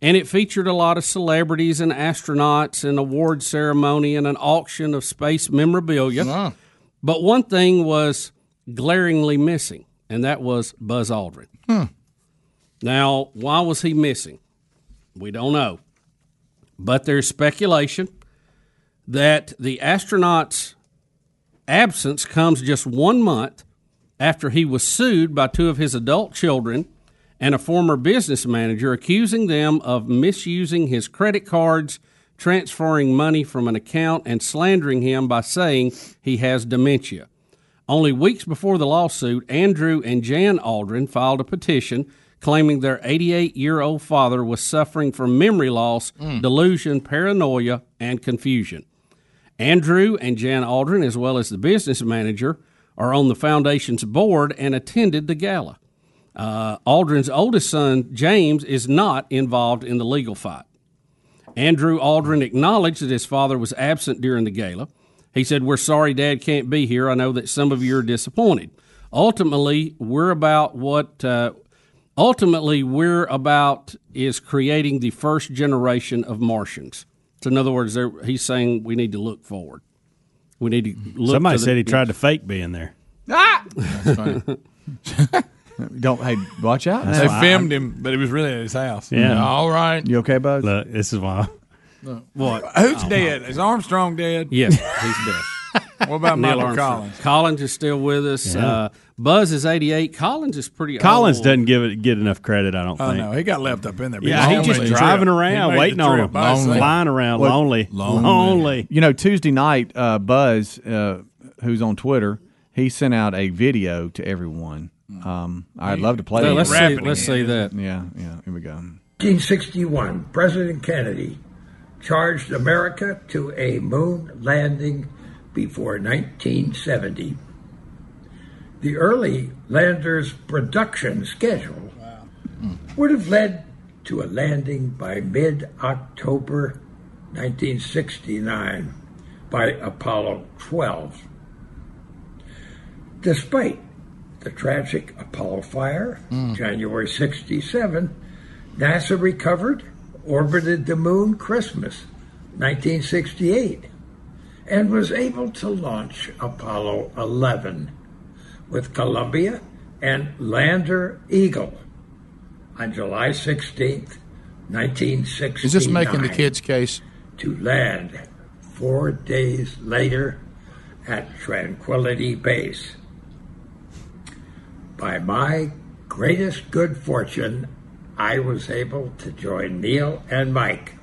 Speaker 3: And it featured a lot of celebrities and astronauts, an award ceremony, and an auction of space memorabilia. But one thing was glaringly missing, and that was Buzz Aldrin.
Speaker 2: Hmm.
Speaker 3: Now, why was he missing? We don't know. But there's speculation that the astronaut's absence comes just one month after he was sued by two of his adult children and a former business manager accusing them of misusing his credit cards, transferring money from an account, and slandering him by saying he has dementia. Only weeks before the lawsuit, Andrew and Jan Aldrin filed a petition claiming their 88 year old father was suffering from memory loss, delusion, paranoia, and confusion. Andrew and Jan Aldrin, as well as the business manager, are on the foundation's board and attended the gala. Uh, Aldrin's oldest son, James, is not involved in the legal fight. Andrew Aldrin acknowledged that his father was absent during the gala. He said, We're sorry dad can't be here. I know that some of you are disappointed. Ultimately, we're about what. Uh, Ultimately, we're about is creating the first generation of Martians. So, in other words, there- he's saying we need to look forward. We need to look.
Speaker 14: Somebody
Speaker 3: to the-
Speaker 14: said he tried to fake being there.
Speaker 3: Ah!
Speaker 6: (laughs)
Speaker 5: Don't hey, watch out.
Speaker 14: That's
Speaker 6: they
Speaker 14: why I-
Speaker 6: filmed him, but it was really at his house.
Speaker 14: Yeah.
Speaker 2: All right.
Speaker 5: You okay, Buzz?
Speaker 14: Look, this is why.
Speaker 3: What?
Speaker 6: Who's dead?
Speaker 3: (laughs)
Speaker 6: Is Armstrong dead?
Speaker 3: Yes, he's dead.
Speaker 6: What about
Speaker 3: Neil
Speaker 6: Michael
Speaker 3: Armstrong.
Speaker 6: Collins?
Speaker 3: Collins is still with us.
Speaker 14: Yeah.
Speaker 3: Uh, Buzz is 88. Collins is
Speaker 14: (laughs)
Speaker 3: pretty
Speaker 14: Collins
Speaker 3: old.
Speaker 14: doesn't give it get enough credit. I don't
Speaker 6: Oh
Speaker 14: think.
Speaker 6: no, he got left up in there.
Speaker 14: Yeah, he just driving around, waiting on him, flying around,
Speaker 5: Well,
Speaker 14: lonely,
Speaker 5: You know, Tuesday night, uh, Buzz, uh, who's on Twitter, he sent out a video to everyone. Um, I'd love to play.
Speaker 3: Yeah,
Speaker 5: it.
Speaker 3: let's see- let's see that.
Speaker 5: Yeah, yeah. Here we go.
Speaker 9: 1961, President Kennedy charged America to a moon landing before 1970. The early lander's production schedule would have led to a landing by mid October 1969 by Apollo 12. Despite the tragic Apollo fire, January 67, NASA recovered, orbited the moon Christmas 1968, and was able to launch Apollo 11 with Columbia and Lander Eagle on July 16th, 1969.
Speaker 2: Is this making the kids' case?
Speaker 9: To land four days later at Tranquility Base. By my greatest good fortune, I was able to join Neil and Mike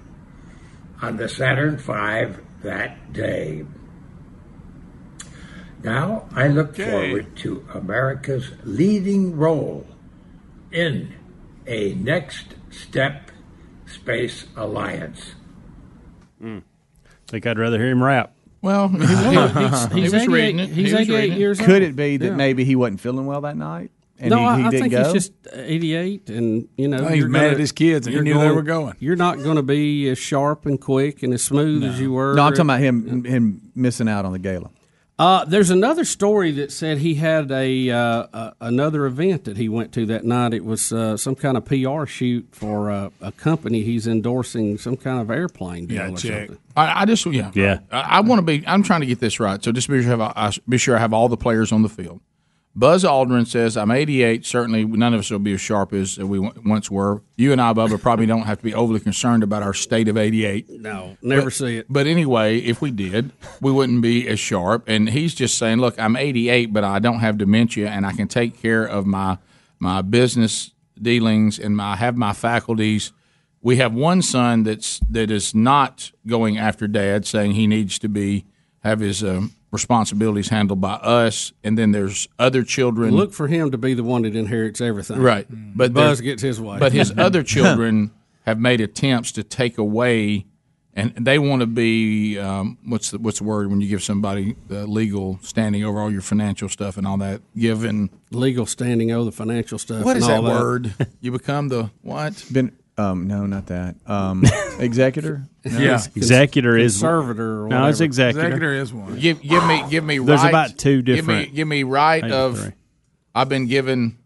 Speaker 9: on the Saturn V that day. Now I look forward to America's leading role in a next step space alliance.
Speaker 14: Think I'd rather hear him rap.
Speaker 2: Well, (laughs) he
Speaker 3: was- he- he's- he's 88 he's 88 years
Speaker 5: Could
Speaker 3: old.
Speaker 5: it be that
Speaker 3: Yeah.
Speaker 5: maybe he wasn't feeling well that night? And
Speaker 3: no,
Speaker 5: he,
Speaker 3: I,
Speaker 5: he
Speaker 3: I
Speaker 5: didn't
Speaker 3: think
Speaker 5: go?
Speaker 3: he's just 88, and you know
Speaker 5: No, he's
Speaker 3: you're
Speaker 5: mad
Speaker 3: gonna-
Speaker 5: at his kids, and Oh, he
Speaker 3: you're
Speaker 5: knew they were going.
Speaker 3: You're not going to be as sharp and quick and as smooth as you were.
Speaker 5: No, I'm talking about him him missing out on the gala.
Speaker 3: Uh, there's another story that said he had a, uh, a another event that he went to that night. It was uh, some kind of PR shoot for uh, a company he's endorsing, some kind of airplane deal
Speaker 2: Yeah,
Speaker 3: or
Speaker 2: check.
Speaker 3: something.
Speaker 2: I, I just yeah
Speaker 14: Yeah.
Speaker 2: I, I want to be. I'm trying to get this right. So just be sure I have, I, be sure I have all the players on the field. Buzz Aldrin says, "I'm 88. Certainly, none of us will be as sharp as we w- once were. You and I, Bubba, probably don't have to be overly concerned about our state of 88.
Speaker 3: No, never
Speaker 2: But-
Speaker 3: see it.
Speaker 2: But anyway, if we did, we wouldn't be as sharp. And he's just saying, look, I'm 88, but I don't have dementia, and I can take care of my my business dealings, and my, I have my faculties. We have one son that's that is not going after dad, saying he needs to be have his um, responsibilities handled by us, and then there's other children.
Speaker 3: Look for him to be the one that inherits everything.
Speaker 2: Right,
Speaker 3: But Buzz
Speaker 2: there-
Speaker 3: gets his way.
Speaker 2: But
Speaker 3: (laughs)
Speaker 2: his other children have made attempts to take away, and they want to be um, what's the, what's the word when you give somebody the legal standing over all your financial stuff and all that. Given
Speaker 3: legal standing over the financial stuff.
Speaker 2: What
Speaker 3: and
Speaker 2: is that
Speaker 3: all that (laughs)
Speaker 2: word? You become the what?
Speaker 5: Been um no, not that.
Speaker 3: (laughs)
Speaker 5: Um executor? No.
Speaker 2: Yeah.
Speaker 14: Executor is-
Speaker 3: conservator. Or
Speaker 14: No, it's
Speaker 3: whatever.
Speaker 14: executor.
Speaker 6: is one.
Speaker 2: Give, give me give me.
Speaker 14: There's
Speaker 2: right-
Speaker 14: about two
Speaker 2: Give
Speaker 14: different-
Speaker 2: me, give me right
Speaker 14: maybe
Speaker 2: of.
Speaker 14: three.
Speaker 2: I've been given.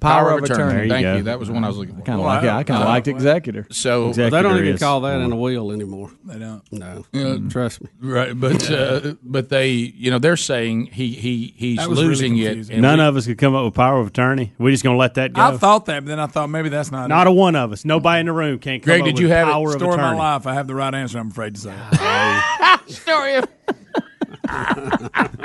Speaker 5: Power of attorney. There you
Speaker 2: Thank
Speaker 5: go.
Speaker 2: you. That was the one I was looking for. uh,
Speaker 5: Kinda like- yeah, I kinda liked executor.
Speaker 2: So
Speaker 3: Well, they don't even call that in a will anymore.
Speaker 6: They don't.
Speaker 3: No, Mm.
Speaker 2: Yeah.
Speaker 3: trust me.
Speaker 2: Mm. Right, but uh, but they, you know, they're saying he he he's
Speaker 6: That was really
Speaker 2: losing it.
Speaker 6: confusing.
Speaker 2: and
Speaker 14: None
Speaker 2: we-
Speaker 14: of us could come up with power of attorney. We're just going to let that go.
Speaker 6: I thought that, but then I thought maybe that's not
Speaker 14: Not
Speaker 6: it.
Speaker 14: a one of us. Nobody in the room can't come
Speaker 6: Greg,
Speaker 14: up
Speaker 6: did
Speaker 14: with
Speaker 6: you have
Speaker 14: power
Speaker 6: it?
Speaker 14: of
Speaker 6: Story of my
Speaker 14: attorney.
Speaker 6: life. I have the right answer. I'm afraid to say.
Speaker 20: Ah.
Speaker 2: Story of.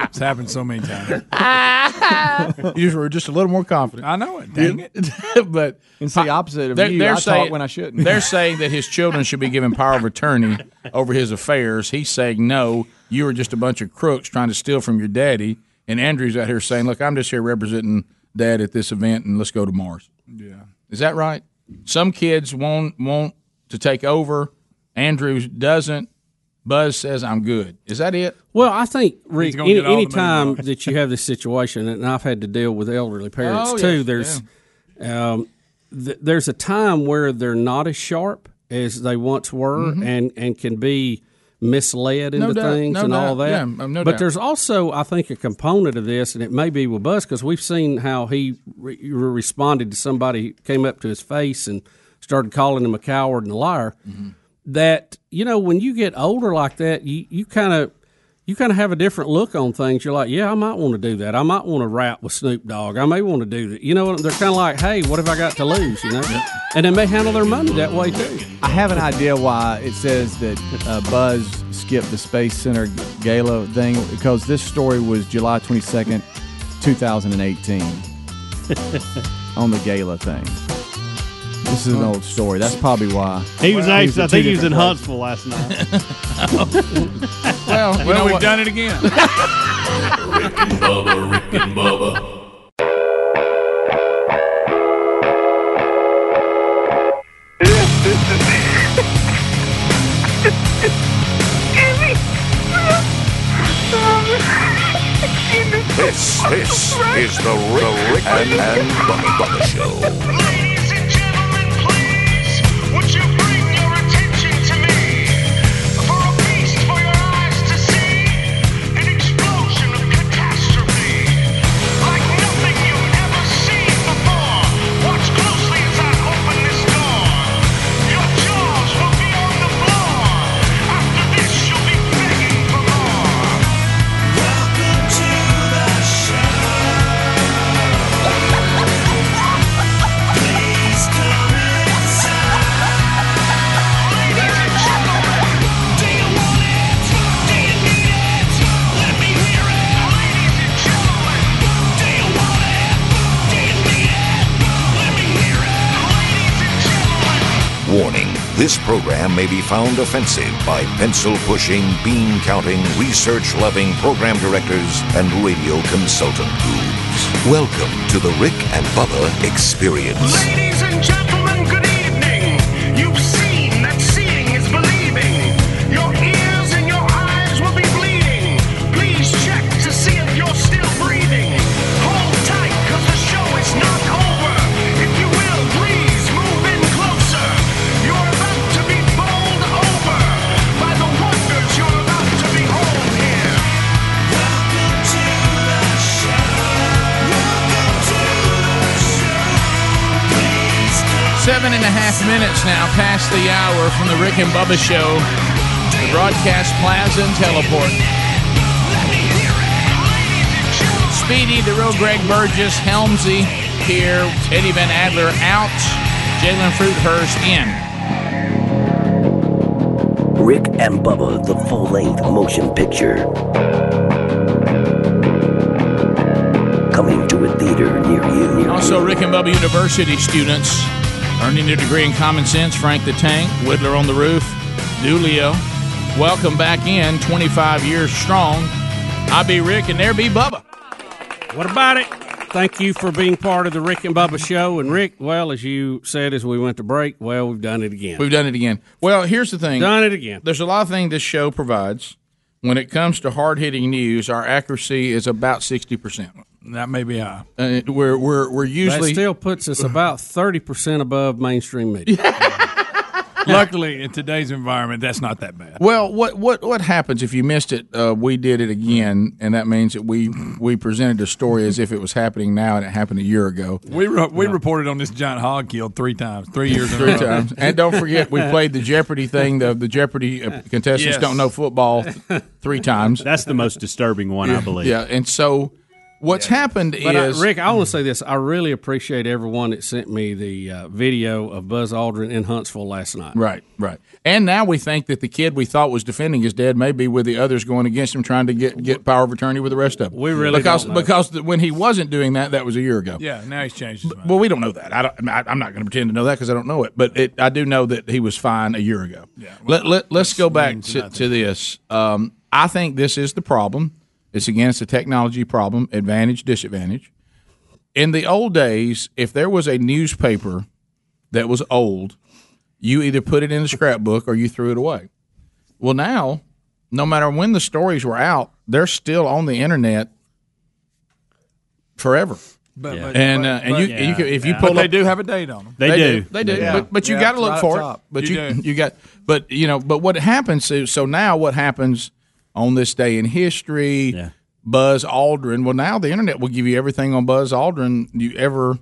Speaker 6: it's happened so many times.
Speaker 10: (laughs)
Speaker 2: (laughs) you just were just a little more confident.
Speaker 6: I know it. Dang it.
Speaker 2: (laughs) but
Speaker 5: and see opposite of you. I talk when I
Speaker 2: (laughs)
Speaker 5: shouldn't.
Speaker 2: They're saying that his children should be given power of attorney over his affairs. He's saying no. You are just a bunch of crooks trying to steal from your daddy. And Andrew's out here saying, "Look, I'm just here representing dad at this event, and let's go to Mars."
Speaker 6: Yeah.
Speaker 2: Is that right? Some kids won't want to take over. Andrew doesn't. Buzz says, "I'm good." Is that it?
Speaker 3: Well, I think Rick,
Speaker 2: gonna
Speaker 3: any,
Speaker 2: get all the
Speaker 3: any
Speaker 2: money
Speaker 3: time that you have this situation, and I've had to deal with elderly parents
Speaker 2: Oh,
Speaker 3: too,
Speaker 2: yes,
Speaker 3: there's um, th- there's a time where they're not as sharp as they once were,
Speaker 2: Mhm.
Speaker 3: and and can be misled
Speaker 2: No
Speaker 3: into
Speaker 2: doubt,
Speaker 3: things
Speaker 2: no
Speaker 3: and all
Speaker 2: doubt.
Speaker 3: that.
Speaker 2: Yeah, um, no
Speaker 3: but
Speaker 2: doubt.
Speaker 3: there's also, I think, a component of this, and it may be with Buzz because we've seen how he re- re- responded to somebody who came up to his face and started calling him a coward and a liar
Speaker 2: Mm-hmm.
Speaker 3: that you know when you get older like that you you kind of you kind of have a different look on things you're like yeah i might want to do that i might want to rap with snoop dogg i may want to do that you know they're kind of like hey what have i got to lose you know and they may handle their money that way too
Speaker 5: I have an idea why it says that uh, Buzz skipped the Space Center gala thing because this story was July 22nd, 2018, (laughs) on the gala thing. This is an old story. That's probably why.
Speaker 14: He was actually, I
Speaker 5: at
Speaker 14: think
Speaker 5: two
Speaker 14: he was in
Speaker 5: different places.
Speaker 14: Huntsville last night.
Speaker 5: (laughs)
Speaker 2: Well,
Speaker 6: well, we've done it again.
Speaker 7: Rick and Bubba, Rick and Bubba.
Speaker 18: This, this is the Rick, the Rick and, and Bubba, Bubba Show. Warning this program may be found offensive by pencil pushing, bean counting, research loving program directors and radio consultant gurus. Welcome to the Rick and Bubba Experience.
Speaker 15: Ladies and gentlemen, good evening. You've seen that seeing is believing. Your ears and your eyes will be bleeding. Please check to see if you're still breathing. Hold tight, cause the show is not over. If you will, please move in closer. You're about to be bowled over by the wonders you're about to behold here. Welcome to the show. Welcome to the show.
Speaker 2: Seven and a half minutes now past the hour from the Rick and Bubba Show, the broadcast plaza and teleport. Speedy, the real Greg Burgess, Helmsy here, Eddie Van Adler out, Jalen Fruithurst in.
Speaker 1: Rick and Bubba, the full length motion picture. Coming to a theater near you.
Speaker 2: Also, Rick and Bubba University students earning their degree in common sense. Frank the Tank, Whittler on the Roof, Dulio. Welcome back in, 25 years strong. I be Rick, and there be Bubba.
Speaker 3: What about it? Thank you for being part of the Rick and Bubba show. And Rick, well, as you said as we went to break, well, we've done it again.
Speaker 2: We've done it again. Well, here's the thing.
Speaker 3: Done it again.
Speaker 2: There's a lot of things this show provides. When it comes to hard hitting news, our accuracy is about 60%.
Speaker 6: (laughs) That may be
Speaker 2: (laughs)
Speaker 6: high.
Speaker 2: Uh, we're, we're, we're usually.
Speaker 3: that still puts us about thirty percent above
Speaker 2: (laughs)
Speaker 3: mainstream media.
Speaker 6: Luckily, in today's environment, that's not that bad.
Speaker 2: Well, what what what happens if you missed it? Uh, we did it again, and that means that we we presented a story as if it was happening now, and it happened a year ago.
Speaker 6: We re- we reported on this giant hog killed three times, three years in a
Speaker 2: Three
Speaker 6: row.
Speaker 2: times, and don't forget we played the Jeopardy thing. The the Jeopardy
Speaker 14: (laughs)
Speaker 2: uh, contestants
Speaker 6: Yes.
Speaker 2: don't know football th- three times.
Speaker 14: That's the most disturbing one, I believe.
Speaker 2: Yeah, and so what's happened
Speaker 3: But I,
Speaker 2: is
Speaker 3: Rick, I want to say this: I really appreciate everyone that sent me the uh, video of Buzz Aldrin in Huntsville last night.
Speaker 2: Right, right. And now we think that the kid we thought was defending his dad may be with the others going against him, trying to get, get power of attorney with the rest of them. We
Speaker 6: really
Speaker 2: because
Speaker 6: don't know.
Speaker 2: because the, when he wasn't doing that, that was a year ago.
Speaker 6: (laughs) Yeah, now he's changed his mind.
Speaker 2: Well, we don't know that. I don't, I, I'm not going to pretend to know that because I don't know it. But it, I do know that he was fine a year ago. Yeah, let, let, us go back to, to this. Um, I think this is the problem. It's again, it's a technology problem advantage, disadvantage. In the old days, if there was a newspaper that was old, you either put it in a scrapbook or you threw it away. Well, now, no matter when the stories were out, they're still on the internet forever.
Speaker 6: But- but-
Speaker 2: and uh,
Speaker 6: but-
Speaker 2: and you,
Speaker 6: but-
Speaker 2: you can, if you
Speaker 6: But
Speaker 2: pull
Speaker 6: they
Speaker 2: up-
Speaker 6: do have a date on them. They do.
Speaker 2: they do
Speaker 6: Yeah.
Speaker 2: but, but you
Speaker 6: Yeah,
Speaker 2: got to look
Speaker 6: right
Speaker 2: for
Speaker 6: top.
Speaker 2: it but
Speaker 6: You
Speaker 2: you (laughs)
Speaker 6: do.
Speaker 2: you got but you know but what happens is so now what happens on this day in history Buzz Aldrin well now the internet will give you everything on Buzz Aldrin you ever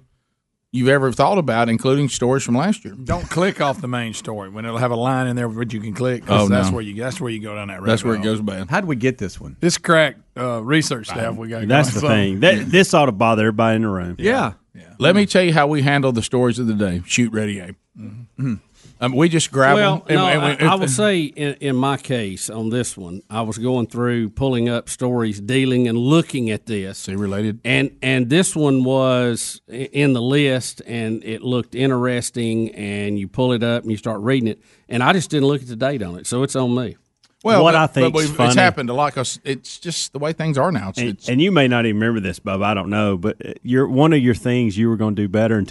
Speaker 2: you've ever thought about including stories from last year
Speaker 6: Don't click off the main story when it'll have a line in there which you can click.
Speaker 2: Oh,
Speaker 6: 'cause that's
Speaker 2: no.
Speaker 6: where you that's where you go down that road.
Speaker 2: that's where it goes bad
Speaker 5: how'd we get this one
Speaker 6: This crack uh, research staff we got.
Speaker 14: That's the thing.
Speaker 6: going.
Speaker 14: That, This ought to bother everybody in the room.
Speaker 6: Yeah.
Speaker 2: let me tell you how we handle the stories of the day shoot ready aim
Speaker 6: Mm-hmm.
Speaker 2: um, we just grab
Speaker 3: Well,
Speaker 2: them
Speaker 3: no,
Speaker 2: and- and we-
Speaker 3: I, I will say in, in my case on this one, I was going through pulling up stories, dealing and looking at this.
Speaker 2: related,
Speaker 3: and and this one was i- in the list, and it looked interesting. And you pull it up and you start reading it, and I just didn't look at the date on it, so it's on me.
Speaker 2: but- but we've- it's happened a lot because it's just the way things are now. It's,
Speaker 14: And, and you may not even remember this, Bub. I don't know, but uh, your one of your things you were going to do better in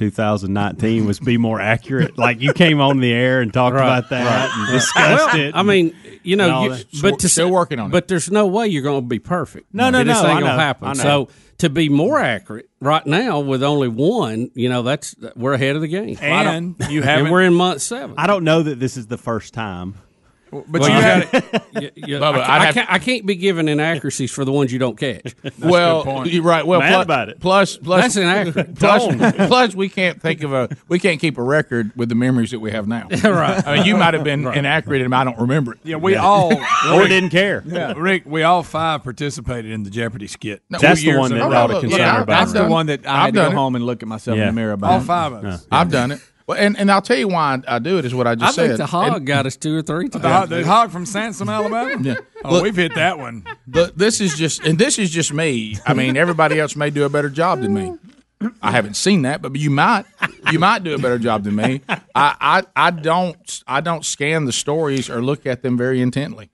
Speaker 14: 2019 was be more accurate. (laughs) Like you came on the air and talked about that and discussed
Speaker 3: Well,
Speaker 14: it.
Speaker 3: I mean, you
Speaker 14: and all
Speaker 3: know, you,
Speaker 14: that.
Speaker 3: but to,
Speaker 14: Still
Speaker 2: working on
Speaker 3: it. But there's no way you're going to be perfect.
Speaker 14: No, no,
Speaker 3: It just
Speaker 14: no, I
Speaker 3: ain't
Speaker 14: know,
Speaker 3: gonna
Speaker 14: I
Speaker 3: happen.
Speaker 14: know.
Speaker 3: So to be more accurate right now with only one, you know, that's we're ahead of the game.
Speaker 14: Well, I don't-
Speaker 3: (laughs) and we're in month seven.
Speaker 14: I don't know that this is the first time.
Speaker 6: But
Speaker 3: Well,
Speaker 14: you
Speaker 3: I-
Speaker 14: got
Speaker 3: (laughs) it. Yeah,
Speaker 14: Bubba,
Speaker 3: I,
Speaker 14: I'd
Speaker 3: I
Speaker 14: have-
Speaker 3: can't, I can't be giving inaccuracies for the ones you don't catch.
Speaker 2: well, you're right. Well, plus, Plus, plus,
Speaker 3: That's inaccurate.
Speaker 2: (laughs) Plus,
Speaker 3: Don't.
Speaker 2: plus, we can't think of a we can't keep a record with the memories that we have now.
Speaker 6: Right.
Speaker 2: I mean, you might have been inaccurate, and I don't remember it.
Speaker 6: Yeah,
Speaker 2: (laughs)
Speaker 6: we all (laughs)
Speaker 14: or didn't care.
Speaker 6: Yeah. Rick, we all five participated in the Jeopardy skit.
Speaker 2: No, That's the one that
Speaker 6: brought
Speaker 2: Rhoda concerned about.
Speaker 5: That's the
Speaker 2: I've
Speaker 5: one
Speaker 2: done-
Speaker 5: that I
Speaker 2: I've
Speaker 5: had to go
Speaker 2: done it.
Speaker 5: home and look at myself in the mirror about.
Speaker 2: All five
Speaker 6: of us.
Speaker 2: I've done it. Well, and, and I'll tell you why I do it is what I just
Speaker 6: I
Speaker 2: said.
Speaker 6: think the hog
Speaker 2: And-
Speaker 3: got us two or three
Speaker 6: The, hog, the hog from Sansom, Alabama.
Speaker 2: Yeah.
Speaker 6: Oh, we've hit that one.
Speaker 2: But this is just and this is just me. I mean, everybody else may do a better job than me. I haven't seen that, but you might you might do a better job than me. I, I I don't I don't scan the stories or look at them very intently.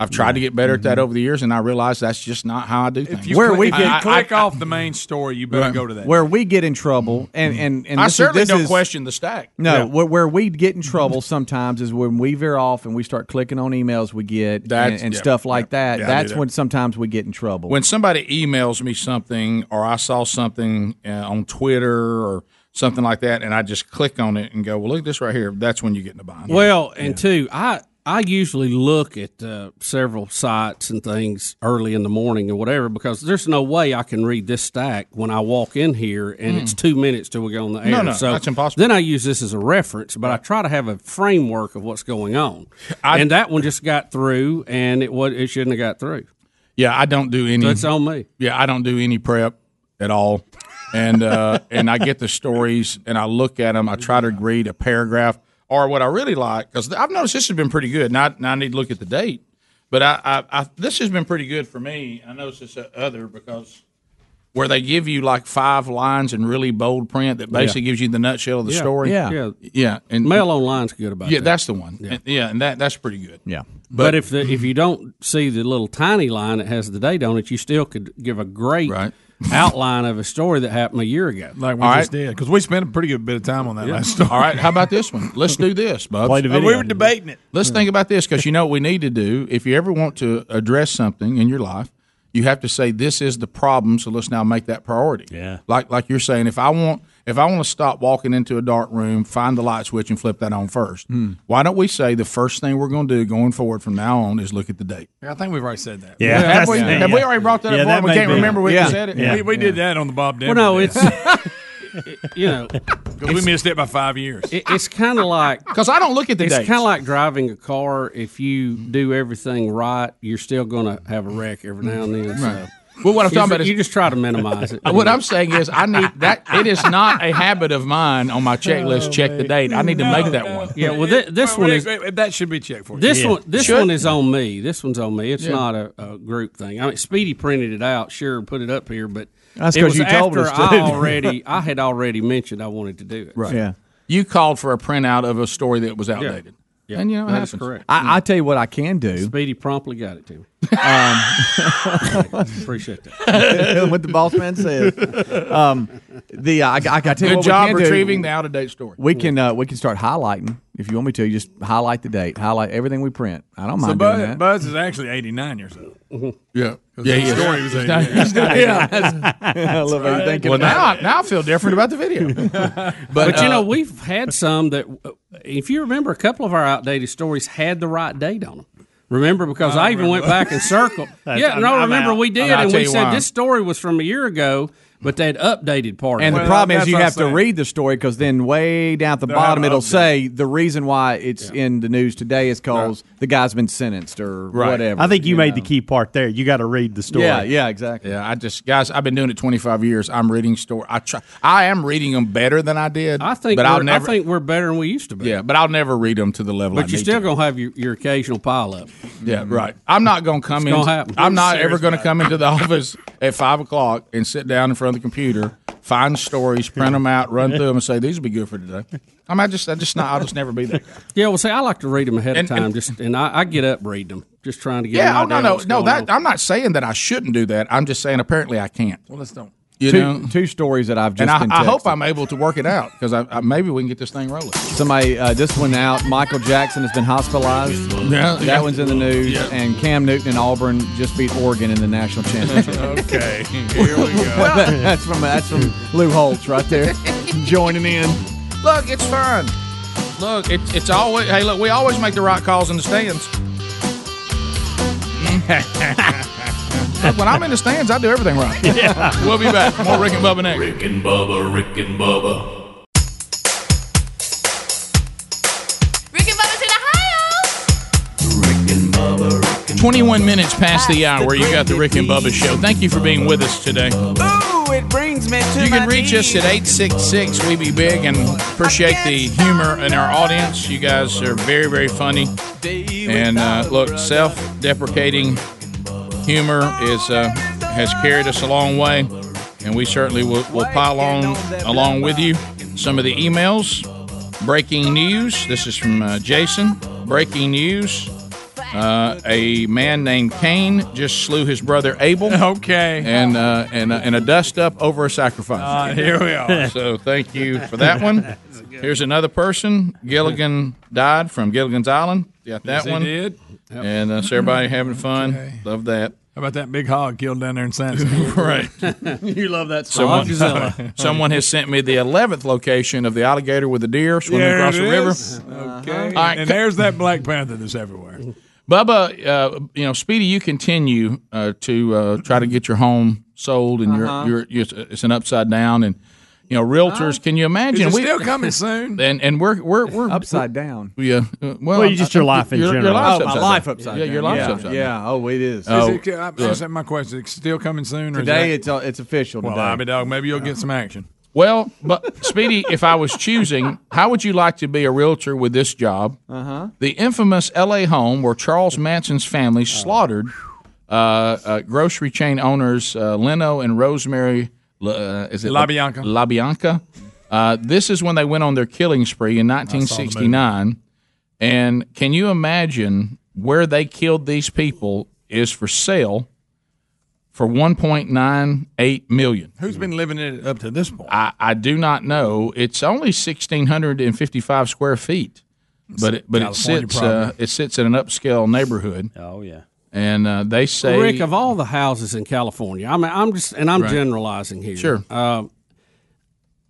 Speaker 2: I've tried to get better at that over the years, and I realize that's just not how I do things.
Speaker 6: Mm-hmm. If you click, if you click off the main story, you better
Speaker 2: Right.
Speaker 6: go to that.
Speaker 5: Where we get in trouble, and and, and
Speaker 2: Mm-hmm. I
Speaker 5: this is-
Speaker 2: certainly
Speaker 5: this
Speaker 2: don't
Speaker 5: is-
Speaker 2: question the stack.
Speaker 5: No,
Speaker 2: Yeah.
Speaker 5: where, where we get
Speaker 2: (laughs)
Speaker 5: in trouble sometimes is when we veer off and we start clicking on emails we get
Speaker 2: That's-
Speaker 5: and, and
Speaker 2: yeah.
Speaker 5: stuff like that.
Speaker 2: Yeah, I do
Speaker 5: that's
Speaker 2: that.
Speaker 5: when sometimes we get in trouble. (laughs)
Speaker 2: When somebody (laughs) emails me something, or I saw something uh, on Twitter or something like that, and I just click on it and go, "Well, look at this right here." That's when you get in the bind.
Speaker 3: Well, and two, I I usually look at uh, several sites and things early in the morning or whatever because there's no way I can read this stack when I walk in here and
Speaker 2: Mm.
Speaker 3: it's two minutes till we go on the air.
Speaker 2: No, no,
Speaker 3: so
Speaker 2: that's impossible.
Speaker 3: Then I use this as a reference, but I try to have a framework of what's going on. and that one just got through, and it was it shouldn't have got through.
Speaker 2: Yeah, I don't do any.
Speaker 3: So it's on me.
Speaker 2: Yeah, I don't do any prep at all, and
Speaker 3: (laughs)
Speaker 2: uh, and I get the stories and I look at them. I try to read a paragraph or what I really like because I've noticed this has been pretty good. Now, now I need to look at the date, but I, I, I this has been pretty good for me. I noticed this other because where they give you like five lines in really bold print that basically gives you the nutshell of the
Speaker 3: Yeah.
Speaker 2: story.
Speaker 3: Yeah. Yeah.
Speaker 2: yeah. And
Speaker 3: Mail online's good about
Speaker 2: yeah,
Speaker 3: that.
Speaker 2: that's the one.
Speaker 3: Yeah.
Speaker 2: And- yeah, and that that's pretty good.
Speaker 5: Yeah.
Speaker 3: But, if the, if you don't see the little tiny line that has the date on it, you still could give a great outline of a story that happened a year ago.
Speaker 6: Like we just did because we spent a pretty good bit of time on that
Speaker 3: Yeah.
Speaker 6: last story.
Speaker 2: All right, how about this one? Let's do this, Bubs.
Speaker 6: Play the video. Oh, we were debating it.
Speaker 2: Let's think about this because you know what we need to do. If you ever want to address something in your life, you have to say this is the problem. So let's now make that priority. Yeah. Like like you're saying, if I want if I want to stop walking into a dark room, find the light switch and flip that on first.
Speaker 6: Hmm.
Speaker 2: Why don't we say the first thing we're going to do going forward from now on is look at the date?
Speaker 6: I think we've already said that.
Speaker 2: Yeah. Yeah, have we- Yeah. have we already brought that up Yeah, before? that We may can't be. remember we
Speaker 6: yeah.
Speaker 2: said it.
Speaker 6: We, we
Speaker 2: Yeah.
Speaker 6: did that on the Bob
Speaker 2: Well,
Speaker 6: Denver.
Speaker 2: no,
Speaker 3: (laughs) you know,
Speaker 6: (laughs) because we missed it by five years.
Speaker 3: It, it's kind of
Speaker 6: (laughs)
Speaker 3: like
Speaker 2: because I don't look at the
Speaker 3: It's
Speaker 2: dates. Mm-hmm.
Speaker 3: kind of like driving a car. If you do everything right, you're still going to have a wreck every now and then.
Speaker 2: Right.
Speaker 3: So,
Speaker 2: Well, what I'm
Speaker 3: You-
Speaker 2: talking about is
Speaker 3: you just try to minimize it.
Speaker 2: (laughs) What I'm saying is, I need that. It is not a habit of mine on my
Speaker 6: Oh,
Speaker 2: checklist. check the date. I need to make that one.
Speaker 3: Yeah, well, thi- this one is-
Speaker 6: that should be checked for.
Speaker 3: This
Speaker 6: you.
Speaker 3: one, this
Speaker 6: Should.
Speaker 3: one is on me. This one's on me. It's
Speaker 6: Yeah.
Speaker 3: not a, a group thing. I mean, Speedy printed it out, sure, and put it up here, but
Speaker 5: That's
Speaker 3: it
Speaker 5: 'cause
Speaker 3: was
Speaker 5: you told
Speaker 3: after
Speaker 5: us to. (laughs)
Speaker 3: I already, I had already mentioned I wanted to do it.
Speaker 5: Right. Yeah.
Speaker 2: You called for a printout of a story that was outdated.
Speaker 3: Yeah.
Speaker 2: And you know what
Speaker 3: That is
Speaker 2: happens.
Speaker 3: correct.
Speaker 5: I, I tell you what I can do. Um,
Speaker 3: Speedy promptly got it to me.
Speaker 5: (laughs)
Speaker 3: Appreciate that.
Speaker 5: what the boss man said. Um, the uh, I, I, I tell you
Speaker 2: Good
Speaker 5: what we
Speaker 2: job
Speaker 5: can do.
Speaker 2: retrieving the out-of-date story.
Speaker 5: We can uh, we can start highlighting if you want me to. You just highlight the date, highlight everything we print. I don't
Speaker 6: So
Speaker 5: mind doing
Speaker 6: Buzz,
Speaker 5: that.
Speaker 6: Buzz is actually 89 years
Speaker 3: Mm-hmm.
Speaker 6: old.
Speaker 2: Yeah.
Speaker 6: Yeah, he is.
Speaker 5: Story
Speaker 6: was
Speaker 2: He's
Speaker 6: 89.
Speaker 2: not- he's not-
Speaker 3: (laughs)
Speaker 6: Yeah.
Speaker 5: I love how you're thinking
Speaker 2: Well,
Speaker 5: about
Speaker 2: now,
Speaker 5: it.
Speaker 2: now I feel different about the
Speaker 3: (laughs)
Speaker 2: video.
Speaker 3: but,
Speaker 2: But,
Speaker 3: you know,
Speaker 2: uh,
Speaker 3: we've had some that, uh, if you remember, a couple of our outdated stories had the right date on them. Remember, because I, even went back and circled.
Speaker 2: (laughs) That's-
Speaker 3: yeah,
Speaker 2: I'm-
Speaker 3: no,
Speaker 2: I'm
Speaker 3: remember
Speaker 2: out.
Speaker 3: we did,
Speaker 2: And I'll
Speaker 3: and
Speaker 2: tell
Speaker 3: we
Speaker 2: you
Speaker 3: said
Speaker 2: why.
Speaker 3: this story was from a year ago, but they had updated part. of
Speaker 5: And
Speaker 3: it.
Speaker 5: the problem is you have to read the story because then way down at the
Speaker 3: They'll
Speaker 5: bottom
Speaker 3: have an
Speaker 5: it'll say the reason why it's in the news today is because the guy's been sentenced or whatever.
Speaker 14: I think you, made
Speaker 5: know.
Speaker 14: the key part there. You got to read the story.
Speaker 5: Yeah, yeah, exactly.
Speaker 2: Yeah, I just guys, I've been doing it 25 years. I'm reading story. I try. I am reading them better than I did. I
Speaker 3: think
Speaker 2: but
Speaker 3: we're-
Speaker 2: I'll never.
Speaker 3: I think we're better than we used to be.
Speaker 2: yeah, but I'll never read them to the level. I
Speaker 3: But you're
Speaker 2: need
Speaker 3: still going to have your, your occasional pile up.
Speaker 2: Yeah, right. I'm not going to come
Speaker 3: It's
Speaker 2: in.
Speaker 3: gonna happen.
Speaker 2: I'm not
Speaker 3: Serious
Speaker 2: ever going to
Speaker 3: about it.
Speaker 2: come into the (laughs) office at five o'clock and sit down in front of the computer, find stories, print them out, run through them, and say these will be good for today. I mean, I just, I just not, I'll just never be that guy.
Speaker 3: (laughs) Yeah, well, see, I like to read them ahead
Speaker 2: And-
Speaker 3: of time,
Speaker 2: and-
Speaker 3: just and I, I get up, read them, just trying (laughs) to get.
Speaker 2: Yeah, oh
Speaker 3: an idea
Speaker 2: no,
Speaker 3: of
Speaker 2: no,
Speaker 3: what's
Speaker 2: no.
Speaker 3: going
Speaker 2: That
Speaker 3: on.
Speaker 2: I'm not saying that I shouldn't do that. I'm just saying apparently I can't.
Speaker 6: Well, let's don't.
Speaker 2: You
Speaker 5: two,
Speaker 2: know,
Speaker 5: two stories that I've just
Speaker 2: and I,
Speaker 5: been
Speaker 2: I hope
Speaker 5: texted.
Speaker 2: I'm able to work it out because I, I, maybe we can get this thing rolling.
Speaker 5: Somebody, uh, this one out. Michael Jackson has been hospitalized.
Speaker 2: Yeah,
Speaker 5: that
Speaker 2: yeah.
Speaker 5: one's in the news.
Speaker 2: Yeah.
Speaker 5: And Cam Newton and Auburn just beat Oregon in the national championship.
Speaker 6: okay, here we
Speaker 5: (laughs)
Speaker 6: go.
Speaker 5: that's from that's from Lou Holtz right there, joining in.
Speaker 2: Look, it's fun. Look, it, it's always. Hey, look, we always make the right calls in the stands. (laughs) Look, when I'm in the stands, I do everything right. We'll be back. (laughs) More Rick and Bubba next.
Speaker 7: Rick and Bubba, Rick and Bubba.
Speaker 17: Rick and Bubba's in Ohio.
Speaker 2: 21 minutes past the hour, you got the Rick and Bubba show. Thank you for being with us today.
Speaker 20: Ooh, it brings me to
Speaker 2: You
Speaker 20: my
Speaker 2: can reach us at 866 We Be Big and appreciate the humor in our audience. You guys are very, very funny. And uh, look, self deprecating humor is uh, has carried us a long way. And we certainly will, will pile on along with you. Some of the emails. Breaking news. This is from uh, Jason. Breaking news. Uh, a man named Cain just slew his brother Abel.
Speaker 6: (laughs) Okay.
Speaker 2: And uh, and uh, and a dust up over a sacrifice.
Speaker 6: Ah, here we are.
Speaker 2: so thank you for that
Speaker 3: (laughs)
Speaker 6: (laughs)
Speaker 2: one. Here's another person. Gilligan died from Gilligan's Island. Got that
Speaker 6: Yes, he
Speaker 2: one.
Speaker 6: did.
Speaker 2: And uh, so everybody having fun. Love that.
Speaker 6: How about that big hog killed down there in Santa?
Speaker 2: right.
Speaker 14: you love
Speaker 2: (laughs)
Speaker 14: that
Speaker 2: Someone, someone has sent me the eleventh location of the alligator with the deer swimming
Speaker 6: There
Speaker 2: across
Speaker 6: it
Speaker 2: the river. (laughs)
Speaker 6: is. Okay.
Speaker 2: All right,
Speaker 6: and
Speaker 2: co-
Speaker 6: there's that Black Panther that's everywhere.
Speaker 2: Bubba, uh, you know, Speedy, you continue uh, to uh, try to get your home sold, and
Speaker 6: Uh-huh. Uh,
Speaker 2: you're, you're, you're, it's an upside down, and you know, realtors. can you imagine?
Speaker 6: Is it still
Speaker 2: (laughs)
Speaker 6: coming soon?
Speaker 2: And and we're we're we're
Speaker 5: upside down.
Speaker 2: Yeah. uh, Well,
Speaker 5: Well, you just your life in
Speaker 2: your,
Speaker 5: general.
Speaker 2: Your life's
Speaker 5: Oh, my
Speaker 2: upside down.
Speaker 5: life upside
Speaker 2: Yeah,
Speaker 5: down.
Speaker 2: your life's
Speaker 5: Yeah.
Speaker 2: upside
Speaker 5: Yeah.
Speaker 2: down.
Speaker 5: Oh, it is.
Speaker 2: Oh,
Speaker 6: is it, I,
Speaker 2: look.
Speaker 6: is that my question? Is it still coming soon?
Speaker 5: (laughs)
Speaker 6: Or
Speaker 5: Today
Speaker 6: is
Speaker 5: it's uh, it's official.
Speaker 6: that, well,
Speaker 5: today. Uh-huh.
Speaker 6: I mean, dog, maybe you'll get some action.
Speaker 2: Well, but Speedy, if I was choosing, how would you like to be a realtor with this job?
Speaker 6: Uh-huh.
Speaker 5: Uh huh.
Speaker 6: Oh.
Speaker 2: The infamous L.A. home where Charles Manson's family slaughtered Uh, uh, grocery chain owners uh, Leno and Rosemary. Uh, is it
Speaker 6: La Bianca.
Speaker 2: La Bianca. Uh, this is when they went on their killing spree in 1969. And can you imagine where they killed these people is for sale for 1.98 million?
Speaker 6: Who's been living in it up to this point?
Speaker 2: I, I do not know. It's only 1,655 square feet, but it, but it
Speaker 3: California
Speaker 2: sits uh,
Speaker 3: property.
Speaker 2: it sits in an upscale neighborhood.
Speaker 3: Oh yeah,
Speaker 2: and uh, they say
Speaker 3: Rick, of all the houses in California, I mean, I'm just and I'm
Speaker 2: Right.
Speaker 3: generalizing here.
Speaker 2: Sure.
Speaker 3: Uh,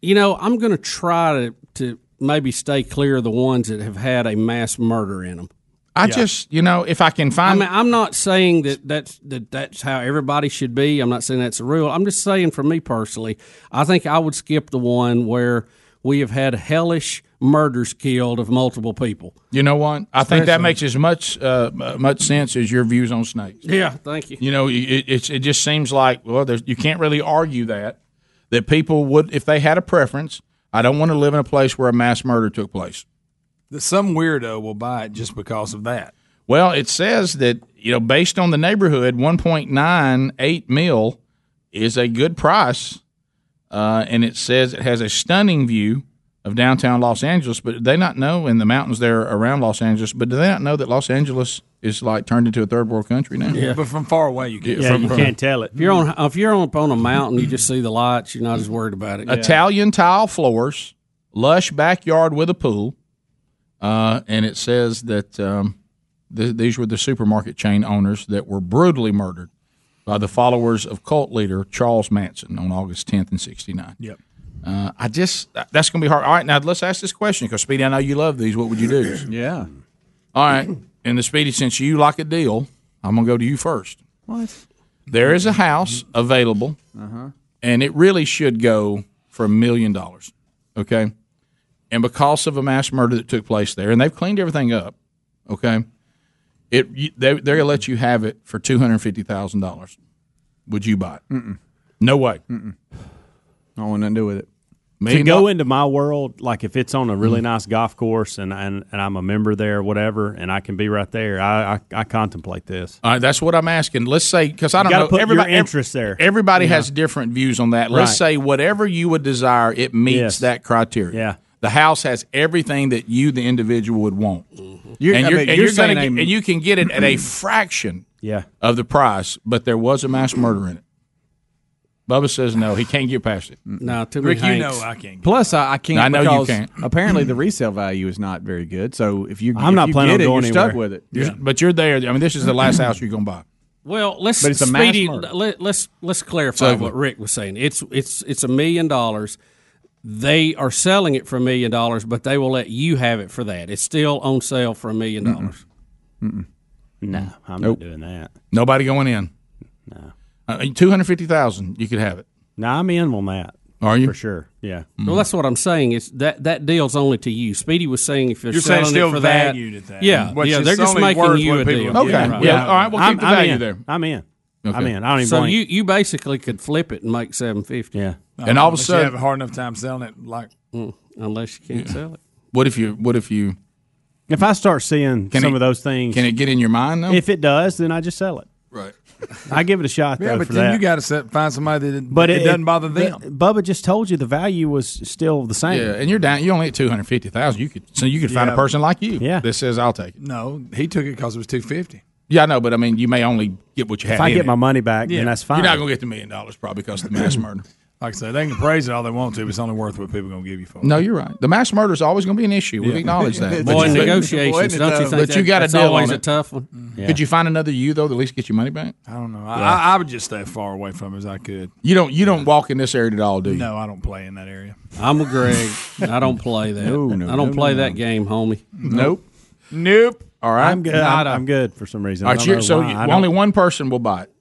Speaker 3: you know, I'm going to try to to maybe stay clear of the ones that have had a mass murder in them.
Speaker 2: I just, you know, if I can find,
Speaker 3: I mean, I'm not saying that that's that that's how everybody should be. I'm not saying that's a rule. I'm just saying, for me personally, I think I would skip the one where we have had hellish murders killed of multiple people.
Speaker 2: you know what? I think that
Speaker 3: Especially-
Speaker 2: makes as much uh, much sense as your views on snakes.
Speaker 3: Yeah, thank you.
Speaker 2: You know, it, it's it just seems like well, there's, you can't really argue that that people would if they had a preference. I don't want to live in a place where a mass murder took place.
Speaker 6: That some weirdo will buy it just because of that.
Speaker 2: Well, it says that you know, based on the neighborhood, one point nine eight mil is a good price, uh, and it says it has a stunning view of downtown Los Angeles. But they not know in the mountains there around Los Angeles. But do they not know that Los Angeles is like turned into a third world country now?
Speaker 3: (laughs)
Speaker 6: But from far away, you can't.
Speaker 2: Yeah, from- you from- can't tell it.
Speaker 3: If you're on if you're up on a mountain, you just see the lights. You're not as worried about it.
Speaker 2: Italian tile floors, lush backyard with a pool, uh, and it says that um, th- these were the supermarket chain owners that were brutally murdered by the followers of cult leader Charles Manson on August 10th and 69.
Speaker 6: Yep.
Speaker 2: Uh, I just that- that's going to be hard. All right, now let's ask this question because Speedy, I know you love these. What would you
Speaker 14: (clears throat)
Speaker 2: do?
Speaker 5: yeah.
Speaker 2: All right, and the Speedy, since you like a deal, I'm going to go to you first.
Speaker 5: What?
Speaker 2: There is a house available
Speaker 5: Uh-huh.
Speaker 2: and it really should go for a million dollars. Okay. And because of a mass murder that took place there, and they've cleaned everything up, okay, it you- they, they're going to let you have it for two hundred fifty thousand dollars. Would you buy it?
Speaker 5: Mm-mm.
Speaker 2: No way.
Speaker 5: Mm-mm. I want nothing to do with it.
Speaker 2: Me
Speaker 14: to go
Speaker 2: not-
Speaker 14: into my world, like if it's on a really
Speaker 2: Mm.
Speaker 14: nice golf course and, and, and I'm a member there, whatever, and I can be right there, I, I, I contemplate this.
Speaker 2: All right, that's what I'm asking. Let's say because I
Speaker 14: You
Speaker 2: don't
Speaker 14: gotta
Speaker 2: know
Speaker 14: put your
Speaker 2: everybody ev-
Speaker 14: interest there.
Speaker 2: Everybody
Speaker 14: Yeah.
Speaker 2: has different views on that. Let's
Speaker 14: Right.
Speaker 2: say whatever you would desire, it meets
Speaker 14: Yes.
Speaker 2: that criteria. Yeah. The house has everything that you, the individual, would want,
Speaker 14: You're-
Speaker 2: and,
Speaker 14: I
Speaker 2: you're, and
Speaker 14: mean, you're
Speaker 2: you're gonna
Speaker 14: saying
Speaker 2: get-
Speaker 14: a-
Speaker 2: and you can get
Speaker 10: (clears throat)
Speaker 2: it at a fraction
Speaker 14: Yeah.
Speaker 2: of the price. But there was a mass murder in it. Bubba says no, he can't get past it.
Speaker 3: No, too
Speaker 6: Rick, you know I can't.
Speaker 5: Plus, I, I can't.
Speaker 2: I know you
Speaker 5: because
Speaker 2: can't. (clears throat)
Speaker 5: Apparently, the resale value is not very good. So if you,
Speaker 2: I'm
Speaker 5: if
Speaker 2: not
Speaker 5: you
Speaker 2: planning on
Speaker 5: get it,
Speaker 2: going
Speaker 5: you're stuck
Speaker 2: anywhere.
Speaker 5: with it.
Speaker 2: You're- But you're there. I mean, this is the last house you're going to buy.
Speaker 3: Well, let's
Speaker 2: But it's a mass
Speaker 3: Speedy,
Speaker 2: murder.
Speaker 3: let, us let's clarify
Speaker 2: Exactly.
Speaker 3: what Rick was saying. It's it's it's a million dollars. They are selling it for a million dollars, but they will let you have it for that. It's still on sale for a million dollars.
Speaker 14: No, I'm
Speaker 2: Nope.
Speaker 14: not doing that.
Speaker 2: Nobody going in. No. Uh, Two hundred fifty thousand. You could have it.
Speaker 14: No, I'm in on that.
Speaker 2: Are you Mm-hmm.
Speaker 14: for sure? Yeah.
Speaker 3: Well, that's what I'm saying. Is that that deal's only to you? Speedy was saying if you're,
Speaker 14: You're saying
Speaker 3: selling
Speaker 14: still
Speaker 3: it for that,
Speaker 14: valued at that.
Speaker 3: yeah,
Speaker 14: Which
Speaker 3: yeah,
Speaker 14: is
Speaker 3: they're just
Speaker 14: only
Speaker 3: making
Speaker 14: worth
Speaker 3: you
Speaker 14: what
Speaker 3: a
Speaker 14: people
Speaker 3: deal.
Speaker 14: get. Okay. Yeah. All right, we'll keep
Speaker 3: I'm-
Speaker 14: the
Speaker 3: I'm
Speaker 14: value
Speaker 3: in.
Speaker 14: there. I'm in. I'm in. I don't even
Speaker 3: So
Speaker 14: blink.
Speaker 3: you you basically could flip it and make seven fifty. Mm,
Speaker 14: Yeah,
Speaker 2: And all of a
Speaker 6: Unless you
Speaker 2: sudden-
Speaker 6: have a hard enough time selling it. Like
Speaker 3: unless you can't sell it.
Speaker 2: What if you? What if you?
Speaker 14: If I start seeing
Speaker 2: Can
Speaker 14: some
Speaker 2: it-
Speaker 14: of those things,
Speaker 2: can it get in your mind though?
Speaker 14: If it does, then I just sell it.
Speaker 2: Right.
Speaker 14: I give it a shot.
Speaker 6: Yeah,
Speaker 14: though,
Speaker 6: but
Speaker 14: for
Speaker 6: then
Speaker 14: that.
Speaker 6: you got to find somebody that
Speaker 14: but
Speaker 6: it, doesn't bother them.
Speaker 14: but Bubba just told you the value was still the same.
Speaker 2: Yeah, and you're down. You only at two hundred fifty thousand. You could so you could find
Speaker 14: Yeah.
Speaker 2: a person like you. Yeah. that says I'll take it.
Speaker 6: No, he took it because it was two fifty.
Speaker 2: Yeah, I know, but I mean, you may only get what you have.
Speaker 14: If I
Speaker 2: in
Speaker 14: get
Speaker 2: it.
Speaker 14: my money back, then that's fine.
Speaker 2: You're not going to get the million dollars probably because of the mass murder.
Speaker 6: Like I said, they can praise it all they want to, but it's only worth what people are gonna give you for. it.
Speaker 2: No, you're right. The mass murder is always going to be an issue. We've
Speaker 6: Yeah.
Speaker 2: acknowledged
Speaker 6: (laughs)
Speaker 2: that.
Speaker 6: Boy,
Speaker 2: But-
Speaker 6: negotiations, Boy, isn't it don't you though? think
Speaker 2: But you
Speaker 6: that-
Speaker 2: got to
Speaker 6: that's
Speaker 2: deal
Speaker 6: always
Speaker 2: on
Speaker 6: a
Speaker 2: it.
Speaker 6: tough one? Yeah.
Speaker 2: Could you find another you though? That at least get your money back.
Speaker 6: I don't know. I,
Speaker 2: Yeah.
Speaker 6: I, I would just stay as far away from it as I could.
Speaker 2: You don't. You don't walk in this area at all, Oh, do you?
Speaker 6: No, I don't play in that area.
Speaker 3: I'm with Greg. I don't play that.
Speaker 6: No, no,
Speaker 3: I don't
Speaker 6: no,
Speaker 3: play
Speaker 6: no,
Speaker 3: that
Speaker 6: no.
Speaker 3: game, homie.
Speaker 2: Nope.
Speaker 6: Nope.
Speaker 2: All right.
Speaker 14: I'm good. I'm, I'm good for some reason.
Speaker 2: All
Speaker 14: I
Speaker 2: right,
Speaker 14: don't
Speaker 2: you're-
Speaker 14: know
Speaker 2: so
Speaker 14: why.
Speaker 2: you-
Speaker 14: I
Speaker 2: only
Speaker 14: don't-
Speaker 2: one person will buy it.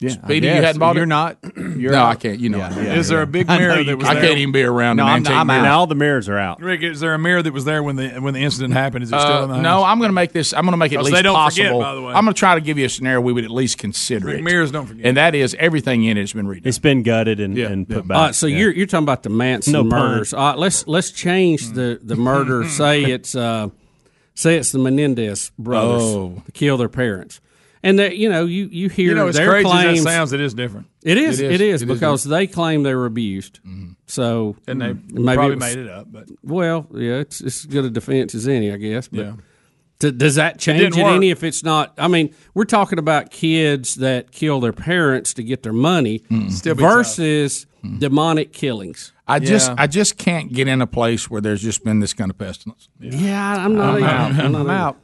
Speaker 5: Yeah,
Speaker 2: Speedy,
Speaker 5: I
Speaker 2: (laughs) you
Speaker 5: guess.
Speaker 2: hadn't bought
Speaker 5: You're
Speaker 2: it.
Speaker 5: not- you're
Speaker 2: no,
Speaker 5: out.
Speaker 2: I can't. You know,
Speaker 5: Yeah,
Speaker 2: I
Speaker 5: yeah,
Speaker 2: can't.
Speaker 5: Is there a big
Speaker 2: I know
Speaker 5: mirror
Speaker 2: you
Speaker 5: that was
Speaker 2: I
Speaker 5: there?
Speaker 2: can't even be around.
Speaker 5: No,
Speaker 2: to
Speaker 5: I'm-
Speaker 2: maintain
Speaker 5: I'm
Speaker 2: mirrors.
Speaker 5: out.
Speaker 14: All the mirrors are out.
Speaker 6: Rick, is there a mirror that was there when the when the incident happened? Is it still
Speaker 2: Uh,
Speaker 6: in the house?
Speaker 2: no, I'm going to make this. I'm going to make it at
Speaker 6: 'Cause
Speaker 2: least
Speaker 6: they don't
Speaker 2: possible.
Speaker 6: forget, by the way.
Speaker 2: I'm going to try to give you a scenario we would at least consider
Speaker 6: Rick,
Speaker 2: it.
Speaker 6: mirrors don't forget.
Speaker 2: and that is everything in it has been redone.
Speaker 14: It's been gutted and, and put back.
Speaker 3: All right, so you're you're talking about the Manson
Speaker 14: No pun.
Speaker 3: murders. All right, let's let's change the the murder.
Speaker 2: Mm-hmm.
Speaker 3: say it's uh, say it's the Menendez brothers
Speaker 14: Oh.
Speaker 3: to kill their parents, and And that you know, you you hear
Speaker 6: You know, as
Speaker 3: their
Speaker 6: crazy
Speaker 3: claims.
Speaker 6: as that sounds, it is different.
Speaker 3: It is. It is,
Speaker 6: It is
Speaker 3: because they claim they were abused. So mm,
Speaker 6: And they
Speaker 3: maybe
Speaker 6: probably
Speaker 3: was-
Speaker 6: made it up, but-
Speaker 3: well, yeah, it's it's as good a defense as any, I guess. But
Speaker 6: Yeah.
Speaker 3: d- does that change
Speaker 6: didn't
Speaker 3: it,
Speaker 6: work.
Speaker 3: any if it's not? I mean, we're talking about kids that kill their parents to get their money
Speaker 2: Still be tough. Mm-hmm.
Speaker 3: versus demonic killings.
Speaker 2: I just I just can't get in a place where there's just been this kind of pestilence.
Speaker 3: yeah, I'm not
Speaker 2: I'm
Speaker 3: either.
Speaker 2: out.
Speaker 3: I'm, not
Speaker 2: I'm
Speaker 3: either.
Speaker 2: out.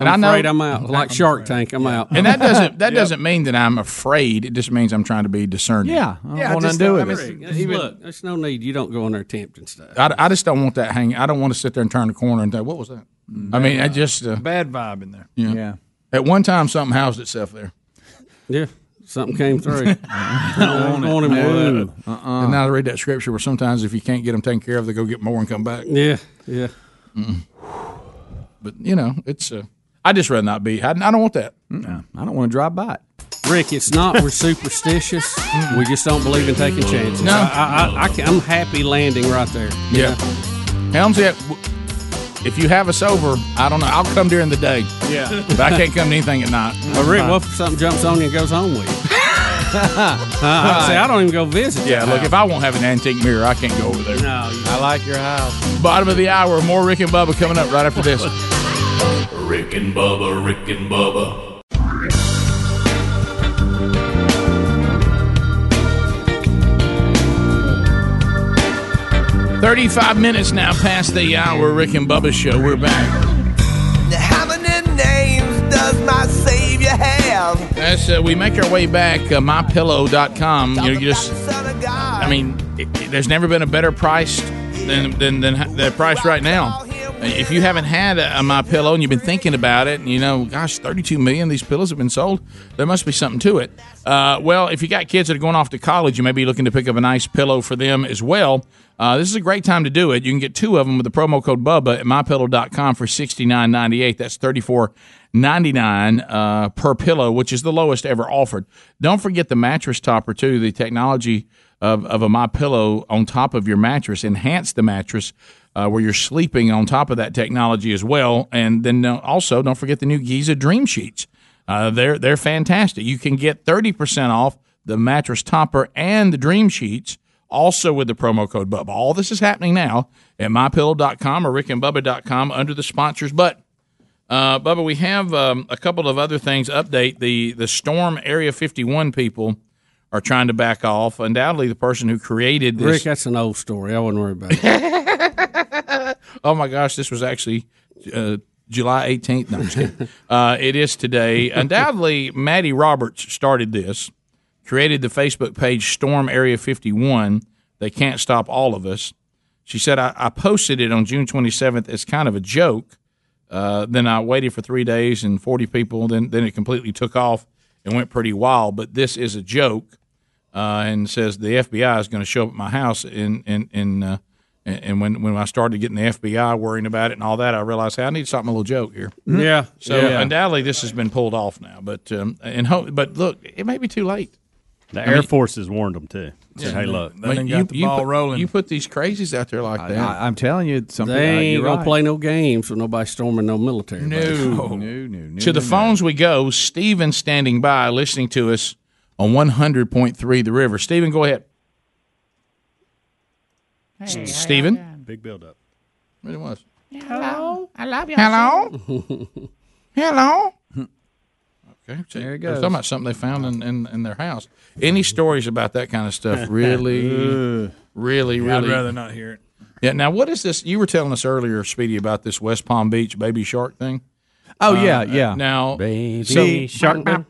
Speaker 3: I'm
Speaker 2: And I know-
Speaker 3: afraid I'm out. Like Shark Tank, I'm out. (laughs)
Speaker 2: And that doesn't that
Speaker 3: Yep.
Speaker 2: doesn't mean that I'm afraid. It just means I'm trying to be discerning.
Speaker 3: Yeah,
Speaker 2: I,
Speaker 3: yeah,
Speaker 2: want
Speaker 3: just
Speaker 2: nothing to do
Speaker 3: don't-
Speaker 2: with
Speaker 3: I
Speaker 2: it.
Speaker 3: mean, just look, there's no need. You don't go in there tempting stuff.
Speaker 2: I just don't want that hanging. I don't want to sit there and turn the corner and think, "What was that?" I mean, I just uh,
Speaker 6: bad vibe in there.
Speaker 2: yeah. At one time, something housed itself there.
Speaker 3: Yeah, something came
Speaker 2: (laughs)
Speaker 3: through. I don't want Uh-uh. him.
Speaker 2: No.
Speaker 3: No.
Speaker 2: Uh-uh. And now I read that scripture where sometimes if you can't get them taken care of, they go get more and come back.
Speaker 3: Yeah, yeah.
Speaker 2: Mm. But you know, it's. Uh, I just rather not be. I, I don't want that.
Speaker 5: I don't want to drive by it.
Speaker 3: Rick, it's not we're superstitious. we just don't believe in taking chances.
Speaker 2: No.
Speaker 3: I, I, I, can, I'm happy landing right there.
Speaker 2: Yeah. Helms, yeah, w- if you have us over, I don't know. I'll come during the day.
Speaker 3: Yeah. (laughs)
Speaker 2: But I can't come to anything at night.
Speaker 3: But Rick, what if something jumps on you and goes home with you? Uh, see, I don't even go visit.
Speaker 2: Yeah,
Speaker 3: that
Speaker 2: look,
Speaker 3: house.
Speaker 2: if I won't have an antique mirror, I can't go over there.
Speaker 3: No,
Speaker 2: I like your house. Bottom of the hour, more Rick and Bubba coming up right after
Speaker 3: (laughs)
Speaker 2: this.
Speaker 7: Rick and Bubba, Rick and Bubba.
Speaker 2: Thirty-five minutes now past the hour. Rick and Bubba show. We're back.
Speaker 10: How many names does my Savior have?
Speaker 2: That's uh, we make our way back. Uh, mypillow.com. You're just. I mean, it, it- there's never been a better price than than than the price right now. Uh, If you haven't had a, a My Pillow and you've been thinking about it, and you know, gosh, 32 million of these pillows have been sold, there must be something to it. Uh, well, if you got kids that are going off to college, you may be looking to pick up a nice pillow for them as well. Uh, this is a great time to do it. You can get two of them with the promo code Bubba at mypillow.com for $69.98. That's $34.99 uh, per pillow, which is the lowest ever offered. Don't forget the mattress topper, too. The technology of, of a my pillow on top of your mattress enhance the mattress uh, where you're sleeping on top of that technology as well and then uh, also don't forget the new giza dream sheets uh, they're they're fantastic you can get 30% off the mattress topper and the dream sheets also with the promo code bubba all this is happening now at mypillow.com or rickandbubba.com under the sponsors but uh, Bubba, we have um, a couple of other things. Update the the storm Area 51 people are trying to back off. Undoubtedly, the person who created this.
Speaker 3: Rick, that's an old story. I wouldn't worry about it.
Speaker 2: oh my gosh, this was actually uh, July 18th. No, I'm just kidding. uh, it is today. Undoubtedly, Maddie Roberts started this, created the Facebook page Storm Area 51. They can't stop all of us. She said, I, I posted it on June 27th as kind of a joke. Uh, then I waited for three days and 40 people. Then, then it completely took off and went pretty wild. But this is a joke uh, and says the FBI is going to show up at my house. And and and uh, and and when when I started getting the FBI worrying about it and all that, I realized hey, I need something a little joke here.
Speaker 3: Yeah,
Speaker 2: So
Speaker 3: yeah.
Speaker 2: undoubtedly this has been pulled off now. But um, and ho- but look, it may be too late.
Speaker 14: The
Speaker 2: I
Speaker 14: Air
Speaker 2: mean-
Speaker 14: Force has warned them too. Said, hey, look,
Speaker 2: I mean, you, you put, You put these crazies out there like that.
Speaker 5: I, am telling you, it's something.
Speaker 3: They
Speaker 5: uh,
Speaker 3: ain't
Speaker 5: you're
Speaker 3: gonna
Speaker 5: right.
Speaker 3: play no games with nobody storming no
Speaker 2: (laughs)
Speaker 3: military. base.
Speaker 2: No. to the phones we go. Steven standing by, listening to us on 100.3 The River. Steven, go ahead. S- Steven?
Speaker 14: big build up.
Speaker 2: Really was.
Speaker 15: Hello. I love you.
Speaker 2: Hello? (laughs) Hello? Okay.
Speaker 15: There
Speaker 2: They're
Speaker 15: it goes.
Speaker 2: talking about something they found in, in, in their house. Any stories about that kind of stuff? Really, really, really.
Speaker 6: Yeah, I'd rather not hear it.
Speaker 2: Yeah. Now, what is this? You were telling us earlier, Speedy, about this West Palm Beach baby shark thing.
Speaker 5: Oh,
Speaker 2: Uh,
Speaker 5: yeah, yeah.
Speaker 2: Now,
Speaker 5: Baby
Speaker 2: (laughs) shark. Do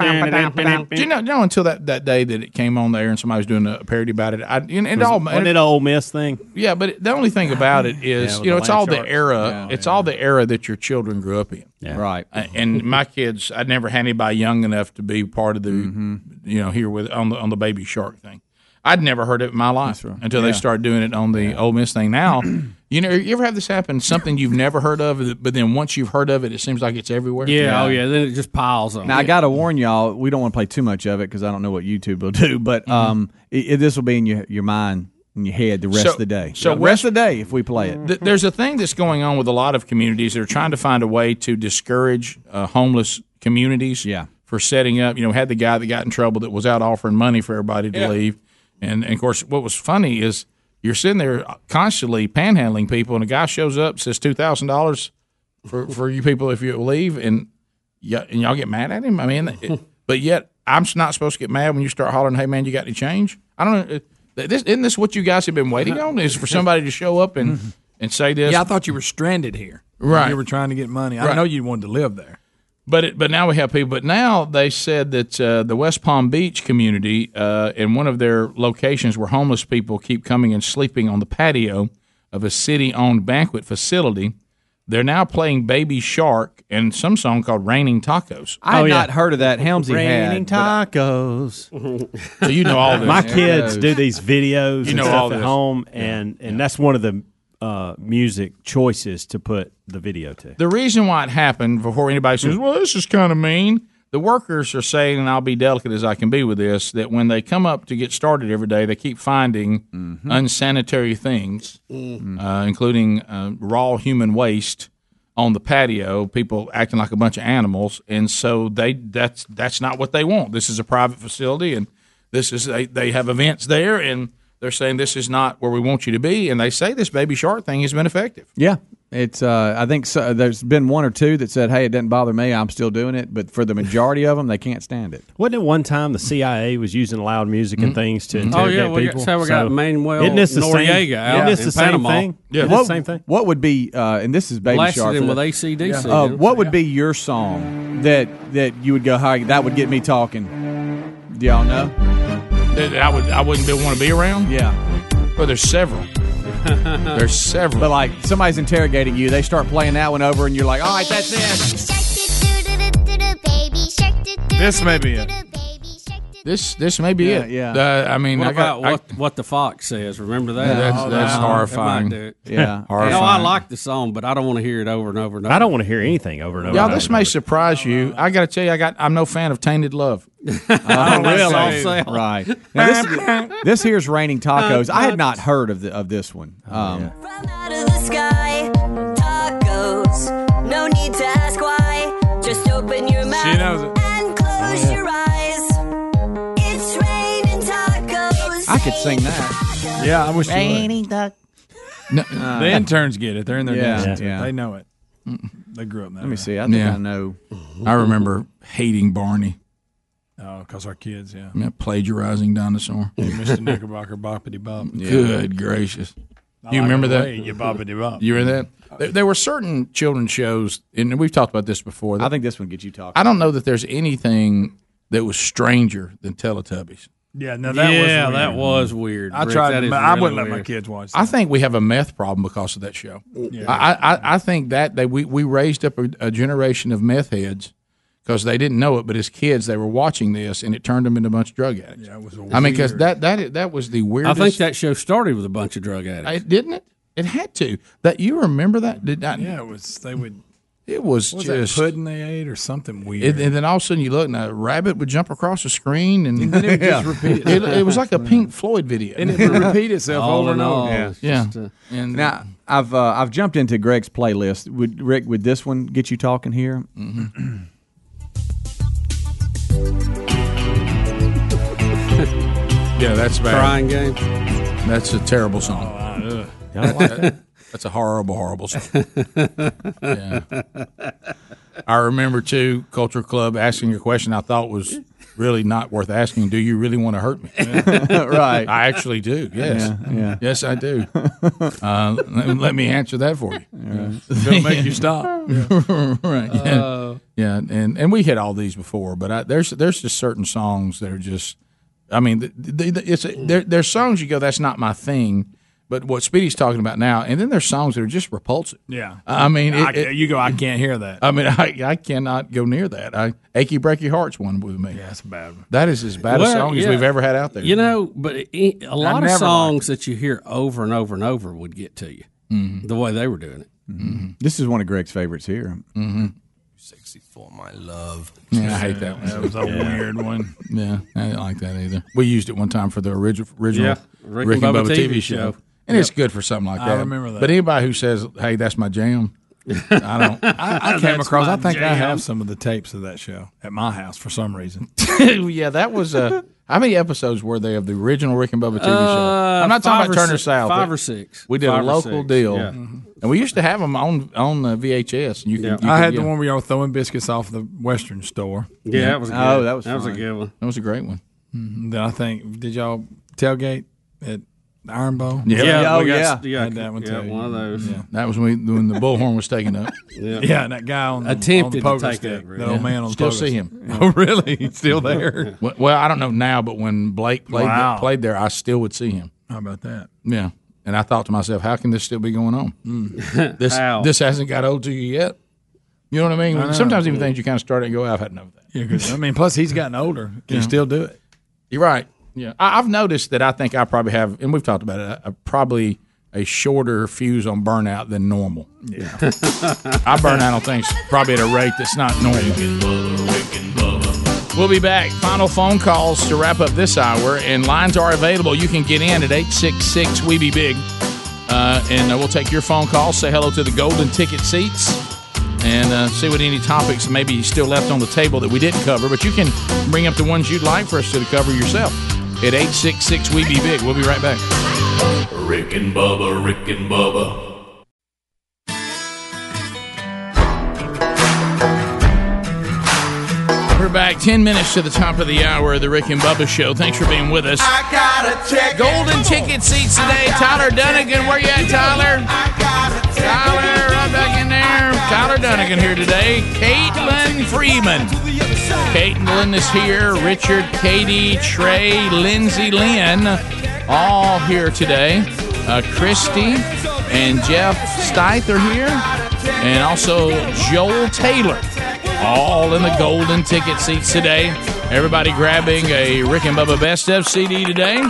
Speaker 2: you know, you know until that, that day that it came on there and somebody was doing a parody about it? I, and it
Speaker 14: Was-
Speaker 2: all
Speaker 14: wasn't it an Ole Miss thing?
Speaker 2: Yeah, but it- the only thing about it is,
Speaker 14: Yeah, with
Speaker 2: you know,
Speaker 14: the
Speaker 2: it's all the
Speaker 14: land sharks.
Speaker 2: era. it's all the era that your children grew up in.
Speaker 5: Right.
Speaker 2: A- And (laughs) my kids, I never had anybody young enough to be part of the,
Speaker 5: Mm-hmm.
Speaker 2: you know, here with on the on the baby shark thing. I'd never heard it in my life until they
Speaker 5: Yeah.
Speaker 2: started doing it on the Ole Miss thing.
Speaker 5: (clears throat)
Speaker 2: Now, you know, you ever have this happen? Something you've never heard of, but then once you've heard of it, it seems like it's everywhere.
Speaker 5: Yeah. oh, yeah,
Speaker 3: Then it just piles on.
Speaker 5: Now I got to warn y'all, we don't want to play too much of it because I don't know what YouTube will (laughs) do. But
Speaker 2: Mm-hmm.
Speaker 5: um, i i this will be in your your mind and your head the rest
Speaker 2: So-
Speaker 5: of the day.
Speaker 2: so Mm-hmm.
Speaker 5: the rest of the day if we play it.
Speaker 2: Th- there's a thing that's going on with a lot of communities. They're trying to find a way to discourage uh, homeless communities for setting up. You know, had the guy that got in trouble that was out offering money for everybody to
Speaker 6: Yeah.
Speaker 2: leave. And, and of course, what was funny is you're sitting there constantly panhandling people, and a guy shows up says two thousand dollars for for you people if you leave, and yeah, and y'all get mad at him. I mean, it- but yet I'm s- not supposed to get mad when you start hollering, "Hey man, you got any change?" I don't. know. uh, This isn't this what you guys have been waiting on is for somebody to show up and and say this.
Speaker 6: Yeah, I thought you were stranded here.
Speaker 2: Right.
Speaker 6: You were trying to get money. I
Speaker 2: Right.
Speaker 6: know you wanted to live there.
Speaker 2: But it, but now we have people. But now they said that uh, the West Palm Beach community, uh, in one of their locations where homeless people keep coming and sleeping on the patio of a city-owned banquet facility, they're now playing Baby Shark and some song called "Raining Tacos."
Speaker 5: I had not heard of that. Helmsy
Speaker 14: Raining
Speaker 5: had. but I-
Speaker 14: tacos.
Speaker 2: So you know
Speaker 3: (laughs)
Speaker 2: all this.
Speaker 14: (laughs) My
Speaker 2: Yeah.
Speaker 14: kids do (laughs) these videos
Speaker 2: You
Speaker 14: and
Speaker 2: know
Speaker 14: stuff
Speaker 2: all
Speaker 14: at
Speaker 2: this.
Speaker 14: home, and and that's one of the uh, music choices to put the video to.
Speaker 2: The reason why it happened before anybody says, "Well, this is kind of mean," the workers are saying, and I'll be delicate as I can be with this, that when they come up to get started every day, they keep finding unsanitary things, uh, including uh, raw human waste on the patio. People acting like a bunch of animals, and so they that's that's not what they want. This is a private facility, and this is they they have events there, and they're saying this is not where we want you to be, and they say this baby shark thing has been effective.
Speaker 5: Yeah, it's. Uh, I think so, there's been one or two that said, "Hey, it doesn't bother me. I'm still doing it." But for the majority of them, they can't stand it.
Speaker 14: Wasn't it one time the CIA was using loud music and things to
Speaker 5: Oh,
Speaker 14: interrogate
Speaker 5: yeah, we got-
Speaker 14: people?
Speaker 5: so we got Manuel
Speaker 14: Isn't this the same-
Speaker 5: Noriega out
Speaker 14: Isn't this
Speaker 5: in
Speaker 14: the same
Speaker 5: Panama.
Speaker 14: thing?
Speaker 5: Yeah.
Speaker 14: Isn't
Speaker 5: What-
Speaker 14: this the same thing?
Speaker 5: What would be? Uh, and this is baby
Speaker 3: Blasted
Speaker 5: shark.
Speaker 3: him
Speaker 5: for
Speaker 3: with
Speaker 5: the-
Speaker 3: AC/DC,
Speaker 5: Uh,
Speaker 3: didn't
Speaker 5: what would be your song that that you would go? Hey, that would get me talking. Do y'all know?
Speaker 2: that I would I wouldn't be, want to be around.
Speaker 5: Yeah,
Speaker 2: but there's several.
Speaker 6: (laughs)
Speaker 2: there's several.
Speaker 5: But like somebody's interrogating you, they start playing that one over, and you're like, "All right, that's
Speaker 6: This may be it.
Speaker 2: This this may be it. Uh, I mean,
Speaker 3: what
Speaker 2: I got
Speaker 3: about what, what the fox says? Remember that? Oh,
Speaker 2: Yeah, that's- that's
Speaker 3: that might
Speaker 2: horrifying.
Speaker 3: do it.
Speaker 2: Yeah,
Speaker 3: You know, I
Speaker 2: horrifying.
Speaker 3: like the song, but I don't want to hear it over and over and over.
Speaker 14: I don't want to hear anything over and over.
Speaker 2: y'all. This may surprise you. I got to tell you, I got I'm no fan of tainted love.
Speaker 5: (laughs) Oh,
Speaker 2: That's
Speaker 5: really?
Speaker 2: all sale.
Speaker 5: Right. Now, this,
Speaker 6: (laughs)
Speaker 5: this here's raining tacos. I had not heard of the, of this one.
Speaker 2: Oh,
Speaker 5: Um,
Speaker 4: out of the sky. Tacos. No need to ask why. Just open your mouth
Speaker 6: She knows it.
Speaker 4: and close your eyes. It's raining tacos.
Speaker 5: I could sing that.
Speaker 6: Yeah, I wish you would.
Speaker 4: tacos.
Speaker 6: the interns get it. They're in their
Speaker 5: Yeah,
Speaker 6: yeah,
Speaker 5: yeah.
Speaker 6: They know it. They grew up in that.
Speaker 5: Let me
Speaker 6: era.
Speaker 5: see. I think
Speaker 2: Yeah.
Speaker 5: I know.
Speaker 2: I remember hating Barney,
Speaker 6: Oh, because our kids, yeah.
Speaker 2: I mean, plagiarizing dinosaur.
Speaker 6: Mr. Knickerbocker, boppity bop.
Speaker 2: Good gracious.
Speaker 6: I
Speaker 2: You
Speaker 6: like
Speaker 2: remember
Speaker 6: the
Speaker 2: that?
Speaker 6: way you boppity bop.
Speaker 2: You remember that? There, there were certain children's shows, and we've talked about this before.
Speaker 5: I think this one gets you talking.
Speaker 2: I don't know that there's anything that was stranger than Teletubbies.
Speaker 6: Yeah, no, that was
Speaker 3: Yeah,
Speaker 6: weird.
Speaker 3: that was weird,
Speaker 6: I
Speaker 3: Rick.
Speaker 6: tried,
Speaker 3: That
Speaker 6: to
Speaker 3: is
Speaker 6: but I
Speaker 3: really
Speaker 6: wouldn't let my
Speaker 3: weird.
Speaker 6: kids watch.
Speaker 2: I think we have a meth problem because of that show.
Speaker 6: Yeah.
Speaker 2: I, I, I think that they, we, we raised up a, a generation of meth heads because they didn't know it, but as kids they were watching this and it turned them into a bunch of drug addicts. Yeah, it was I mean, because
Speaker 3: weird-
Speaker 2: that that that was the weirdest.
Speaker 3: I think that show started with a bunch of drug addicts.
Speaker 2: it didn't it. It had to. That you remember that? Did not?
Speaker 6: Yeah, it was. They would.
Speaker 2: It was,
Speaker 6: What was
Speaker 2: just.
Speaker 6: that pudding they ate or something weird.
Speaker 2: and,
Speaker 6: (laughs)
Speaker 2: and then all of a sudden you look and a rabbit would jump across the screen and,
Speaker 6: then it
Speaker 2: (laughs)
Speaker 6: would just repeat
Speaker 2: It,
Speaker 6: itself.
Speaker 2: it was like a Pink Floyd video.
Speaker 6: And it would repeat itself (laughs) All over and in all, over.
Speaker 2: Yeah.
Speaker 6: it's
Speaker 2: yeah.
Speaker 6: just, uh,
Speaker 2: and
Speaker 5: Oh, now I've uh, I've jumped into Greg's playlist. Would Rick? Would this one get you talking here?
Speaker 2: Mm-hmm. Yeah, that's bad.
Speaker 3: (laughs) Crying game.
Speaker 2: That's a terrible song.
Speaker 6: Oh,
Speaker 3: I don't like that.
Speaker 2: (laughs) That's a horrible, horrible (laughs) song. yeah. I remember too, Culture Club asking a question I thought was really not worth asking. Do you really want to
Speaker 6: (laughs)
Speaker 2: hurt me? (laughs)
Speaker 5: right.
Speaker 2: I actually do. Yes.
Speaker 5: Yeah, yeah.
Speaker 2: Yes, I do. Uh, let, let me answer that for you.
Speaker 6: Don't make you stop.
Speaker 2: (laughs) right. (laughs) Yeah.
Speaker 6: Oh.
Speaker 2: yeah. And and we hit all these before, but I, there's there's just certain songs that are just. I mean, the, the, the, it's there, there's songs you go, that's not my thing. But what Speedy's talking about now, and then there's songs that are just repulsive.
Speaker 6: (laughs) Yeah.
Speaker 2: I mean,
Speaker 6: I-
Speaker 2: it- it-
Speaker 6: you go. I can't hear that.
Speaker 2: I mean, (laughs) I, I cannot go near that. I achy breaky hearts one with me. Yeah,
Speaker 6: that's a bad one.
Speaker 2: That is as bad a
Speaker 3: Well,
Speaker 2: song as
Speaker 3: yeah.
Speaker 2: we've ever had out there.
Speaker 3: You know, but it, a lot of
Speaker 2: never
Speaker 3: songs that you hear over and over and over would get to you the way they were doing it.
Speaker 5: This is one of Greg's favorites here.
Speaker 2: Mm-hmm.
Speaker 16: Sexy for my love.
Speaker 2: Yeah, I hate that one.
Speaker 6: That was a weird one.
Speaker 2: Yeah, I didn't like that either. We used it one time for the original original
Speaker 6: Yeah,
Speaker 2: Rick, and Bubba, TV show, and it's
Speaker 6: Yep.
Speaker 2: good for something like
Speaker 6: I
Speaker 2: that.
Speaker 6: remember that.
Speaker 2: But anybody who says, "Hey, that's my jam,"
Speaker 6: I don't. I,
Speaker 2: (laughs)
Speaker 6: I came
Speaker 2: That's
Speaker 6: across.
Speaker 2: my
Speaker 6: I think I
Speaker 2: jam.
Speaker 6: have some of the tapes of that show at my house for some reason.
Speaker 2: yeah, that was Uh, how many episodes were they of the original Rick and Bubba TV show?
Speaker 3: Uh,
Speaker 2: I'm not talking
Speaker 3: five
Speaker 2: about
Speaker 3: or
Speaker 2: Turner
Speaker 3: si-
Speaker 2: South.
Speaker 3: five
Speaker 2: but
Speaker 3: or six.
Speaker 2: We did
Speaker 3: Five
Speaker 2: a
Speaker 3: or
Speaker 2: local
Speaker 3: six,
Speaker 2: deal, Mm-hmm.
Speaker 3: yeah.
Speaker 2: and we used to have them on on uh, VHS. And you, could, (laughs) you
Speaker 6: I
Speaker 2: could-
Speaker 6: had
Speaker 2: yeah.
Speaker 6: the one where y'all were throwing biscuits off the Western store.
Speaker 2: Yeah, that was Oh, good. that was That was a fun.
Speaker 3: good one.
Speaker 2: That was a great one.
Speaker 6: Then Mm-hmm. I think did y'all tailgate at the Iron Bowl?
Speaker 2: Yeah. Yeah,
Speaker 6: We
Speaker 2: oh,
Speaker 6: got-
Speaker 2: yeah.
Speaker 6: Had that one
Speaker 2: Yeah,
Speaker 6: too.
Speaker 2: one of
Speaker 3: those.
Speaker 6: Yeah.
Speaker 2: (laughs) That was when, when the bullhorn was taken up.
Speaker 6: (laughs) Yeah. and that guy on the,
Speaker 2: Attempted
Speaker 6: on
Speaker 2: to
Speaker 6: the poker
Speaker 2: take
Speaker 6: stick,
Speaker 2: it,
Speaker 6: that
Speaker 2: really.
Speaker 6: old
Speaker 2: Yeah.
Speaker 6: man on the
Speaker 2: Still
Speaker 6: poker
Speaker 2: see
Speaker 6: stick.
Speaker 2: him.
Speaker 6: (laughs) Oh, really? He's still there.
Speaker 2: (laughs) well, well, I don't know now, but when Blake played
Speaker 6: Wow.
Speaker 2: played there, I still would see him.
Speaker 6: How about that?
Speaker 2: Yeah, and I thought to myself, how can this still be going on? Hmm. (laughs)
Speaker 6: (laughs)
Speaker 2: this
Speaker 6: Hmm. How?
Speaker 2: this hasn't got old to you yet. You know what I mean?
Speaker 6: I know.
Speaker 2: Sometimes even
Speaker 6: Yeah.
Speaker 2: things you kind of start and go, I've had enough of that.
Speaker 6: Yeah, 'cause, I mean, plus he's gotten older. Can
Speaker 2: Yeah.
Speaker 6: you still do it?
Speaker 2: You're right. Yeah, I, I've noticed that. I think I probably have, and we've talked about it. I, I probably a shorter fuse on burnout than normal.
Speaker 6: (laughs)
Speaker 2: Yeah, I burn out on things probably at a rate that's not normal. We'll be back. Final phone calls to wrap up this hour, and lines are available. You can get in at 866 We Be Big, uh, and uh, we'll take your phone call, say hello to the golden ticket seats, and uh, see what any topics may be still left on the table that we didn't cover. But you can bring up the ones you'd like for us to cover yourself at 866 We Be Big. We'll be right back.
Speaker 7: Rick and Bubba, Rick and Bubba,
Speaker 2: We're back 10 minutes to the top of the hour of the Rick and Bubba Show. Thanks for being with us.
Speaker 10: I gotta check.
Speaker 2: Golden ticket seats today. Tyler Dunnigan, where you at, Tyler? Tyler, right back in there. Tyler Dunnigan here today. Caitlin Freeman. Caitlin is here. Richard, Katie, Trey, Lindsay, Lynn, all here today. Uh, Christy and Jeff Stith are here. And also Joel Taylor. All in the golden ticket seats today. Everybody grabbing a Rick and Bubba Best of CD today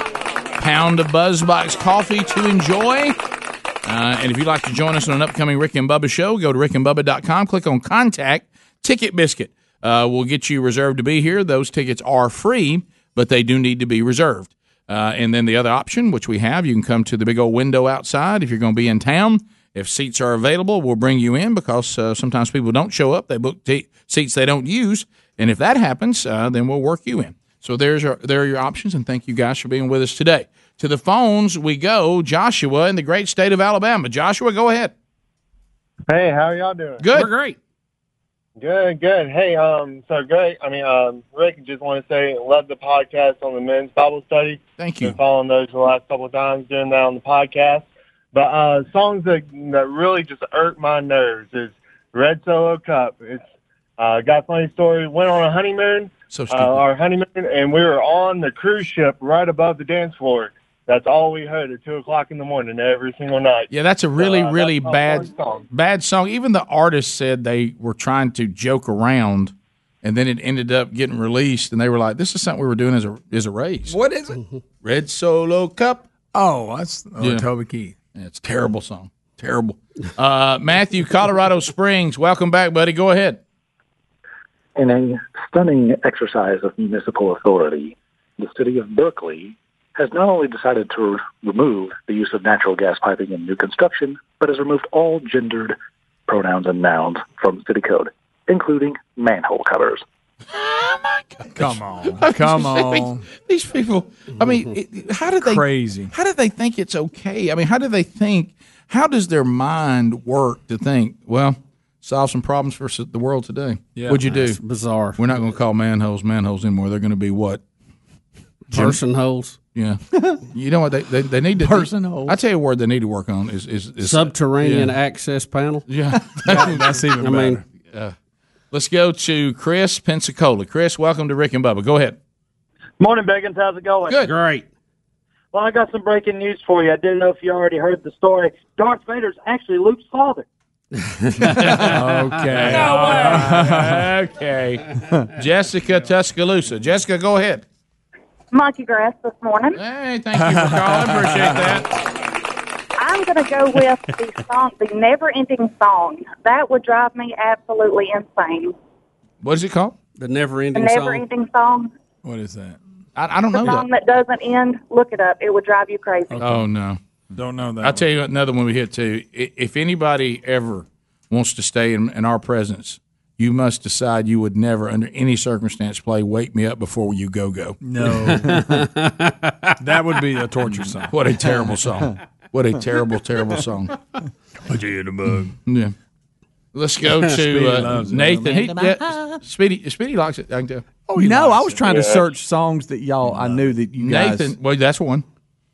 Speaker 2: pound of Buzzbox coffee to enjoy. Uh, and if you'd like to join us on an upcoming Rick and Bubba show, go to rickandbubba.com, click on contact, ticket biscuit. Uh, we'll get you reserved to be here. Those tickets are free, but they do need to be reserved. Uh, and then the other option, which we have, you can come to the big old window outside if you're going to be in town. If seats are available, we'll bring you in because uh, sometimes people don't show up. They book t- seats they don't use. And if that happens, uh, then we'll work you in. So there's your, there are your options, and thank you guys for being with us today. To the phones we go. Joshua in the great state of Alabama. Joshua, go ahead.
Speaker 12: Hey, how are y'all doing?
Speaker 2: Good. We're
Speaker 12: great. Good, good. Hey, um, so great. I mean, um, Rick, just want to say, love the podcast on the men's Bible study.
Speaker 2: Thank
Speaker 12: you. Been following those the last couple of times, doing that on the podcast. But uh, songs that that really just irk my nerves is Red Solo Cup. It's uh, got a funny story. Went on a honeymoon.
Speaker 2: So
Speaker 12: uh, our honeymoon, and we were on the cruise ship right above the dance floor. That's all we heard at two o'clock in the morning every single night.
Speaker 2: Yeah, that's a really,
Speaker 12: Uh, that's
Speaker 2: really
Speaker 12: my
Speaker 2: bad,
Speaker 12: worst song.
Speaker 2: bad song. Even the artist said they were trying to joke around, and then it ended up getting released, and they were like, "This is something we were doing as a as a race."
Speaker 6: What is it?
Speaker 2: Red Solo Cup.
Speaker 6: Oh, that's oh,
Speaker 2: Yeah.
Speaker 6: Toby Keith.
Speaker 2: Yeah, it's a terrible song. Terrible. Uh, Matthew, Colorado Springs. Welcome back, buddy. Go ahead.
Speaker 19: In a stunning exercise of municipal authority, the city of Berkeley has not only decided to remove the use of natural gas piping in new construction, but has removed all gendered pronouns and nouns from city code, including manhole covers.
Speaker 2: (laughs)
Speaker 6: Come on, come on.
Speaker 2: These people. I mean, it- how do they
Speaker 6: Crazy.
Speaker 2: How do they think it's okay? I mean, how do they think? How does their mind work to think? Well, solve some problems for s- the world today.
Speaker 3: Yeah.
Speaker 2: What'd you do?
Speaker 3: That's bizarre.
Speaker 2: We're not going to call manholes manholes anymore. They're going to be what?
Speaker 3: Person holes.
Speaker 2: Yeah. you know what? They they, they need to
Speaker 3: Person holes.
Speaker 2: I tell you a word they need to work on is is, is
Speaker 3: Subterranean (laughs)
Speaker 2: Yeah.
Speaker 3: access panel.
Speaker 2: Yeah, (laughs)
Speaker 6: that's even
Speaker 3: I mean,
Speaker 2: better. Uh, let's go to Chris Pensacola. Chris, welcome to Rick and Bubba. Go ahead.
Speaker 23: Morning, Biggins. How's it going?
Speaker 2: Good.
Speaker 3: Great.
Speaker 23: Well, I got some breaking news for you. I didn't know if you already heard the story. Darth Vader's actually Luke's father.
Speaker 2: okay. No way. okay. Jessica Tuscaloosa. Jessica, go
Speaker 6: (laughs)
Speaker 2: ahead.
Speaker 24: Monkey grass this morning.
Speaker 2: Oh. Hey, thank you for calling. Appreciate that.
Speaker 24: (laughs) I'm going to go with the song, the never-ending song. That would drive me absolutely insane.
Speaker 2: What is it called?
Speaker 3: The never
Speaker 24: The
Speaker 3: ending song.
Speaker 24: never-ending song.
Speaker 6: What is that?
Speaker 2: I, I don't
Speaker 24: the song that. doesn't end. Look it up. It would drive you crazy.
Speaker 2: Oh no,
Speaker 6: don't know that.
Speaker 2: I'll tell you another one we hit too. I- If anybody ever wants to stay in, in our presence, you must decide you would never, under any circumstance, play "Wake Me Up Before You Go Go." (laughs)
Speaker 6: No. that would be a torture song.
Speaker 2: What a terrible song! What a terrible, terrible song.
Speaker 6: Put you in a bug.
Speaker 2: Yeah. Let's go
Speaker 6: (laughs) Speedy
Speaker 2: to uh,
Speaker 6: loves it.
Speaker 2: Nathan. He,
Speaker 6: Into my
Speaker 2: yeah, Speedy, Speedy likes it. I can tell.
Speaker 6: Oh,
Speaker 5: no, Oh, I was trying to search songs that y'all I knew that you guys.
Speaker 2: Nathan. Well, that's one.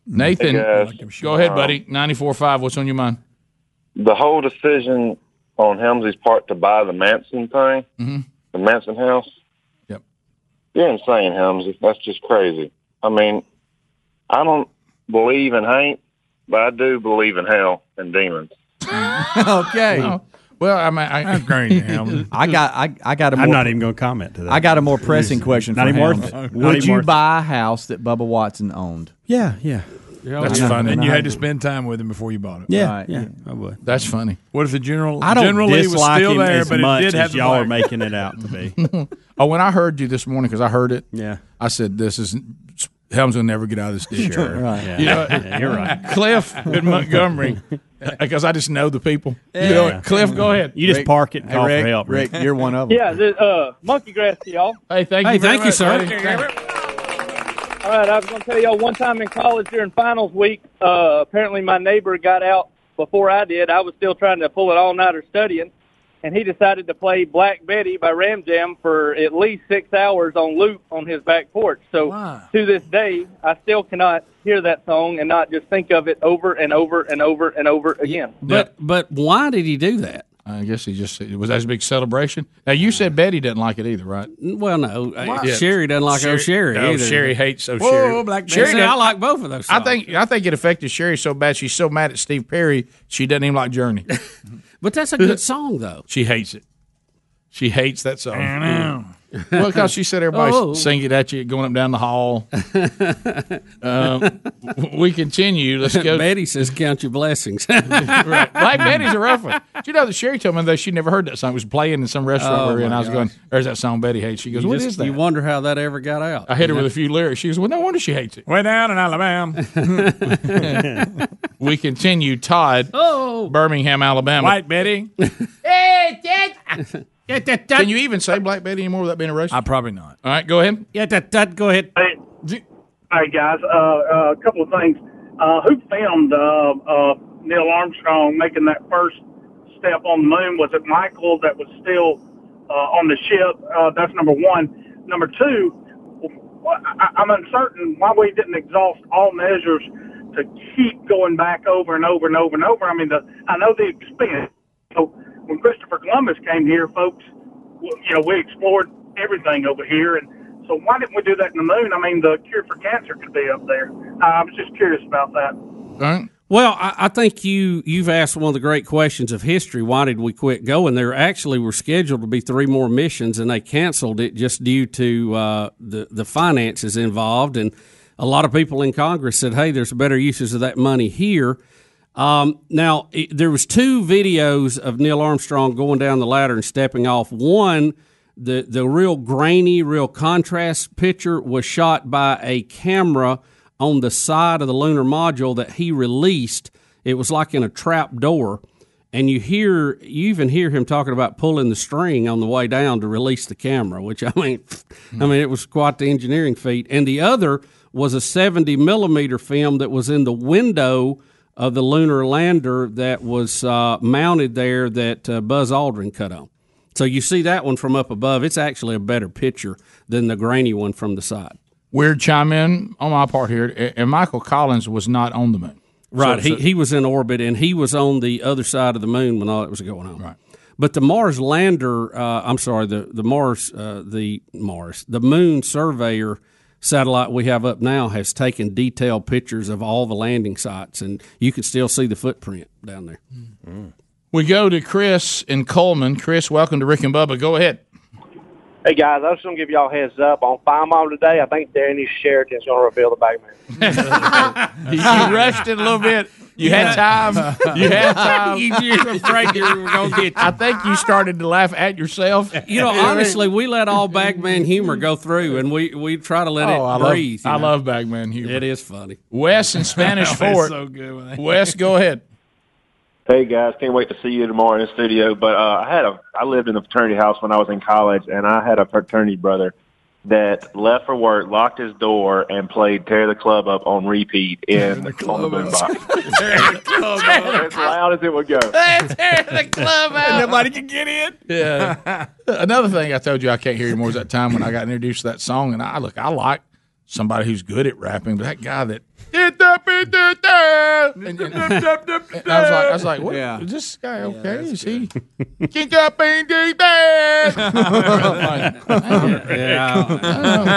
Speaker 2: Mm-hmm. Nathan,
Speaker 5: Hey,
Speaker 2: go ahead, buddy. Ninety-four-five. What's on your mind?
Speaker 11: The whole decision on Helmsley's part to buy the Manson thing,
Speaker 2: Mm-hmm.
Speaker 14: (laughs)
Speaker 11: the Manson house.
Speaker 2: Yep.
Speaker 11: You're insane, Helmsley. That's just crazy. I mean, I don't believe in hate, but I do believe in hell and demons.
Speaker 5: okay.
Speaker 2: Well, I mean, I,
Speaker 5: (laughs)
Speaker 2: (laughs)
Speaker 5: I got I, I got a more,
Speaker 14: I'm not even going to comment to that.
Speaker 5: I got a more pressing
Speaker 14: It's
Speaker 5: question
Speaker 14: not
Speaker 5: for
Speaker 14: even
Speaker 5: him.
Speaker 14: worth it. Not
Speaker 5: Would
Speaker 14: even
Speaker 5: you
Speaker 14: worth it.
Speaker 5: buy a house that Bubba Watson owned?
Speaker 14: Yeah, yeah.
Speaker 5: That's funny.
Speaker 6: And you had to spend time with him before you bought it.
Speaker 14: Yeah, yeah, I would.
Speaker 2: That's funny.
Speaker 6: What if the general?
Speaker 14: I don't
Speaker 6: General Lee was
Speaker 14: dislike
Speaker 6: still
Speaker 14: him
Speaker 6: there,
Speaker 14: as
Speaker 6: but
Speaker 14: much
Speaker 6: it did
Speaker 14: as
Speaker 6: have the
Speaker 14: y'all are
Speaker 6: black-
Speaker 14: making it out to be.
Speaker 2: (laughs) oh, when I heard you this morning, because I heard it.
Speaker 14: Yeah.
Speaker 2: I said this is Helms will never get out of this ditch. (laughs)
Speaker 14: Sure. Right. Yeah.
Speaker 2: You know,
Speaker 14: (laughs) Yeah, you're right.
Speaker 2: Cliff in Montgomery, (laughs) because I just know the people. You know,
Speaker 14: Yeah.
Speaker 2: Cliff, go ahead.
Speaker 14: You just Rick- park it and hey, call for Rick-
Speaker 2: (laughs)
Speaker 14: help, Rick. Rick, you're one of 'em.
Speaker 2: Yeah.
Speaker 23: Yeah, the, uh, monkey grass to y'all.
Speaker 2: Hey, thank
Speaker 23: you
Speaker 2: Hey,
Speaker 23: very
Speaker 2: thank you, sir.
Speaker 23: much, buddy. All right, I was going to tell y'all one time in college during finals week, uh, apparently my neighbor got out before I did. I was still trying to pull it all nighter studying, and he decided to play Black Betty by Ram Jam for at least six hours on loop on his back porch. So to this day, I still cannot hear that song and not just think of it over and over and over and over again.
Speaker 2: But but why did he do that? I guess he just it was that a big celebration. Now you said Betty didn't like it either, right?
Speaker 3: Well, no, uh, Sherry doesn't like Oh Sherry
Speaker 2: No,
Speaker 3: either.
Speaker 2: Sherry hates Oh
Speaker 3: Whoa,
Speaker 2: Sherry.
Speaker 3: Black
Speaker 2: Sherry
Speaker 3: Betty. See,
Speaker 2: doesn't-
Speaker 3: I like both of those.
Speaker 2: I
Speaker 3: Songs.
Speaker 2: think I think it affected Sherry so bad she's so mad at Steve Perry she doesn't even like Journey.
Speaker 3: (laughs) but that's a good song though.
Speaker 2: She hates it. She hates that song. well, because she said everybody's
Speaker 3: Oh.
Speaker 2: singing it at you going up down the
Speaker 3: (laughs)
Speaker 2: hall. um, we continue.
Speaker 3: (laughs)
Speaker 2: Let's go.
Speaker 3: Betty says, "Count your (laughs) blessings."
Speaker 2: right. Black Betty's (laughs) a rough one. Do you know that Sherry told me that she never heard that song? It was playing in some restaurant
Speaker 3: Oh,
Speaker 2: we were in.
Speaker 3: my
Speaker 2: I was
Speaker 3: gosh.
Speaker 2: going, there's that song Betty hates. She goes,
Speaker 3: you
Speaker 2: "What is
Speaker 3: just-
Speaker 2: that?
Speaker 3: You wonder how that ever got out.
Speaker 2: I hit her
Speaker 3: You
Speaker 2: with
Speaker 3: know?
Speaker 2: a few lyrics. She goes, well, no wonder she hates it.
Speaker 6: Way down in Alabama.
Speaker 2: (laughs) We continue. Todd,
Speaker 3: oh.
Speaker 2: Birmingham, Alabama.
Speaker 6: White Betty.
Speaker 2: Hey, Can you even say Black Betty anymore without being a racist?
Speaker 6: I probably not.
Speaker 2: All right, go ahead.
Speaker 3: Yeah, that, that go ahead.
Speaker 25: All right, guys. Uh, uh, a couple of things. Uh, who filmed uh, uh, Neil Armstrong making that first step on the moon? Was it Michael that was still uh, on the ship? Uh, that's number one. Number two, wh- I, I'm uncertain why we didn't exhaust all measures to keep going back over and over and over and over. I mean, the, I know the expense. So when Christopher Columbus came here, folks, w- you know, we explored everything over here and so why didn't we do that in the moon? I mean, the cure for cancer could be up there. Uh, I was just curious about that.
Speaker 3: Well, I, I think you you've asked one of the great questions of history. Why did we quit going? There actually were scheduled to be three more missions, and they canceled it just due to uh, the the finances involved. And a lot of people in Congress said, "Hey, there's better uses of that money here." Um, now, it, there was two videos of Neil Armstrong going down the ladder and stepping off. One, the the real grainy, real contrast picture was shot by a camera on the side of the lunar module that he released. It was like in a trap door, and you hear you even hear him talking about pulling the string on the way down to release the camera, which (laughs) I mean, I mean it was quite the engineering feat. And the other was a seventy millimeter film that was in the window of the lunar lander that was uh, mounted there that uh, Buzz Aldrin cut on. So you see that one from up above. It's actually a better picture than the grainy one from the side.
Speaker 2: Weird chime in on my part here. A- And Michael Collins was not on the moon.
Speaker 3: Right.
Speaker 2: So-
Speaker 3: he,
Speaker 2: so-
Speaker 3: he was in orbit and he was on the other side of the moon when all that was going on. Right. But the Mars lander, uh, I'm sorry, the, the Mars, uh, the Mars, the moon surveyor satellite we have up now has taken detailed pictures of all the landing sites and you can still see the footprint down there.
Speaker 4: Mm.
Speaker 2: we go to Chris in Coleman. Chris, welcome to Rick and Bubba. Go ahead.
Speaker 4: Hey guys, I was gonna give y'all a heads up on Fine Mom today. I think Danny Sheraton's gonna reveal the Batman.
Speaker 2: (laughs) You rushed it a little bit. You had time. You had
Speaker 3: (laughs)
Speaker 2: time.
Speaker 3: You were afraid you were gonna get.
Speaker 2: I think you started to laugh at yourself. (laughs)
Speaker 3: You know, honestly, we let all Bagman humor go through and we, we try to let
Speaker 2: Oh, I
Speaker 3: it
Speaker 2: love-
Speaker 3: breathe.
Speaker 2: I love Bagman humor.
Speaker 3: It is funny.
Speaker 2: Wes in Spanish
Speaker 3: Oh, (laughs) it's
Speaker 2: Fort.
Speaker 3: (laughs) so good when they-
Speaker 2: Wes, go ahead.
Speaker 26: Hey guys, can't wait to see you tomorrow in the studio. But uh, I had a I lived in a fraternity house when I was in college, and I had a fraternity brother that left for work, locked his door, and played "Tear the Club Up" on repeat in the on the boombox.
Speaker 15: as
Speaker 26: loud as it would go.
Speaker 15: the
Speaker 2: club out.
Speaker 15: Nobody can get in.
Speaker 2: Yeah. Uh, Another thing I told you I can't hear anymore is that time when I got introduced to that song, and I look, I like somebody who's good at rapping, but that guy
Speaker 3: (laughs)
Speaker 2: that
Speaker 15: And- and-
Speaker 2: and I was like, I was like, what?
Speaker 15: Yeah.
Speaker 2: Is this guy okay? is he? (laughs)
Speaker 15: Kick up and do that.
Speaker 2: (laughs)
Speaker 3: Yeah, I don't know.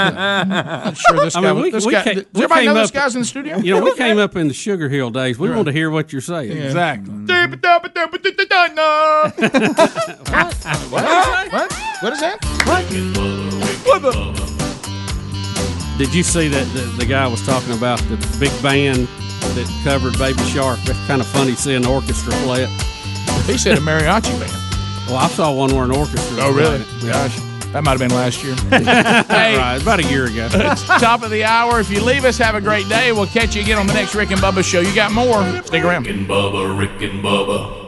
Speaker 2: I'm sure this
Speaker 3: I
Speaker 2: guy.
Speaker 3: mean, we-
Speaker 2: this
Speaker 3: we
Speaker 2: guy
Speaker 3: ca-
Speaker 2: does
Speaker 3: we
Speaker 2: everybody
Speaker 3: came
Speaker 2: know this
Speaker 3: up-
Speaker 2: guy's in the studio?
Speaker 3: You
Speaker 2: (laughs)
Speaker 3: know, we came up in the Sugar Hill days. We want to hear what you're saying.
Speaker 2: Yeah.
Speaker 15: What?
Speaker 2: What? What is that?
Speaker 15: What? What the?
Speaker 3: Did you see that the, the guy was talking about the big band that covered Baby Shark? That's kind of funny seeing an orchestra play it.
Speaker 2: He said a mariachi band.
Speaker 3: (laughs) Well, I saw one where an orchestra.
Speaker 2: Oh,
Speaker 3: was
Speaker 2: really?
Speaker 3: playing it.
Speaker 2: Gosh, that might have been last
Speaker 3: (laughs)
Speaker 2: year.
Speaker 3: All right, about a year ago.
Speaker 2: (laughs) It's top of the hour. If you leave us, have a great day. We'll catch you again on the next Rick and Bubba show. You got more. Stick around.
Speaker 7: Rick and Bubba, Rick and Bubba.